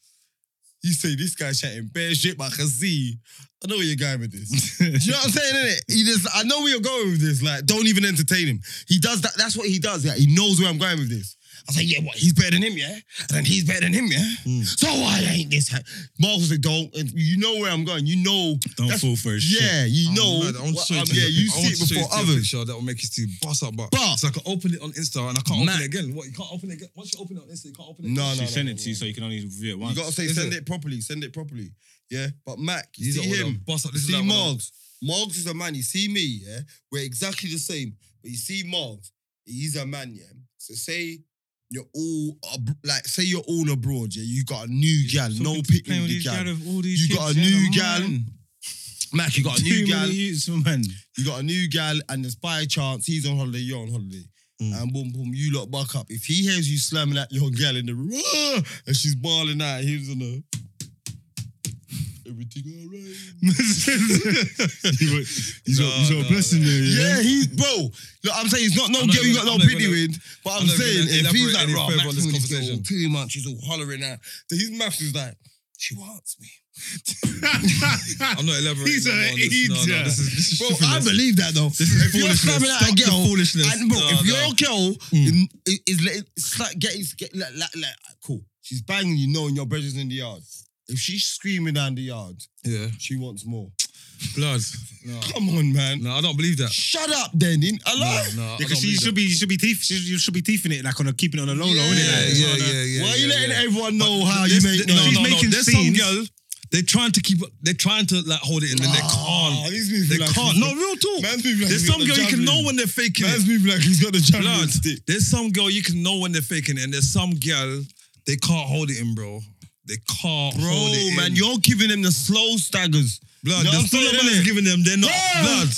Speaker 2: you say this guy chatting bare shit, but I can see. I know where you're going with this. Do you know what I'm saying? Innit? He just, I know where you're going with this. Like, don't even entertain him. He does that. That's what he does. Yeah, he knows where I'm going with this. I say, yeah, what? He's better than him, yeah. And then he's better than him, yeah. So why ain't this? Ha-? Mark was like, don't. and You know where I'm going. You know.
Speaker 1: Don't
Speaker 2: that's-
Speaker 1: fall for his shit.
Speaker 2: Yeah, you know.
Speaker 3: mad. I want to
Speaker 2: what
Speaker 3: show
Speaker 2: Oh, I'm-
Speaker 3: to
Speaker 2: um, yeah, you
Speaker 3: I
Speaker 2: see
Speaker 3: want
Speaker 2: it
Speaker 3: to show
Speaker 2: before
Speaker 3: to your
Speaker 2: others.
Speaker 3: Picture that will make you see bust up, but,
Speaker 2: But-
Speaker 3: so I can open it on Insta and I can't
Speaker 2: Mac-
Speaker 3: open it again. What you can't open it again? Once you open it on Insta, you can't open it.
Speaker 2: No,
Speaker 3: again.
Speaker 2: no,
Speaker 1: She
Speaker 2: no,
Speaker 1: sent
Speaker 2: no,
Speaker 1: it to you so you can only view it
Speaker 2: You
Speaker 1: once.
Speaker 2: gotta say,
Speaker 3: Is
Speaker 2: send
Speaker 3: it?
Speaker 2: it properly. Send it properly. Yeah, but Mac, you
Speaker 3: These
Speaker 2: see
Speaker 3: are all
Speaker 2: him.
Speaker 3: the Bust up.
Speaker 2: You
Speaker 3: This
Speaker 2: see
Speaker 3: is like one of-
Speaker 2: Margs. Margs is a man. You see me, yeah? We're exactly the same. But you see Margs, he's a man, yeah? So say you're all, ab- like, say you're all abroad, yeah? You got a new gal, no pick
Speaker 1: Playing
Speaker 2: in
Speaker 1: with
Speaker 2: the
Speaker 1: these gal
Speaker 2: gal.
Speaker 1: with all these
Speaker 2: You got a
Speaker 1: chicks, yeah,
Speaker 2: new
Speaker 1: like,
Speaker 2: gal.
Speaker 1: man.
Speaker 2: Mac, you got a new
Speaker 1: Too
Speaker 2: gal.
Speaker 1: many youths, man.
Speaker 2: You got a new gal and it's by chance he's on holiday, you're on holiday.
Speaker 3: Mm.
Speaker 2: And boom, boom, you lot back up. If he hears you slamming at your gal in the room, "Ah!" and she's bawling out, he's on her. Everything all right.
Speaker 1: He's
Speaker 3: No,
Speaker 1: got he's got
Speaker 3: no,
Speaker 1: a blessing there,
Speaker 2: yeah, he's, bro. Look, I'm saying he's not no
Speaker 3: I'm not
Speaker 2: girl you got
Speaker 3: gonna-
Speaker 2: no
Speaker 3: I'm not
Speaker 2: pity
Speaker 3: gonna-
Speaker 2: with, but I'm
Speaker 3: not gonna
Speaker 2: saying if he's
Speaker 3: elaborate
Speaker 2: like,
Speaker 3: any
Speaker 2: right,
Speaker 3: further
Speaker 2: Max
Speaker 3: on
Speaker 2: on
Speaker 3: this
Speaker 2: this
Speaker 3: conversation.
Speaker 2: girl too much, he's all hollering out. So his mouth is like, she wants me.
Speaker 3: I'm not elaborating.
Speaker 1: He's
Speaker 3: no
Speaker 1: an
Speaker 3: more on this. No, no,
Speaker 1: idiot.
Speaker 3: this is this is
Speaker 2: Bro, I
Speaker 3: stupidness.
Speaker 2: believe that though. if you're
Speaker 3: foolishness.
Speaker 2: slamming at a
Speaker 3: Stop the
Speaker 2: girl,
Speaker 3: foolishness.
Speaker 2: and bro,
Speaker 3: No, Hmm.
Speaker 2: if
Speaker 3: no.
Speaker 2: your girl is, is let- it's like getting get, like, like, like, cool, she's banging you, knowing your brother's in the yard. If she's screaming down the yard,
Speaker 3: Yeah,
Speaker 2: she wants more.
Speaker 3: blood. No,
Speaker 2: Come on, man.
Speaker 3: no, I don't believe that.
Speaker 2: Shut up, then. In
Speaker 3: No,
Speaker 2: Allah.
Speaker 3: no,
Speaker 1: Because you should be, you should be teeth, you should be teething it like on a keeping it on a low low, innit?
Speaker 3: Yeah,
Speaker 1: Like,
Speaker 3: yeah,
Speaker 1: on a-
Speaker 3: yeah, yeah.
Speaker 2: Why are you
Speaker 3: yeah,
Speaker 2: letting
Speaker 3: yeah.
Speaker 2: everyone know
Speaker 3: But
Speaker 2: Oh, how you
Speaker 3: there's-
Speaker 2: make?
Speaker 3: no,
Speaker 2: No,
Speaker 1: she's
Speaker 3: no, no.
Speaker 1: making
Speaker 3: There's some
Speaker 1: scenes.
Speaker 3: girl. They're trying to keep. They're trying to like hold it in, and they
Speaker 2: Ah,
Speaker 3: can't.
Speaker 2: these people
Speaker 3: They
Speaker 2: like-
Speaker 3: can't. No, real talk.
Speaker 2: Man's people like
Speaker 3: There's
Speaker 2: he's
Speaker 3: some
Speaker 2: got the
Speaker 3: girl you can
Speaker 2: javelin.
Speaker 3: know when they're faking
Speaker 2: Man's
Speaker 3: it.
Speaker 2: moving like he's got the
Speaker 3: Blood.
Speaker 2: champion stick.
Speaker 3: There's some girl you can know when they're faking it, and there's some girl they can't hold it in, bro. They can't hold it in.
Speaker 2: Bro, man, you're giving them the slow staggers.
Speaker 3: blood.
Speaker 2: No,
Speaker 3: the
Speaker 2: I'm
Speaker 3: still
Speaker 2: telling
Speaker 3: man
Speaker 2: you.
Speaker 3: is giving them. They're not
Speaker 2: Bro.
Speaker 3: blood.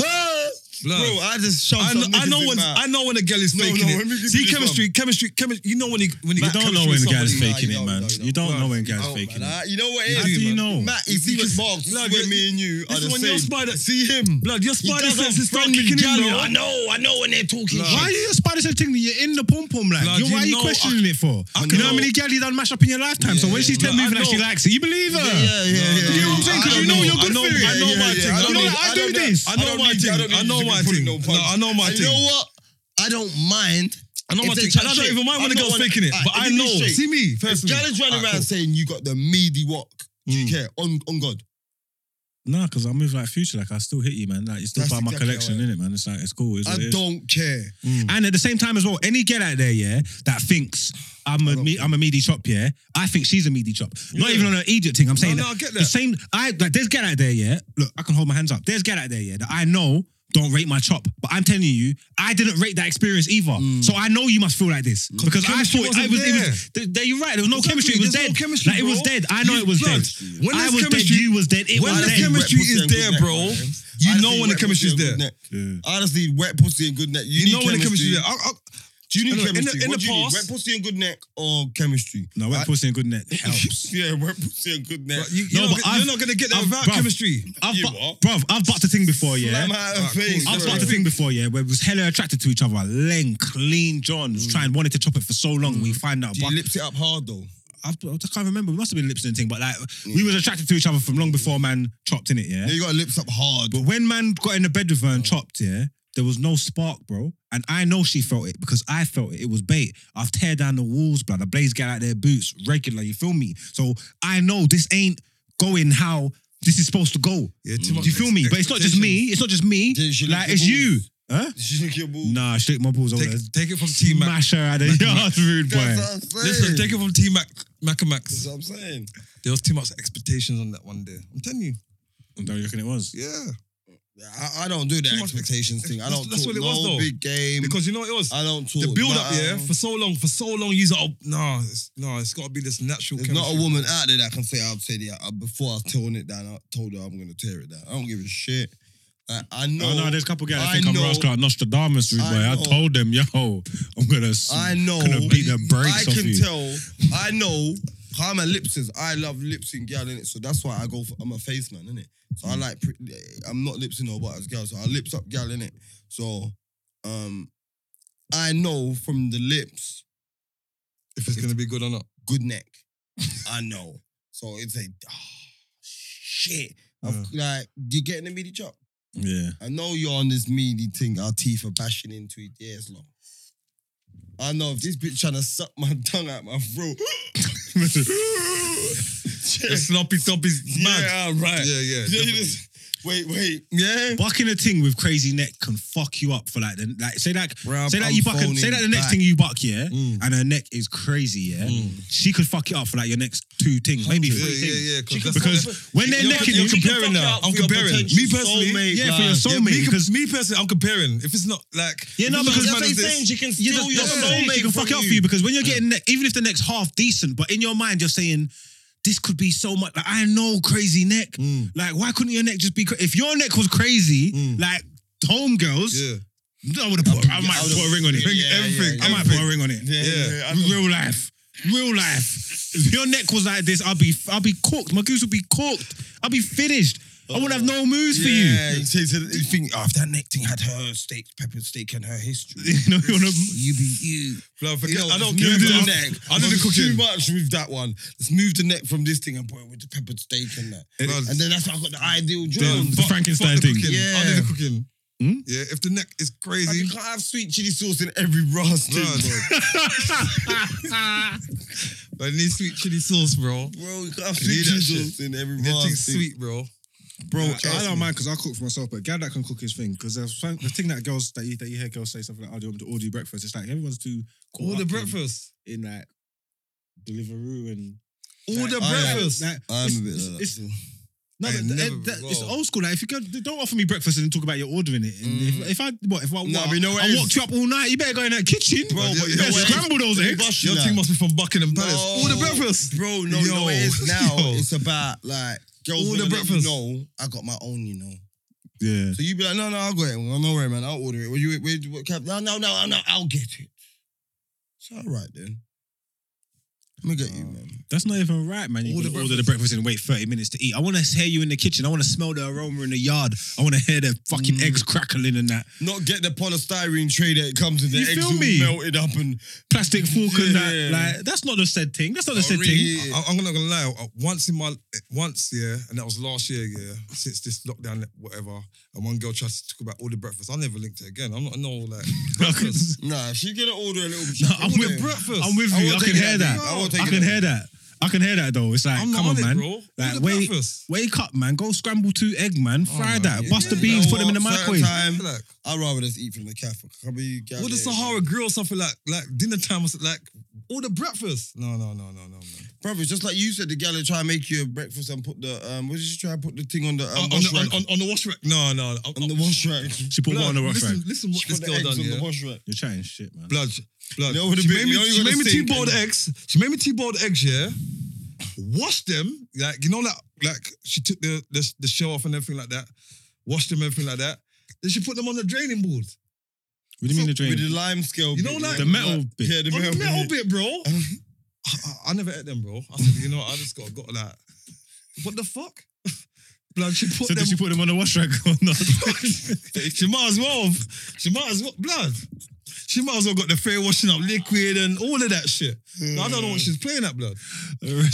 Speaker 2: Ah! Bro,
Speaker 3: Blood.
Speaker 2: I just showed
Speaker 3: I know, I know when I know when a girl is
Speaker 2: No,
Speaker 3: faking
Speaker 2: no,
Speaker 3: it.
Speaker 2: let me give you
Speaker 3: See
Speaker 2: this
Speaker 3: chemistry, chemistry, chemistry. You know when he when he
Speaker 1: You
Speaker 3: got
Speaker 1: don't know when
Speaker 3: chemistry with
Speaker 1: the guy's
Speaker 3: somebody.
Speaker 1: faking it,
Speaker 2: Nah, you
Speaker 1: man.
Speaker 2: don't,
Speaker 1: You don't
Speaker 3: Nah,
Speaker 1: know when
Speaker 3: you
Speaker 1: guy's
Speaker 2: Oh,
Speaker 1: faking
Speaker 2: man,
Speaker 1: it.
Speaker 2: I- you know what
Speaker 1: How
Speaker 2: it
Speaker 1: do
Speaker 2: is?
Speaker 1: you know?
Speaker 2: Matt, you see
Speaker 3: Because-
Speaker 2: what box?
Speaker 3: Blood,
Speaker 2: Blood,
Speaker 3: you-
Speaker 2: me and you are
Speaker 3: This
Speaker 2: the
Speaker 3: is when your
Speaker 2: same.
Speaker 3: spider,
Speaker 2: See him.
Speaker 3: blood, your
Speaker 2: He
Speaker 3: spider
Speaker 2: does a
Speaker 3: sense is starting
Speaker 2: fucking
Speaker 3: kicking in,
Speaker 2: gallo.
Speaker 3: bro.
Speaker 2: I know, I know when they're talking
Speaker 3: Blood.
Speaker 2: shit.
Speaker 1: Why are you spider sense thing? You're in the pom pom, like.
Speaker 3: Blood,
Speaker 1: Yo, why
Speaker 3: you
Speaker 1: are you
Speaker 3: know
Speaker 1: questioning it for? you know how
Speaker 3: know.
Speaker 1: many gal you done mash up in your lifetime. so when
Speaker 2: Yeah,
Speaker 1: she's
Speaker 3: yeah.
Speaker 1: telling me
Speaker 3: Blood, I
Speaker 1: that she
Speaker 3: know.
Speaker 1: likes it, you believe her.
Speaker 2: Yeah, yeah, yeah.
Speaker 1: You know what I'm saying? 'Cause
Speaker 2: I
Speaker 1: you know
Speaker 2: don't
Speaker 1: you're
Speaker 2: I
Speaker 1: good
Speaker 2: know-
Speaker 1: for it.
Speaker 2: I know
Speaker 1: Yeah,
Speaker 2: my
Speaker 1: yeah,
Speaker 2: thing.
Speaker 1: I don't
Speaker 2: know
Speaker 1: need-
Speaker 2: that
Speaker 1: I don't need-
Speaker 3: I know
Speaker 2: don't
Speaker 3: my
Speaker 2: need-
Speaker 3: thing.
Speaker 2: don't need
Speaker 3: I know
Speaker 2: to be
Speaker 3: my
Speaker 2: putting
Speaker 3: thing.
Speaker 2: no
Speaker 3: No,
Speaker 2: punch.
Speaker 3: I know my
Speaker 2: And
Speaker 3: thing.
Speaker 2: You know what? I don't mind.
Speaker 3: I know
Speaker 2: if
Speaker 3: my
Speaker 2: they
Speaker 3: thing.
Speaker 2: chat
Speaker 3: And I don't
Speaker 2: shit.
Speaker 3: even mind when
Speaker 2: I'm
Speaker 3: the
Speaker 2: not
Speaker 3: girl's
Speaker 2: one-
Speaker 3: faking it,
Speaker 2: Alright,
Speaker 3: but I
Speaker 2: if you
Speaker 3: know.
Speaker 2: straight-
Speaker 3: See me,
Speaker 2: If
Speaker 3: personally.
Speaker 2: gal is running
Speaker 3: Alright,
Speaker 2: around
Speaker 3: cool.
Speaker 2: saying you got the meaty walk, do you care? On on God.
Speaker 1: Nah, because I move like future. Like I still hit you, man. Like it's still
Speaker 2: That's
Speaker 1: part of my
Speaker 2: exactly
Speaker 1: collection,
Speaker 2: how
Speaker 1: innit, man? It's like it's cool. It's what
Speaker 2: I
Speaker 1: it is.
Speaker 2: don't care.
Speaker 1: And at the same time as well, any girl out there, yeah, that thinks I'm a me, I'm a meaty chop, yeah, I think she's a meaty chop. Not
Speaker 3: Yeah.
Speaker 1: even on an idiot thing. I'm saying
Speaker 3: no,
Speaker 1: that
Speaker 3: I get
Speaker 1: the
Speaker 3: that.
Speaker 1: same. I like there's girl out there, yeah. Look, I can hold my hands up. There's girl out there, yeah, that I know don't rate my chop, but I'm telling you, I didn't rate that experience either. So I know you must feel like this because I
Speaker 3: Mm. Chemistry
Speaker 1: thought it, I
Speaker 3: wasn't
Speaker 1: was. It
Speaker 3: there.
Speaker 1: was th- there you're right. There was no chemistry. It was
Speaker 3: There's no
Speaker 1: dead.
Speaker 3: chemistry,
Speaker 1: like, it was
Speaker 3: bro.
Speaker 1: dead. I know
Speaker 3: You
Speaker 1: it was
Speaker 3: blood.
Speaker 1: dead.
Speaker 3: When
Speaker 1: I
Speaker 3: there's
Speaker 1: was dead.
Speaker 3: chemistry-
Speaker 1: You was dead. It
Speaker 3: when
Speaker 1: was
Speaker 3: the
Speaker 1: dead.
Speaker 3: chemistry
Speaker 2: Wet pussy
Speaker 3: is
Speaker 2: and good
Speaker 3: there,
Speaker 2: neck,
Speaker 3: bro,
Speaker 2: man.
Speaker 3: you
Speaker 2: I just
Speaker 3: know
Speaker 2: need
Speaker 3: when the
Speaker 2: wet
Speaker 3: chemistry
Speaker 2: pussy
Speaker 3: is
Speaker 2: and
Speaker 3: there.
Speaker 2: good neck. I just need wet pussy and good neck. You,
Speaker 3: You
Speaker 2: need
Speaker 3: know when the chemistry is there. I- I-
Speaker 2: Do you need
Speaker 3: Anyway, in the-
Speaker 2: chemistry?
Speaker 3: in
Speaker 2: what
Speaker 3: the
Speaker 2: do you need?
Speaker 3: past-
Speaker 2: Wet pussy and good neck or chemistry?
Speaker 1: No, wet pussy and good net helps.
Speaker 2: yeah, wet pussy and good neck.
Speaker 3: But you,
Speaker 1: No,
Speaker 3: you're, not,
Speaker 1: but
Speaker 3: gonna-
Speaker 1: I've-
Speaker 3: you're not gonna get that
Speaker 1: I've-
Speaker 3: without
Speaker 1: bruv.
Speaker 3: chemistry.
Speaker 1: I've
Speaker 2: You
Speaker 1: bu-
Speaker 2: what?
Speaker 1: bruv, I've bucked a thing before, yeah.
Speaker 2: Slam out of
Speaker 3: Alright, cool.
Speaker 2: face.
Speaker 1: I was
Speaker 3: Sorry.
Speaker 1: about to think before, yeah, where we was hella attracted to each other, Len, clean Johns, trying wanted to chop it for so long. We find out,
Speaker 2: Mm. Do
Speaker 1: but
Speaker 2: you lips it up hard though?
Speaker 1: I've, I just can't remember. We must have been lip sync thing, but like we was attracted to each other from long
Speaker 2: Mm.
Speaker 1: before man chopped in it. Yeah.
Speaker 2: you got lips up hard.
Speaker 1: But when man got in the bed with her and chopped, yeah, there was no spark, bro. And I know she felt it because I felt it. It was bait. I've tear down the walls, blood. The blades get out their boots regular. You feel me? So I know this ain't going how this is supposed to go.
Speaker 3: Yeah, too
Speaker 1: Do
Speaker 3: much
Speaker 1: you feel me? But it's not just me. It's not just me.
Speaker 2: Did she lick
Speaker 1: Like
Speaker 2: your
Speaker 1: it's you.
Speaker 2: balls?
Speaker 1: Huh?
Speaker 2: You lick your balls.
Speaker 1: Nah, shake my balls over.
Speaker 3: Take, take it from T Mac.
Speaker 1: Smash her out of your ass, rude boy.
Speaker 2: That's what I'm saying.
Speaker 3: Listen, take it from T Mac. Mac and
Speaker 2: That's
Speaker 3: Max.
Speaker 2: what I'm saying.
Speaker 3: There was too much expectations on that one day. I'm telling you.
Speaker 1: Don't you reckon it was?
Speaker 3: Yeah.
Speaker 2: I, I don't do that
Speaker 3: Too much
Speaker 2: expectations thing. I
Speaker 3: that's-
Speaker 2: don't
Speaker 3: that's
Speaker 2: talk
Speaker 3: what it was,
Speaker 2: no
Speaker 3: though.
Speaker 2: big game.
Speaker 3: Because you know what it was?
Speaker 2: I don't talk.
Speaker 3: the build up,
Speaker 2: about-
Speaker 3: yeah, for so long, for so long, you oh, nah, it's, nah, it's got to be this natural.
Speaker 2: There's not a woman out there that can say I've said yeah. uh, Before I was tearing it down, I told her I'm gonna tear it down. I don't give a shit. Like, I know.
Speaker 1: No, no, there's a couple guys that
Speaker 2: I
Speaker 1: think I'm
Speaker 2: know-
Speaker 1: Ross Clark Nostradamus, rude boy.
Speaker 2: I
Speaker 1: I
Speaker 2: know.
Speaker 1: told them, yo, I'm gonna, s-
Speaker 2: I know.
Speaker 1: gonna beat the
Speaker 2: I
Speaker 1: brakes off
Speaker 2: can
Speaker 1: you.
Speaker 2: tell. I know. I'm a lipsers. I love lipsing girl in it, so that's why I go for. I'm a face man in it, so
Speaker 3: Mm.
Speaker 2: I like. pre- eh, I'm not lipsing or what as girl, so I lips up girl in it. So, um, I know from the lips
Speaker 3: if it's gonna be good or not.
Speaker 2: good neck. I know. So it's a shit. I've- Like you're getting a meaty chop.
Speaker 1: Yeah.
Speaker 2: I know you're on this meaty thing. Our teeth are bashing into it years long. I know if this bitch trying to suck my tongue out my throat.
Speaker 3: The sloppy top is mad.
Speaker 2: yeah, right.
Speaker 3: Yeah, yeah.
Speaker 2: Yeah, you
Speaker 3: definitely.
Speaker 2: just, wait, wait.
Speaker 3: yeah.
Speaker 1: Bucking a thing with crazy neck can fuck you up for like the like say like
Speaker 2: Bruv,
Speaker 1: say that
Speaker 2: I'm
Speaker 1: you buck
Speaker 2: phoning
Speaker 1: say that the next
Speaker 2: back.
Speaker 1: thing you buck yeah
Speaker 3: Mm.
Speaker 1: and her neck is crazy yeah she could fuck it up for like your next two things maybe
Speaker 3: Yeah,
Speaker 1: three
Speaker 3: yeah,
Speaker 1: things
Speaker 3: yeah, 'cause that's
Speaker 1: because
Speaker 3: what-
Speaker 1: when they're
Speaker 3: You're-
Speaker 1: necking you
Speaker 3: you're comparing now. I'm comparing. Me personally,
Speaker 1: yeah for your
Speaker 3: Yeah,
Speaker 1: soulmate
Speaker 3: me,
Speaker 1: because
Speaker 3: because me personally, I'm comparing. If it's not like,
Speaker 1: Yeah, no,
Speaker 3: if it's
Speaker 1: because
Speaker 3: not as
Speaker 1: that's
Speaker 3: bad as this-
Speaker 2: She can
Speaker 1: yeah, that's, that's what I'm saying, she can fuck it up for you because when you're getting neck even if the neck's half decent but in your mind you're saying this could be so much like I know crazy neck like why couldn't your neck just be cra- if your neck was crazy like homegirls
Speaker 3: yeah,
Speaker 1: I would have put. I might
Speaker 2: would've-
Speaker 1: put a ring on it.
Speaker 2: Ring- yeah,
Speaker 1: everything.
Speaker 2: yeah,
Speaker 1: I might put a ring on it.
Speaker 2: Yeah, yeah, I
Speaker 1: Real life. Real life. If your neck was like this, I'd be. I'd be cooked. My goose would be cooked. I'd be finished. I would have no moves for you.
Speaker 2: Yeah, so- so you think oh, if that neck thing had her steak, pepper steak, and her history,
Speaker 1: You know, you wanna,
Speaker 2: you be you.
Speaker 3: Bro,
Speaker 2: You
Speaker 3: forget,
Speaker 2: know,
Speaker 3: I don't
Speaker 2: just
Speaker 3: care.
Speaker 2: move
Speaker 3: about-
Speaker 2: the neck.
Speaker 3: I did the
Speaker 2: There's Too
Speaker 3: cooking.
Speaker 2: much with that one. Let's move the neck from this thing and put it with the peppered steak and that.
Speaker 3: It is.
Speaker 2: and then that's how I got the ideal
Speaker 1: Damn,
Speaker 2: Jones.
Speaker 1: the Frankenstein thing.
Speaker 3: Cooking. I
Speaker 2: Yeah.
Speaker 3: did the cooking.
Speaker 1: Hmm?
Speaker 3: Yeah, if the neck is
Speaker 2: Like,
Speaker 3: crazy,
Speaker 2: you can't have sweet chili sauce in every roast.
Speaker 3: bro,
Speaker 2: thing, Bro.
Speaker 3: but it needs sweet chili sauce, bro.
Speaker 2: Bro, you can't have
Speaker 3: You
Speaker 2: sweet
Speaker 3: need that
Speaker 2: chili
Speaker 3: shit.
Speaker 2: sauce in every
Speaker 3: That
Speaker 2: roast.
Speaker 3: thing's
Speaker 2: thing.
Speaker 3: sweet, bro.
Speaker 1: bro,
Speaker 2: Nah, trust
Speaker 1: I
Speaker 2: me.
Speaker 1: don't mind because I cook for myself, but a guy that can cook his thing because the thing that girls that you, that you hear girls say something like, "Oh, do you want me to order you breakfast?" It's like everyone's too caught
Speaker 3: All the
Speaker 1: up in-
Speaker 3: breakfast.
Speaker 1: in like Deliveroo and
Speaker 3: All the
Speaker 1: like,
Speaker 3: breakfast.
Speaker 1: like,
Speaker 2: I'm a bit
Speaker 1: it's-
Speaker 2: like
Speaker 1: it's-
Speaker 2: that.
Speaker 1: No,
Speaker 3: I
Speaker 1: but
Speaker 3: never
Speaker 1: that, that, it's
Speaker 3: will.
Speaker 1: old school. Like if you go, don't offer me breakfast and talk about your ordering it. And if, if I what if I,
Speaker 2: No,
Speaker 1: what,
Speaker 2: Mm. but you know what it
Speaker 1: I
Speaker 2: is?
Speaker 1: walked you up all night, you better go in that kitchen,
Speaker 3: Bro, but you
Speaker 1: better
Speaker 3: know what it is?
Speaker 1: scramble those eggs.
Speaker 2: Bush
Speaker 3: Your
Speaker 2: now.
Speaker 3: team must be from Buckingham Palace. All the
Speaker 2: No.
Speaker 3: breakfast.
Speaker 2: Bro, Oh, no, you know what it is now.
Speaker 3: Yo.
Speaker 2: It's about like girls.
Speaker 3: All
Speaker 2: All
Speaker 3: the
Speaker 2: the
Speaker 3: breakfast.
Speaker 2: No, I got my own, you know.
Speaker 1: Yeah,
Speaker 2: So you be like, no, no, I'll get it. Well, no worry, man. I'll order it. Well, you, where, what, cap? No, no, no, no, I'll get it. It's all right then. Let me get you, man.
Speaker 1: that's not even right, man. You
Speaker 3: All
Speaker 1: order,
Speaker 3: the
Speaker 1: order the breakfast and wait thirty minutes to eat. I want to hear you in the kitchen. I want to smell the aroma in the yard. I want to hear the fucking eggs crackling and that
Speaker 2: Not get the polystyrene tray that it comes with. The
Speaker 1: You
Speaker 2: eggs
Speaker 1: feel
Speaker 2: all
Speaker 1: me?
Speaker 2: melted up and
Speaker 1: plastic fork and
Speaker 2: Yeah.
Speaker 1: that. Like that's not the said thing. That's not the
Speaker 2: Oh,
Speaker 1: said
Speaker 2: really?
Speaker 1: thing.
Speaker 3: I, I'm not gonna lie. uh, Once in my once, yeah, and that was last year, yeah. Since this lockdown, whatever, and one girl tried to talk about all the breakfast. I never linked it again. I'm not no like breakfast.
Speaker 2: nah. if She's gonna order a little. bit.
Speaker 1: No,
Speaker 2: she'll
Speaker 1: I'm
Speaker 2: order
Speaker 1: with
Speaker 2: it.
Speaker 3: breakfast.
Speaker 1: I'm with
Speaker 2: I
Speaker 1: you. I,
Speaker 2: won't
Speaker 1: can
Speaker 2: take it
Speaker 1: hear
Speaker 2: out,
Speaker 1: that.
Speaker 2: no. I won't take
Speaker 1: I
Speaker 2: it
Speaker 1: can
Speaker 2: out.
Speaker 1: hear that. I can hear that though. It's like,
Speaker 3: I'm not
Speaker 1: come on,
Speaker 3: on it,
Speaker 1: man.
Speaker 3: bro. All
Speaker 1: Like,
Speaker 3: the
Speaker 1: wait,
Speaker 3: breakfast.
Speaker 1: wake up, man. Go scramble two egg, man. Fry that.
Speaker 2: yeah.
Speaker 1: Bust the
Speaker 2: Yeah,
Speaker 1: beans.
Speaker 2: you
Speaker 1: put them in
Speaker 2: know
Speaker 1: the
Speaker 2: what?
Speaker 1: microwave.
Speaker 2: Certain time-
Speaker 3: Like,
Speaker 2: I'd rather just eat from the cafe. Can we get
Speaker 3: all the
Speaker 2: there?
Speaker 3: Um, Sahara grill, something like like dinner time was like all the breakfast. No, no, no, no, no, man.
Speaker 2: Brother, it's just like you said, the gal that try and make you a breakfast and put the um, what did she try and put the thing on the um,
Speaker 3: Uh, On, on,
Speaker 2: wash
Speaker 3: the-
Speaker 2: rack?
Speaker 3: on, on, on the wash rack. No, no. I'm,
Speaker 2: on the wash rack.
Speaker 1: She put
Speaker 3: blood,
Speaker 1: one on the rough
Speaker 3: listen,
Speaker 1: rack.
Speaker 3: listen, what
Speaker 2: She
Speaker 3: this
Speaker 2: put the
Speaker 3: girl
Speaker 2: eggs
Speaker 3: done.
Speaker 2: on
Speaker 3: Yeah.
Speaker 2: the wash rack.
Speaker 1: You're chatting shit, man.
Speaker 3: Blood, blood.
Speaker 2: You know what
Speaker 3: she
Speaker 2: it be-
Speaker 3: made me,
Speaker 2: you know you
Speaker 3: she
Speaker 2: gotta
Speaker 3: made me
Speaker 2: think,
Speaker 3: two boiled
Speaker 2: innit?
Speaker 3: eggs. She made me two boiled eggs. Yeah, washed them. Like you know, like like she took the the, the shell off and everything like that. Washed them, everything like that. Then she put them on the draining board.
Speaker 1: What do you mean the drain?
Speaker 2: With the lime scale.
Speaker 3: You know,
Speaker 2: bit,
Speaker 3: like-
Speaker 1: The metal bit.
Speaker 2: Yeah, the
Speaker 3: on
Speaker 2: metal,
Speaker 3: the metal
Speaker 2: bit.
Speaker 3: bit, bro. I, I, I never ate them, bro. I said, you know, what, I just got got like, what the fuck? Blood, she put
Speaker 1: So
Speaker 3: them.
Speaker 1: did she put them on the wash rack or not?
Speaker 3: she might as well. She might as well. Blood. She might as well got the fair washing up liquid and all of that shit. I don't know what she's playing at, blood.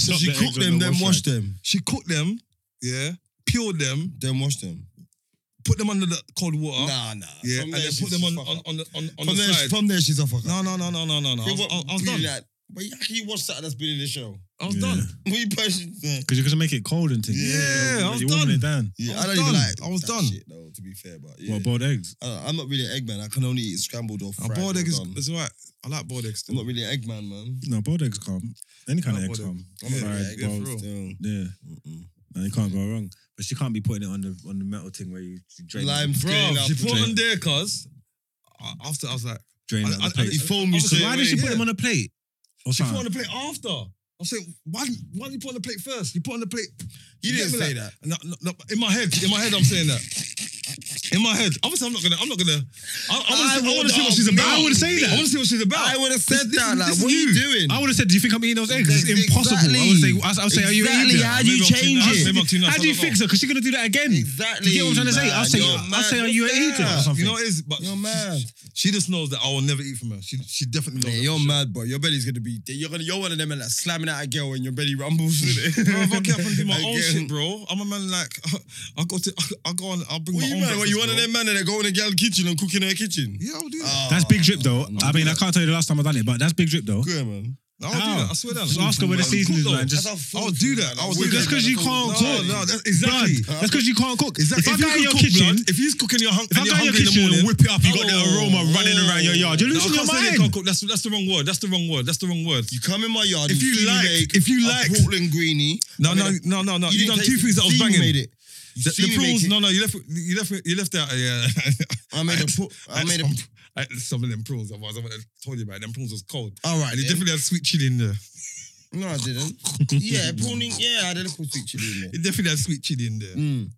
Speaker 3: So she cooked them, then washed them. She cooked them, yeah, peeled them,
Speaker 2: Then wash them.
Speaker 3: put them under the cold water,
Speaker 2: Nah, nah.
Speaker 3: yeah,
Speaker 2: From
Speaker 3: and
Speaker 2: there
Speaker 3: then
Speaker 2: she's
Speaker 3: put them on
Speaker 2: fuck
Speaker 3: on,
Speaker 2: up.
Speaker 3: on the on, on
Speaker 2: from,
Speaker 3: the
Speaker 2: there,
Speaker 3: side.
Speaker 2: from there, she's a fucker.
Speaker 3: no, no, no, no, no, no, no. I was, I, I was done.
Speaker 2: But yeah, he watched that. That's been in the show.
Speaker 3: I was
Speaker 1: Yeah.
Speaker 3: done.
Speaker 2: We person.
Speaker 3: uh,
Speaker 2: Yeah,
Speaker 1: Because you're going to make it cold and things.
Speaker 3: Yeah, I was
Speaker 1: You're warming it down.
Speaker 3: done.
Speaker 2: yeah I,
Speaker 3: I
Speaker 2: don't
Speaker 3: was
Speaker 2: even
Speaker 3: done.
Speaker 2: like.
Speaker 3: I was
Speaker 2: that
Speaker 3: done.
Speaker 2: Shit, though, to be fair, but yeah.
Speaker 1: What, boiled eggs?
Speaker 2: I, I'm not really an egg man. I can only eat scrambled or
Speaker 3: And
Speaker 2: fried.
Speaker 3: boiled
Speaker 2: or
Speaker 3: egg is,
Speaker 2: done.
Speaker 3: is alright. I like boiled
Speaker 2: I'm
Speaker 3: eggs still.
Speaker 2: not really an egg man, man.
Speaker 1: No, boiled eggs calm. Any kind of
Speaker 3: I like
Speaker 1: eggs
Speaker 3: boiled
Speaker 1: calm.
Speaker 2: I'm not
Speaker 3: Yeah,
Speaker 2: really
Speaker 1: Fried,
Speaker 2: an egg
Speaker 3: yeah,
Speaker 2: man
Speaker 3: for real.
Speaker 2: still.
Speaker 1: Yeah.
Speaker 2: Mm-mm.
Speaker 1: And you can't go wrong. But she can't be putting it on the on the metal thing where you, you drain
Speaker 2: Lime
Speaker 1: it,
Speaker 3: Bro,
Speaker 2: scale up.
Speaker 3: she put
Speaker 1: Jay.
Speaker 3: on there, cuz. I- After I was like,
Speaker 1: drain
Speaker 3: I-
Speaker 1: it out
Speaker 3: I-
Speaker 1: the plate.
Speaker 3: I-
Speaker 2: foam you
Speaker 3: obviously,
Speaker 2: say,
Speaker 1: why did she
Speaker 3: yeah.
Speaker 1: put them on a plate? Or
Speaker 3: She put on
Speaker 1: something?
Speaker 3: the plate after. I said, why, why did you put on the plate first? You put on the plate.
Speaker 2: You
Speaker 3: get
Speaker 2: didn't
Speaker 3: me
Speaker 2: say
Speaker 3: like- No, no, no, in my head, in my head, I'm saying that. In my head, obviously, I'm not gonna, I'm not gonna. I,
Speaker 2: I
Speaker 3: I want
Speaker 2: would-
Speaker 3: to see what she's
Speaker 2: oh,
Speaker 3: about.
Speaker 1: I would say that.
Speaker 3: I want to see what she's about.
Speaker 1: Oh,
Speaker 2: I would have
Speaker 3: This-
Speaker 2: said
Speaker 3: this
Speaker 2: that.
Speaker 3: is-
Speaker 2: Like,
Speaker 3: this is
Speaker 2: what are you doing?
Speaker 1: I would have said, do you think I'm eating those eggs? It's impossible. I would say,
Speaker 2: Exactly.
Speaker 1: I would say, are you
Speaker 2: Exactly.
Speaker 1: eating
Speaker 2: How do you
Speaker 1: Maybe I'm too
Speaker 2: change
Speaker 1: nuts.
Speaker 2: it?
Speaker 1: Maybe I'm too nuts.
Speaker 3: How
Speaker 1: How
Speaker 3: do
Speaker 1: do
Speaker 3: you
Speaker 1: you
Speaker 3: fix
Speaker 1: fix her? Because she's going to do that again.
Speaker 2: Exactly.
Speaker 1: You get what I'm trying to say? I'll
Speaker 2: man.
Speaker 1: say,
Speaker 2: You're
Speaker 1: I'll
Speaker 2: mad.
Speaker 1: say, are
Speaker 2: What's
Speaker 1: you an eater
Speaker 2: that?
Speaker 1: or something?
Speaker 3: You know what it is, but
Speaker 2: You're mad.
Speaker 3: She just knows that I will never eat from her. She, she definitely knows.
Speaker 2: Man,
Speaker 3: that
Speaker 2: you're
Speaker 3: for sure.
Speaker 2: mad, bro. Your belly's gonna be. You're gonna. You're one of them and like slamming at a girl and your belly rumbles. Isn't it?
Speaker 3: Bro, if I get up and do my own
Speaker 2: Again.
Speaker 3: shit, bro. I'm a man like I go to I go on. I'll bring
Speaker 2: What
Speaker 3: my
Speaker 2: you
Speaker 3: own.
Speaker 2: man? What you one of
Speaker 3: breakfast, bro.
Speaker 2: them man that go in the girl kitchen and cook in her kitchen?
Speaker 3: Yeah, I'll do that.
Speaker 2: Ah,
Speaker 1: That's big drip, though.
Speaker 2: no,
Speaker 1: I mean, I can't tell you the last time I've done it, but that's big drip, though.
Speaker 2: Good man.
Speaker 3: I'll do
Speaker 1: How?
Speaker 3: that. I swear
Speaker 2: Ah.
Speaker 3: that.
Speaker 1: Just ask her where the
Speaker 3: I'll cook,
Speaker 1: seasoning is,
Speaker 3: though.
Speaker 1: man. Just-
Speaker 3: I'll do that. I'll do
Speaker 1: That's
Speaker 3: that.
Speaker 1: because you can't
Speaker 3: no,
Speaker 1: cook.
Speaker 3: No, that's
Speaker 1: Blood.
Speaker 3: exactly.
Speaker 1: That's because you can't cook. If
Speaker 3: Exactly.
Speaker 1: I
Speaker 3: you
Speaker 1: go in your
Speaker 3: cook,
Speaker 1: kitchen,
Speaker 3: blood, if he's cooking your
Speaker 1: if I
Speaker 3: hungry,
Speaker 1: go in
Speaker 3: you're
Speaker 1: your
Speaker 3: hungry in the
Speaker 1: kitchen
Speaker 3: morning,
Speaker 1: and whip it up, you got the
Speaker 3: Oh.
Speaker 1: aroma running around your yard. You're
Speaker 3: No, I
Speaker 1: losing your
Speaker 3: can't say they can't
Speaker 1: mind.
Speaker 3: cook. That's that's the wrong word. That's the wrong word. That's the wrong word.
Speaker 2: You come in my yard.
Speaker 3: If you
Speaker 2: feed me
Speaker 3: liked-
Speaker 2: egg,
Speaker 3: if you
Speaker 2: a
Speaker 3: liked-
Speaker 2: Portland greenie. I
Speaker 3: No, no,
Speaker 2: mean,
Speaker 3: no, no, no.
Speaker 2: you
Speaker 3: You
Speaker 2: didn't
Speaker 3: done
Speaker 2: taste
Speaker 3: two
Speaker 2: it.
Speaker 3: things that I was
Speaker 2: See me
Speaker 3: banging.
Speaker 2: Made it. You
Speaker 3: The,
Speaker 2: see me
Speaker 3: the
Speaker 2: make
Speaker 3: prawns,
Speaker 2: it.
Speaker 3: no, no, you left, you left, you left out. Yeah,
Speaker 2: I made a. pro- I made a.
Speaker 3: I, some of them prawns. I was, I told you about it. them prawns was cold.
Speaker 2: All right.
Speaker 3: And they
Speaker 2: then.
Speaker 3: definitely had sweet chili in there.
Speaker 2: No, I didn't. Yeah, prawning. Yeah, I did a little sweet chili in there.
Speaker 3: It definitely had sweet chili in there.
Speaker 2: Mm.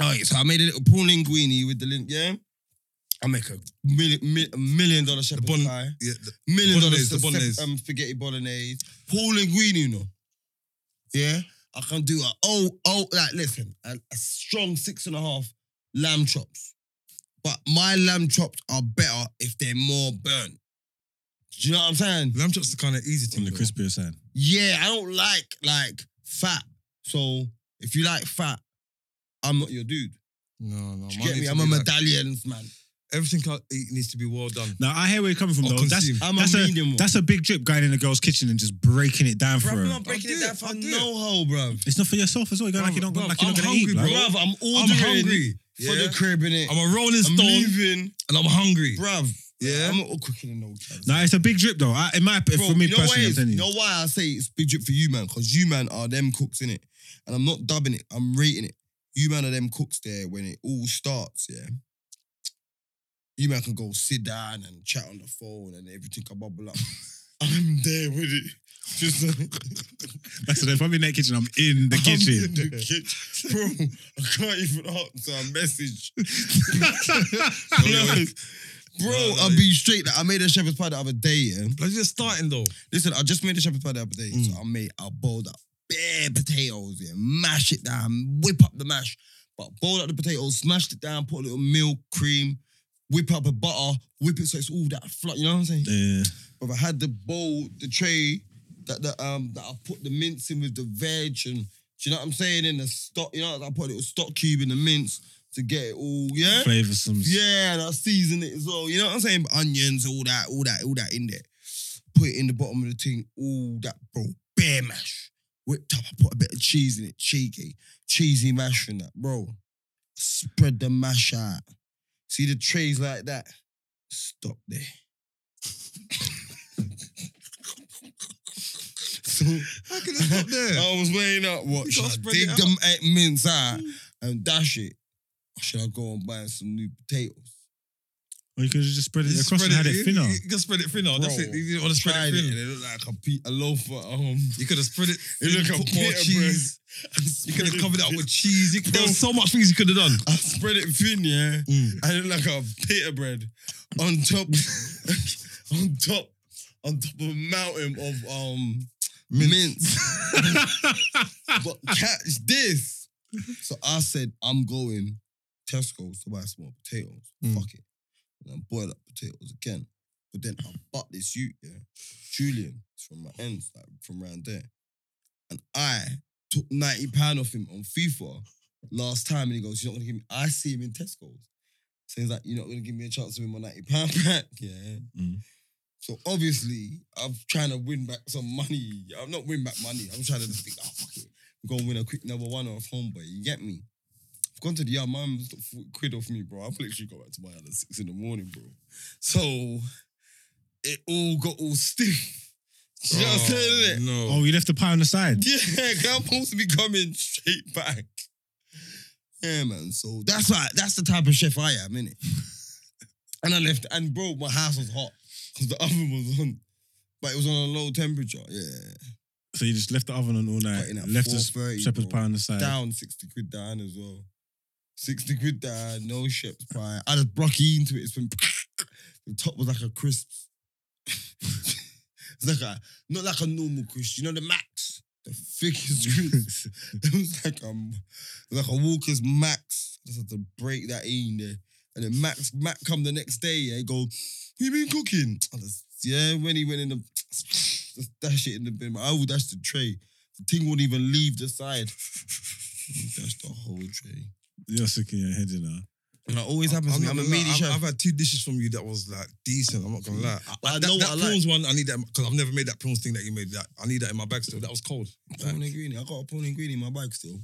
Speaker 2: All right, so I made a little prawn linguine with the lin- yeah. I make a million, mi- a million dollar shepherd's
Speaker 3: bon-
Speaker 2: pie,
Speaker 3: Yeah, the
Speaker 2: million dollar
Speaker 3: bolognese, the
Speaker 2: se- se-
Speaker 3: bolognese.
Speaker 2: um, spaghetti bolognese, prawn linguine, you know. Yeah, I can do a oh oh like listen, a, a strong six and a half lamb chops, but my lamb chops are better if they're more burnt. Do you know what I'm saying?
Speaker 3: lamb chops are kind of easy to
Speaker 1: On the
Speaker 3: make.
Speaker 1: crispier side.
Speaker 2: Yeah, I don't like like fat. So if you like fat, I'm not your dude.
Speaker 3: No, no.
Speaker 2: Do
Speaker 3: mine
Speaker 2: you get me?
Speaker 3: needs to
Speaker 2: I'm a
Speaker 3: be like-
Speaker 2: medallions man.
Speaker 3: Everything I eat needs to be well done.
Speaker 1: Now, I hear where you're coming from,
Speaker 3: Or
Speaker 1: though. That's,
Speaker 3: consumed.
Speaker 2: I'm
Speaker 1: that's,
Speaker 2: a
Speaker 1: a,
Speaker 2: medium one.
Speaker 1: that's a big drip going in a girl's kitchen and just breaking it down for
Speaker 2: Bruv, I'm
Speaker 1: her.
Speaker 2: not breaking
Speaker 3: I'll
Speaker 2: it
Speaker 3: do
Speaker 2: down
Speaker 3: it.
Speaker 2: for
Speaker 3: I'll do
Speaker 2: no hoe, bruv.
Speaker 1: It's not for yourself as well. You're going like you're not,
Speaker 3: Bruv,
Speaker 1: like you're not
Speaker 3: I'm
Speaker 1: going to eat,
Speaker 3: hungry,
Speaker 1: bro.
Speaker 3: bro.
Speaker 2: Bruv, I'm
Speaker 3: I'm
Speaker 2: ordering
Speaker 3: hungry.
Speaker 2: for
Speaker 3: yeah?
Speaker 2: the crib in it.
Speaker 3: I'm a rolling
Speaker 2: I'm
Speaker 3: stone
Speaker 2: leaving,
Speaker 3: and I'm hungry.
Speaker 2: bruv.
Speaker 3: Yeah.
Speaker 2: I'm not cooking in no cans.
Speaker 1: No, it's a big drip though. I, in my
Speaker 2: Bro,
Speaker 1: for me
Speaker 2: you know why
Speaker 1: personally, I'm
Speaker 2: it's-
Speaker 1: telling
Speaker 2: you
Speaker 1: you.
Speaker 2: know why I say it's big drip for you, man? Because you, man, are them cooks in it, and I'm not dubbing it. I'm rating it. You, man, are them cooks there when it all starts. Yeah, you, man, can go sit down and chat on the phone, and everything can bubble up. I'm there with it. Just
Speaker 1: That's it. If I'm in that kitchen, I'm in the
Speaker 2: I'm
Speaker 1: kitchen.
Speaker 2: in the kitchen. bro. I can't even answer a message, bro.
Speaker 3: No, no,
Speaker 2: I'll be straight. Like, I made a shepherd's pie the other day. Yeah.
Speaker 3: Let's just starting though.
Speaker 2: Listen, I just made a shepherd's pie the other day.
Speaker 3: Mm.
Speaker 2: So I made, I boiled up bare potatoes, yeah, mash it down, whip up the mash, but boiled up the potatoes, smashed it down, put a little milk, cream, whip up a butter, whip it so it's all that fluff. You know what I'm saying?
Speaker 1: Yeah.
Speaker 2: But I had the bowl, the tray that the um that I put the mince in with the veg and do you know what I'm saying? In the stock, you know, I put a little stock cube in the mince to get it all, yeah.
Speaker 1: Flavor some.
Speaker 2: Yeah, and I season it as well. You know what I'm saying? Onions, all that, all that, all that in there. Put it in the bottom of the thing, all that, bro. Bear mash. Whipped up, I put a bit of cheese in it, cheeky. Cheesy mash in that, bro. Spread the mash out. See the trays like that? Stop there. so
Speaker 3: How can it stop there?
Speaker 2: I was weighing up what
Speaker 3: You
Speaker 2: should
Speaker 3: gotta
Speaker 2: I
Speaker 3: spread
Speaker 2: dig
Speaker 3: it
Speaker 2: them eight mints out and dash it, or should I go and buy some new potatoes?
Speaker 1: Or you could just spread it
Speaker 3: Just
Speaker 1: across
Speaker 3: spread
Speaker 1: and had it
Speaker 3: you-
Speaker 1: thinner.
Speaker 3: You, you can spread it thinner. That's
Speaker 2: Bro,
Speaker 3: it. You didn't want to spread
Speaker 2: Tried
Speaker 3: it
Speaker 2: it,
Speaker 3: thin.
Speaker 2: and it looked like a, pe- a loaf at home.
Speaker 3: You could have spread it.
Speaker 2: It looked
Speaker 3: thin,
Speaker 2: like
Speaker 3: put more
Speaker 2: pita bread.
Speaker 3: cheese. You could have covered it up with cheese. You, there
Speaker 2: Bro.
Speaker 3: was so much things you could have done.
Speaker 2: I spread it thin, yeah.
Speaker 1: Mm.
Speaker 2: I look like a pita bread on top, on top, on top of a mountain of um mints. but catch this. So I said, I'm going Tesco's to buy some more potatoes.
Speaker 3: Mm.
Speaker 2: Fuck it. And I boil up potatoes again. But then I butt this you, yeah. Julian is from my ends, like from round there. And I took 90 pound off him on FIFA last time and he goes, You're not gonna give me I see him in Tesco's. So he's like, You're not gonna give me a chance to win my 90 pound back. Yeah.
Speaker 1: Mm.
Speaker 2: So obviously, I'm trying to win back some money. I'm not win back money. I'm trying to just think, oh fuck it. I'm gonna win a quick number one off homeboy. You get me? I've gone to the yard, mum's took 40 quid off me, bro. I've literally got back to my yard at six in the morning, bro. So it all got all stiff. Do you know what I'm saying? innit?
Speaker 3: No.
Speaker 1: Oh, you left the pie on the side.
Speaker 2: Yeah, 'cause I'm supposed to be coming straight back. Yeah, man. So that's like that's the type of chef I am, innit? and I left, and bro, my house was hot because the oven was on, but it was on a low temperature. Yeah,
Speaker 1: So you just left the oven on all night.
Speaker 2: Fucking at
Speaker 1: Left the
Speaker 2: 4:30,
Speaker 1: shepherd's
Speaker 2: bro.
Speaker 1: pie on the side.
Speaker 2: down sixty quid down as well. Sixty quid down, no shepherd's pie. I just broke into it. It's been the top was like a crisp. it's like a not like a normal crisp. You know the max, the thickest crisp. It was like um, like a Walker's Max. I just had to break that in there. And then Max, Mac come the next day, yeah, he go, you been cooking? I just, yeah, when he went in the, just dash it in the bin. I will dash the tray. The thing wouldn't even leave the side. dash the whole tray.
Speaker 1: You're sick in your head, you know.
Speaker 2: And that always happens to
Speaker 3: I'm,
Speaker 2: me.
Speaker 3: not
Speaker 2: I'm a
Speaker 3: gonna lie,
Speaker 2: meaty
Speaker 3: I've-
Speaker 2: chef.
Speaker 3: I've had two dishes from you that was like decent. I'm not gonna lie.
Speaker 2: But I
Speaker 3: that,
Speaker 2: know
Speaker 3: that
Speaker 2: what I like.
Speaker 3: prawns one, I need that because I've never made that prawns thing that you made. That I need that in my bag still. That was cold.
Speaker 2: Prawn and greenie. I got a prawn and greenie in my bag still.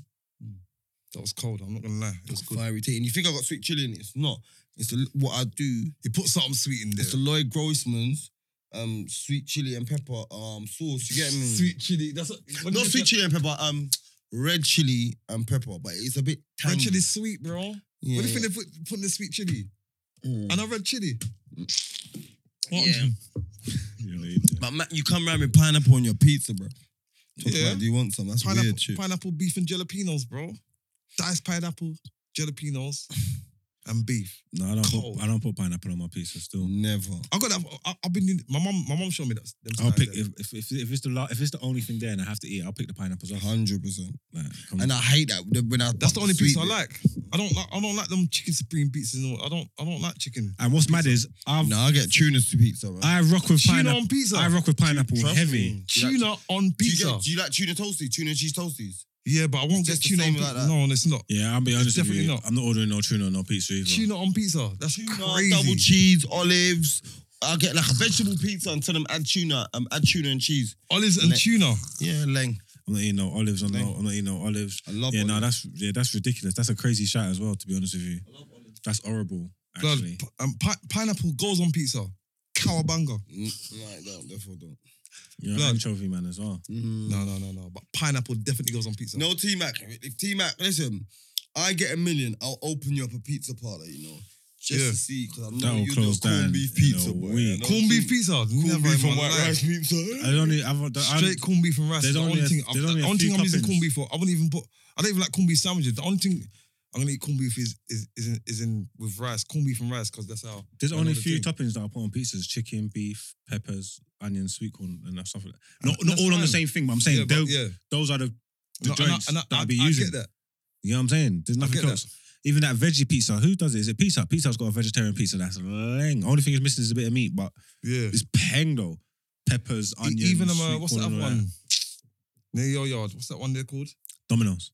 Speaker 3: That was cold. I'm not gonna lie. It was
Speaker 2: It's
Speaker 3: good.
Speaker 2: fiery tea. And you think I got sweet chili in it? It's not. It's the, what I do
Speaker 3: You put something sweet in there.
Speaker 2: It's the Lloyd Grossman's um sweet chili and pepper um sauce. You get me?
Speaker 3: Sweet chili. That's what, what do
Speaker 2: not
Speaker 3: you
Speaker 2: sweet
Speaker 3: say?
Speaker 2: chili and pepper. Um, red chili and pepper, but it's a bit tangy.
Speaker 3: Red chili sweet, bro.
Speaker 2: Yeah.
Speaker 3: What do you think they put, put in the sweet chili?
Speaker 2: Mm.
Speaker 3: And I red chili.
Speaker 2: Yeah.
Speaker 1: You know, you-
Speaker 2: But Matt, you come round with pineapple on your pizza, bro. Talk
Speaker 3: Yeah.
Speaker 2: about, do you want some? That's
Speaker 3: Pineapple,
Speaker 2: weird shit.
Speaker 3: pineapple beef and jalapenos, bro. Diced pineapple, jalapenos, and beef.
Speaker 1: No, I don't.
Speaker 3: Cold. Mm.
Speaker 1: Put, I don't put pineapple on my pizza. Still,
Speaker 2: Never.
Speaker 3: I got that. I, I've been. In, my mom. My mom showed me that. them
Speaker 1: I'll
Speaker 3: style
Speaker 1: pick
Speaker 3: there.
Speaker 1: if, if if if it's the la- if it's the only thing there and I have to eat, I'll pick the pineapples off.
Speaker 2: Hundred percent.
Speaker 1: Like, come
Speaker 2: And I hate that the- when I.
Speaker 3: That's the only
Speaker 2: sweet
Speaker 3: pizza I
Speaker 2: bit.
Speaker 3: like. I don't like. I don't like them chicken supreme pizzas. And all. I don't. I don't like chicken.
Speaker 1: And what's mad is I've
Speaker 2: No, I get tunas to pizza, bro.
Speaker 1: I rock with
Speaker 3: Tuna
Speaker 1: pineapple.
Speaker 3: on pizza.
Speaker 1: I rock with pineapple
Speaker 2: Trust
Speaker 1: heavy.
Speaker 2: me. Do you like-
Speaker 3: tuna on
Speaker 2: Do you,
Speaker 3: pizza.
Speaker 2: get, do you like tuna toasties? Tuna cheese toasties?
Speaker 3: yeah, but I won't
Speaker 2: It's
Speaker 3: get
Speaker 2: just the
Speaker 3: tuna on
Speaker 2: same
Speaker 3: pizza.
Speaker 2: like that.
Speaker 3: No, it's not.
Speaker 1: Yeah, I'll be honest with
Speaker 3: definitely
Speaker 1: you.
Speaker 3: not.
Speaker 1: I'm not ordering no tuna, no pizza either.
Speaker 3: Tuna on pizza. That's
Speaker 2: Tuna,
Speaker 3: crazy.
Speaker 2: double cheese, olives. I get like a vegetable pizza and tell them add tuna, um, add tuna and cheese.
Speaker 3: Olives and
Speaker 2: Ne-
Speaker 3: tuna.
Speaker 2: Yeah, Leng.
Speaker 1: I'm not eating no olives. I'm not. I'm not eating no olives.
Speaker 2: I love
Speaker 1: Yeah,
Speaker 2: olives.
Speaker 1: no, that's yeah, that's ridiculous. That's a crazy shot as well. To be honest with you, that's horrible.
Speaker 3: Blood.
Speaker 1: Actually,
Speaker 3: P- um, pi- pineapple goes on pizza. Cowabunga.
Speaker 2: Mm, no, I don't. Therefore, don't.
Speaker 1: you know,
Speaker 3: blood.
Speaker 1: anchovy man as well.
Speaker 3: No, no, no, no. But pineapple definitely goes on pizza.
Speaker 2: No T Mac. If T Mac, listen, I get a million, I'll open you up a pizza parlor, you know, just
Speaker 3: Yeah.
Speaker 2: to see because I know
Speaker 1: That'll
Speaker 2: you do
Speaker 1: close
Speaker 2: corned
Speaker 1: down
Speaker 2: beef
Speaker 1: in a
Speaker 2: pizza, boy.
Speaker 1: week.
Speaker 3: Corned beef pizza. Never
Speaker 2: corned
Speaker 3: in
Speaker 2: beef
Speaker 3: my
Speaker 2: and white
Speaker 3: life. Uh,
Speaker 2: rice
Speaker 1: I
Speaker 2: pizza.
Speaker 1: only. I've, I've,
Speaker 3: Straight corned beef and rice.
Speaker 1: There's
Speaker 3: is The only,
Speaker 1: only a-
Speaker 3: thing. I'm,
Speaker 1: there's
Speaker 3: the
Speaker 1: only a
Speaker 3: only
Speaker 1: few
Speaker 3: thing I'm using
Speaker 1: toppings.
Speaker 3: corned beef for. I wouldn't even put. I don't even like corned beef sandwiches. The only thing I'm gonna eat corned beef is is is in, is in with rice. Corned beef and rice because that's how.
Speaker 1: There's
Speaker 3: I know
Speaker 1: only a
Speaker 3: the
Speaker 1: few
Speaker 3: thing.
Speaker 1: toppings that I put on pizzas: chicken, beef, peppers, onion, sweet corn, and that stuff like that. Not,
Speaker 3: And
Speaker 1: not
Speaker 3: that's
Speaker 1: all on the
Speaker 3: fine.
Speaker 1: same thing, but I'm saying
Speaker 3: yeah, but,
Speaker 1: tho-
Speaker 3: yeah.
Speaker 1: those are the, the
Speaker 3: No, and I-
Speaker 1: joints
Speaker 3: and I-
Speaker 1: that
Speaker 3: I-
Speaker 1: I'll be
Speaker 3: I
Speaker 1: using.
Speaker 3: get that.
Speaker 1: You know what I'm saying? There's nothing
Speaker 3: get that.
Speaker 1: else. Even that veggie pizza, who does it? Is it pizza? Pizza's got a vegetarian pizza that's lang. Only thing it's missing is a bit of meat, but
Speaker 3: Yeah. E-,
Speaker 1: it's peng though. Peppers, onions,
Speaker 3: Even um, uh,
Speaker 1: sweet
Speaker 3: what's
Speaker 1: corn,
Speaker 3: that other
Speaker 1: all
Speaker 3: one? Near your yard. What's that one they're called?
Speaker 1: Domino's.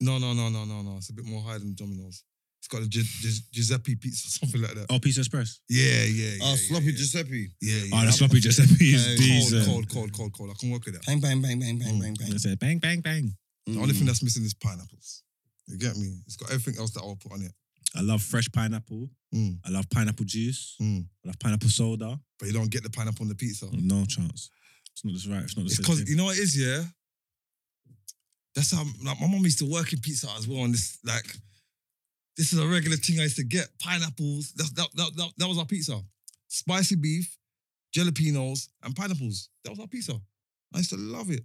Speaker 3: No, no, no, no, no, no. It's a bit more high than Domino's. It's got a Gi- Gi- Giuseppe pizza, something like that.
Speaker 1: Oh, Pizza Express.
Speaker 3: Yeah, yeah, yeah.
Speaker 2: Oh,
Speaker 3: yeah,
Speaker 2: sloppy
Speaker 3: yeah.
Speaker 2: Giuseppe.
Speaker 3: Yeah, yeah.
Speaker 1: Oh, the sloppy Giuseppe is
Speaker 2: Hey, cold,
Speaker 1: decent.
Speaker 3: Cold, cold, cold, cold, cold. I can work with that.
Speaker 2: Bang, bang, bang, bang, bang,
Speaker 3: Mm.
Speaker 2: bang, bang. Mm.
Speaker 1: I said bang, bang, bang.
Speaker 3: The only thing that's missing is pineapples. You get me? It's got everything else that I'll put on it.
Speaker 1: I love fresh pineapple.
Speaker 3: Mm.
Speaker 1: I love pineapple juice.
Speaker 3: Mm.
Speaker 1: I love pineapple soda.
Speaker 3: But you don't get the pineapple on the pizza.
Speaker 1: No chance. It's not just right. It's not Mm, the
Speaker 3: It's
Speaker 1: same
Speaker 3: because
Speaker 1: thing.
Speaker 3: you know what it is, yeah. That's how like my mom used to work in pizza Hut as well, and this like this is a regular thing I used to get pineapples. That that that, that, that was our pizza, spicy beef, jalapenos, and pineapples. That was our pizza. I used to love it.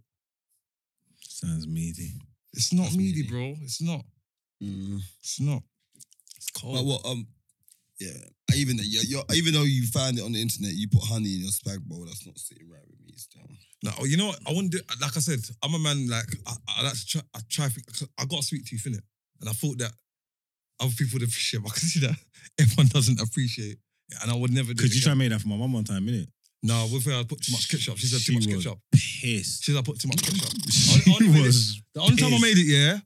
Speaker 1: Sounds meaty.
Speaker 3: It's not
Speaker 1: That's
Speaker 3: meaty,
Speaker 1: meaty.
Speaker 3: bro. It's not.
Speaker 2: Mm.
Speaker 3: It's not. It's cold.
Speaker 2: But what? Um, yeah. Even though you're, you're, even though you found it on the internet, you put honey in your spag bowl. That's not sitting right with me. Still.
Speaker 3: No, you know what? I wouldn't do. Like I said, I'm a man. Like I, I like to try. I try. I got a sweet tooth in it, and I thought that other people would appreciate. But I can see that everyone doesn't appreciate and I would never do it.
Speaker 1: Because you try
Speaker 3: again.
Speaker 1: and make that for my mum one time, innit?
Speaker 3: No, with her, I put too much ketchup. She said
Speaker 1: She
Speaker 3: too much
Speaker 1: was
Speaker 3: ketchup.
Speaker 1: Pissed.
Speaker 3: She said I put too much ketchup.
Speaker 1: She
Speaker 3: only made it-
Speaker 1: was.
Speaker 3: The only time I
Speaker 1: pissed.
Speaker 3: made it, yeah,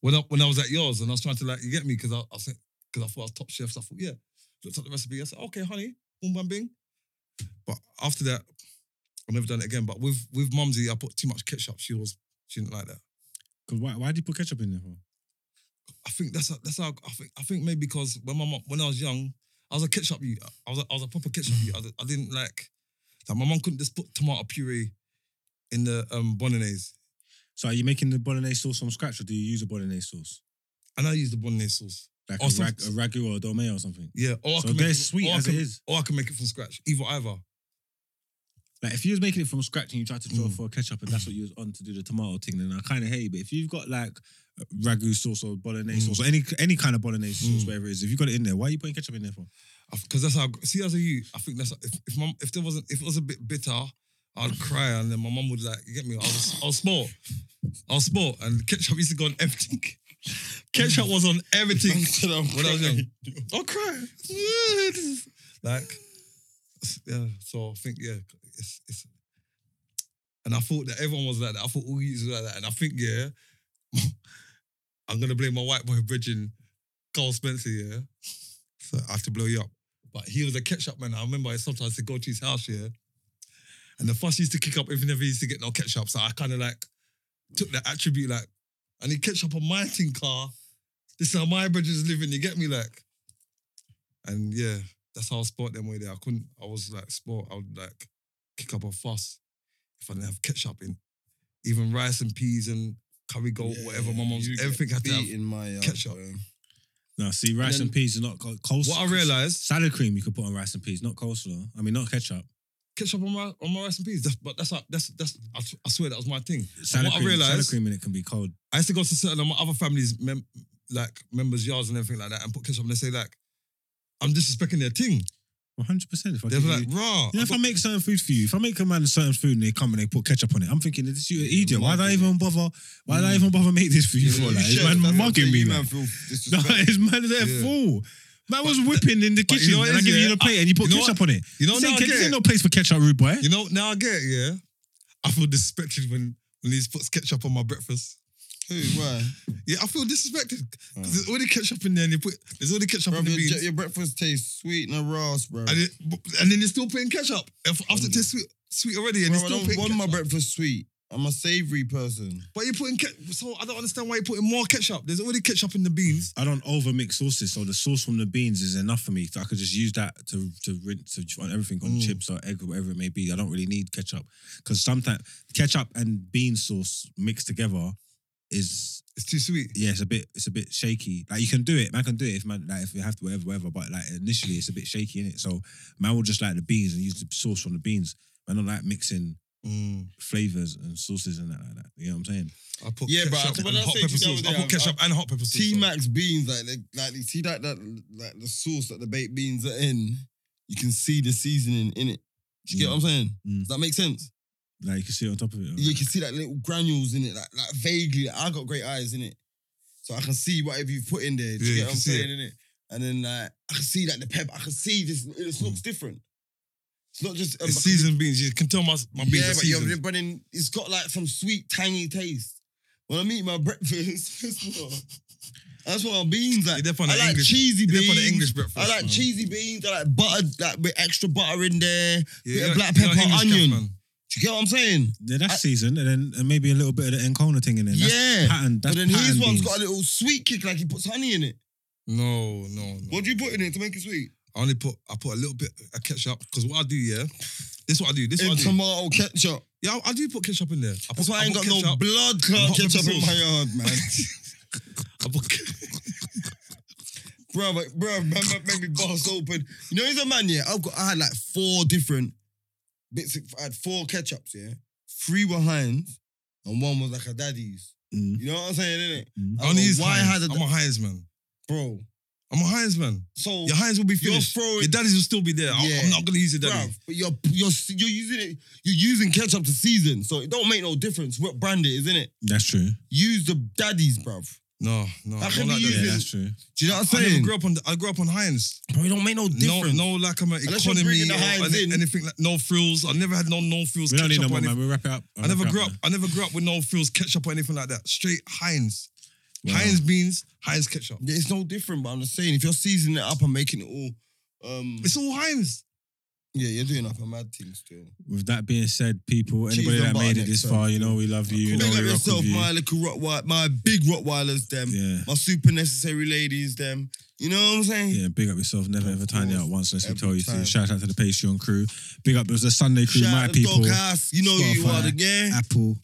Speaker 3: when I when I was at yours and I was trying to like you get me because I, I said because I thought I was top chef. So I thought yeah, looked at the recipe. I said okay, honey, boom, bam, bing. But after that, I've never done it again. But with with Mumsy, I put too much ketchup. She was she didn't like that.
Speaker 1: Because why, why did you put ketchup in there for?
Speaker 3: I think that's that's how I think I think maybe because when my mom when I was young, I was a ketchup you. I was a, I was a proper ketchup you. I, I didn't like like my mom couldn't just put tomato puree in the um bolognese.
Speaker 1: So are you making the bolognese sauce from scratch or do you use a bolognese sauce?
Speaker 3: And I use the bolognese sauce.
Speaker 1: Like
Speaker 3: Or
Speaker 1: a,
Speaker 3: some-
Speaker 1: rag, a ragu or a dorme or something?
Speaker 3: Yeah, or I
Speaker 1: So
Speaker 3: can
Speaker 1: they're
Speaker 3: make it,
Speaker 1: sweet
Speaker 3: or I
Speaker 1: as it
Speaker 3: can-
Speaker 1: is.
Speaker 3: or I can make it from scratch. Either either.
Speaker 1: Like if you was making it from scratch and you tried to draw
Speaker 3: Mm.
Speaker 1: for ketchup and that's what you was on to do the tomato thing, then I kind of hate it. But if you've got like ragu sauce or bolognese
Speaker 3: Mm.
Speaker 1: sauce or any any kind of bolognese sauce,
Speaker 3: Mm.
Speaker 1: whatever it is, if you got it in there, why are you putting ketchup in there for?
Speaker 3: Because that's how. I- See, as a you, I think that's if if, mom, if there wasn't if it was a bit bitter, I'd cry and then my mom would like you get me. I was I was sport, I was sport, and ketchup used to go on everything. ketchup was on everything when I was young. I'll cry. like, yeah. So I think yeah, it's it's. And I thought that everyone was like that. I thought all youths were like that. And I think yeah, I'm gonna blame my white boy bridging Carl Spencer. Yeah. So I have to blow you up. But he was a ketchup man. I remember I sometimes to go to his house, yeah. And the fuss used to kick up if he never used to get no ketchup. So I kind of like took the attribute, like, I need ketchup on my tin car. This is how my brothers living, you get me? Like, and yeah, that's how I sport them way there. I couldn't, I was like, sport, I would like kick up a fuss if I didn't have ketchup in. Even rice and peas and curry goat, whatever, my mom's, everything had to have.
Speaker 2: in my yard,
Speaker 3: ketchup.
Speaker 2: bro.
Speaker 1: No, see, rice
Speaker 2: then-
Speaker 1: and peas are not coleslaw.
Speaker 3: What I realized
Speaker 1: salad cream you could put on rice and peas, not coleslaw. I mean, not ketchup.
Speaker 3: ketchup on my on my rice and peas. That's, but that's that's that's I, s- I swear that was my thing.
Speaker 1: Salad
Speaker 3: what I
Speaker 1: cream, salad
Speaker 3: realised-
Speaker 1: cream in it can be cold.
Speaker 3: I used to go to certain of my other families' mem- like members' yards and everything like that, and put ketchup. and They say like, I'm disrespecting their thing.
Speaker 1: One hundred percent. If I
Speaker 3: They're
Speaker 1: give
Speaker 3: like,
Speaker 1: you-
Speaker 3: raw.
Speaker 1: You know, if I make certain food for you, if I make a man certain food and they come and they put ketchup on it, I'm thinking, this you an
Speaker 2: Yeah,
Speaker 1: idiot. Why do I
Speaker 2: mugging
Speaker 1: even bother? Why do I even bother make this for you
Speaker 3: Mm. Yeah,
Speaker 1: for?
Speaker 3: you
Speaker 1: Like,
Speaker 3: should.
Speaker 1: this man
Speaker 2: That's
Speaker 1: mugging
Speaker 2: okay,
Speaker 1: me.
Speaker 2: you
Speaker 1: Man,
Speaker 2: man feel
Speaker 1: no,
Speaker 2: disrespected.
Speaker 1: his man's there
Speaker 3: Yeah.
Speaker 1: fool. Man was whipping in the
Speaker 3: but you
Speaker 1: kitchen,
Speaker 3: know what
Speaker 1: and I
Speaker 3: it is,
Speaker 1: give you
Speaker 3: yeah?
Speaker 1: the plate, and you put
Speaker 3: you know
Speaker 1: ketchup on it.
Speaker 3: You know
Speaker 1: This
Speaker 3: now
Speaker 1: ain't
Speaker 3: I
Speaker 1: this ain't
Speaker 3: get.
Speaker 1: no place for ketchup, rude boy.
Speaker 3: You know now I get. it, Yeah, I feel disrespected when when he puts ketchup on my breakfast.
Speaker 2: Who? Why?
Speaker 3: Yeah, I feel disrespected because there's already ketchup in there, and you put there's already ketchup
Speaker 2: Oh. Bro,
Speaker 3: in the
Speaker 2: your,
Speaker 3: beans,
Speaker 2: your breakfast tastes sweet and a rass, bro.
Speaker 3: and, it, and then you're still putting ketchup If- after it tastes sweet, sweet already, and
Speaker 2: Bro,
Speaker 3: you're
Speaker 2: I
Speaker 3: still
Speaker 2: don't
Speaker 3: putting
Speaker 2: want
Speaker 3: ketchup.
Speaker 2: my breakfast sweet. I'm a savory person.
Speaker 3: But you're putting ke- so I don't understand why you're putting more ketchup. There's already ketchup in the beans.
Speaker 1: I don't over mix sauces, so the sauce from the beans is enough for me. So I could just use that to to rinse to, on everything on
Speaker 3: Mm.
Speaker 1: chips or egg or whatever it may be. I don't really need ketchup because sometimes ketchup and bean sauce mixed together is
Speaker 3: It's too sweet.
Speaker 1: yeah, it's a bit it's a bit shaky. Like you can do it, man can do it if man like if you have to whatever whatever. But like initially it's a bit shaky in it, so man will just like the beans and use the sauce from the beans. Man don't like mixing flavors and sauces and that like that. You know what I'm saying?
Speaker 3: Mm. I put
Speaker 2: Yeah,
Speaker 3: ketchup
Speaker 2: but I- when
Speaker 3: and
Speaker 2: I
Speaker 3: hot
Speaker 2: say
Speaker 3: pepper
Speaker 2: to the
Speaker 3: sauce.
Speaker 2: other
Speaker 3: I
Speaker 2: day,
Speaker 3: put ketchup and hot pepper sauce.
Speaker 2: T Max beans, like, like, like you see that that like the sauce that the baked beans are in. You can see the seasoning in it. Do you get what I'm saying?
Speaker 1: Mm.
Speaker 2: Does that make sense?
Speaker 1: Like you can see it on top of it.
Speaker 2: Yeah, you can see like little granules in it, like like vaguely. Like, I got great eyes in it, so I can see whatever you put in there. Do
Speaker 3: Yeah,
Speaker 2: you
Speaker 3: you
Speaker 2: get what
Speaker 3: can
Speaker 2: I'm
Speaker 3: see
Speaker 2: saying in it? And then like I can see like the pepper. I can see this. It just looks different. It's not just
Speaker 3: Mm. It's
Speaker 2: um,
Speaker 3: seasoned beans. You can tell my, my beans
Speaker 2: yeah,
Speaker 3: are
Speaker 2: but, you're-
Speaker 3: seasoned.
Speaker 2: but then it's got like some sweet, tangy taste. When I'm eating my breakfast, that's what- that's what my beans like.
Speaker 3: You're there for
Speaker 2: I
Speaker 3: the
Speaker 2: like
Speaker 3: English-
Speaker 2: cheesy
Speaker 3: You're
Speaker 2: beans.
Speaker 3: there for the English breakfast.
Speaker 2: I like
Speaker 3: man.
Speaker 2: cheesy beans. I like butter, like with extra butter in there.
Speaker 3: Yeah,
Speaker 2: bit of
Speaker 3: you're-
Speaker 2: black
Speaker 3: you're an
Speaker 2: pepper,
Speaker 3: English cat,
Speaker 2: onion.
Speaker 3: man.
Speaker 2: Do you get what I'm saying?
Speaker 1: Yeah, that's seasoned, and then and maybe a little bit of the Encona thing in there. That's
Speaker 2: yeah.
Speaker 1: pattern.
Speaker 2: but
Speaker 1: That's
Speaker 2: then his
Speaker 1: pattern
Speaker 2: one's
Speaker 1: beans.
Speaker 2: got a little sweet kick, like he puts honey in it.
Speaker 3: No, no, no.
Speaker 2: What do you put in it to make it sweet?
Speaker 3: I only put I put a little bit of ketchup because what I do, yeah, this is what I do. This is
Speaker 2: In
Speaker 3: what I do.
Speaker 2: tomato ketchup.
Speaker 3: Yeah, I- I do put ketchup in there. I put,
Speaker 2: That's why I ain't
Speaker 3: put
Speaker 2: got
Speaker 3: ketchup.
Speaker 2: no blood
Speaker 3: and
Speaker 2: clot
Speaker 3: hot pepper
Speaker 2: ketchup in
Speaker 3: sauce.
Speaker 2: my yard, man.
Speaker 3: I put,
Speaker 2: Bro, but bro, man, man made me bust open. You know, he's a man, yeah. I've got, I had like four different bits. Of, I had four ketchups, yeah. Three were Heinz, and one was like a daddy's.
Speaker 1: Mm.
Speaker 2: You know what I'm saying,
Speaker 1: Mm.
Speaker 2: innit?
Speaker 3: I Mm-hmm. only use
Speaker 2: why
Speaker 3: Heinz.
Speaker 2: had a
Speaker 3: I'm a Heinz man.
Speaker 2: bro?
Speaker 3: I'm a Heinz man.
Speaker 2: So,
Speaker 3: Your Heinz will be
Speaker 2: You're
Speaker 3: finished.
Speaker 2: throwing-
Speaker 3: Your daddies will still be there. I-
Speaker 2: Yeah.
Speaker 3: I'm not gonna use your daddy.
Speaker 2: bro, but you're you're you're using it. You're using ketchup to season, so it don't make no difference what brand it is, innit?
Speaker 1: That's true.
Speaker 2: Use the daddies, bruv.
Speaker 3: No, no.
Speaker 2: How
Speaker 3: I
Speaker 2: can
Speaker 3: don't like
Speaker 2: you
Speaker 3: that.
Speaker 2: use
Speaker 1: Yeah,
Speaker 2: it?
Speaker 1: that's true.
Speaker 2: Do you know what I'm
Speaker 3: I never
Speaker 2: saying?
Speaker 3: grew up on. I grew up on Heinz.
Speaker 2: Bro, you don't make no
Speaker 3: No,
Speaker 2: difference.
Speaker 3: no, like I'm an
Speaker 2: Unless you're
Speaker 3: economy
Speaker 2: bringing the
Speaker 3: or
Speaker 2: Heinz
Speaker 3: any-
Speaker 2: in.
Speaker 3: anything like no frills. I never had no no frills.
Speaker 1: We don't need
Speaker 3: ketchup
Speaker 1: no
Speaker 3: or
Speaker 1: more, man.
Speaker 3: anything.
Speaker 1: We'll wrap it up.
Speaker 3: I never grew up. I never grew up with no frills, ketchup or anything like that. Straight Heinz.
Speaker 1: Wow.
Speaker 3: Heinz beans, Heinz ketchup.
Speaker 2: Mm. Yeah, It's no different, but I'm just saying, if you're seasoning it up and making it all, um,
Speaker 3: It's all Heinz.
Speaker 2: yeah, you're doing up a mad thing still.
Speaker 1: With that being said, people,
Speaker 2: Cheese
Speaker 1: anybody
Speaker 2: and
Speaker 1: that
Speaker 2: butter
Speaker 1: made it
Speaker 2: next
Speaker 1: this
Speaker 2: time.
Speaker 1: far, you know we love you. You know
Speaker 2: Big up
Speaker 1: we rock
Speaker 2: yourself,
Speaker 1: with you.
Speaker 2: my little Rottweiler, my big Rottweilers, them,
Speaker 1: Yeah,
Speaker 2: my super necessary ladies, them. You know what I'm saying?
Speaker 1: yeah. Big up yourself. Never ever tiny out once unless we
Speaker 2: Every
Speaker 1: tell you
Speaker 2: time.
Speaker 1: to. Shout out to the Patreon crew. Big up. It was the Sunday crew.
Speaker 2: Shout
Speaker 1: my
Speaker 2: out to
Speaker 1: people.
Speaker 2: Doghouse, you know who you are
Speaker 1: Spotify.
Speaker 2: the gang.
Speaker 1: Apple.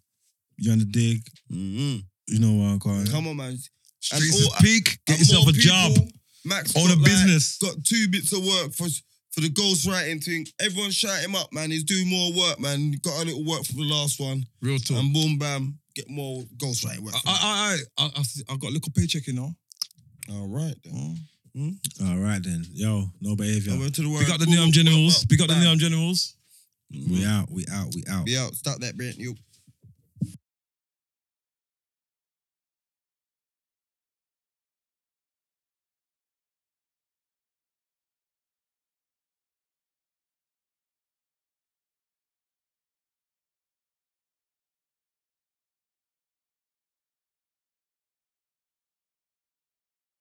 Speaker 1: You on the dig?
Speaker 2: Mhm.
Speaker 1: You know where I'm going.
Speaker 2: Come on, man.
Speaker 3: Streets is
Speaker 2: all-
Speaker 3: peak.
Speaker 2: And
Speaker 3: Get yourself
Speaker 2: more
Speaker 3: a
Speaker 2: people,
Speaker 3: job.
Speaker 2: Max
Speaker 3: Own a
Speaker 2: got, like,
Speaker 3: business.
Speaker 2: got two bits of work for for the ghostwriting thing. Everyone shout him up, man. He's doing more work, man. He Got a little work from the last one,
Speaker 3: Real talk.
Speaker 2: and boom, bam, get more ghostwriting work.
Speaker 3: I, I, I, I, I- I got a little paycheck, you know. Mm.
Speaker 2: All right, then.
Speaker 1: All right then. Yo, no behavior.
Speaker 2: I went to the work.
Speaker 3: Pick up the
Speaker 2: boom,
Speaker 3: Neon
Speaker 2: boom,
Speaker 3: Generals.
Speaker 2: up,
Speaker 3: Pick up the
Speaker 2: bam.
Speaker 3: Neon Generals.
Speaker 1: We out. We out. We out.
Speaker 2: Be out. Start that, Brent. You.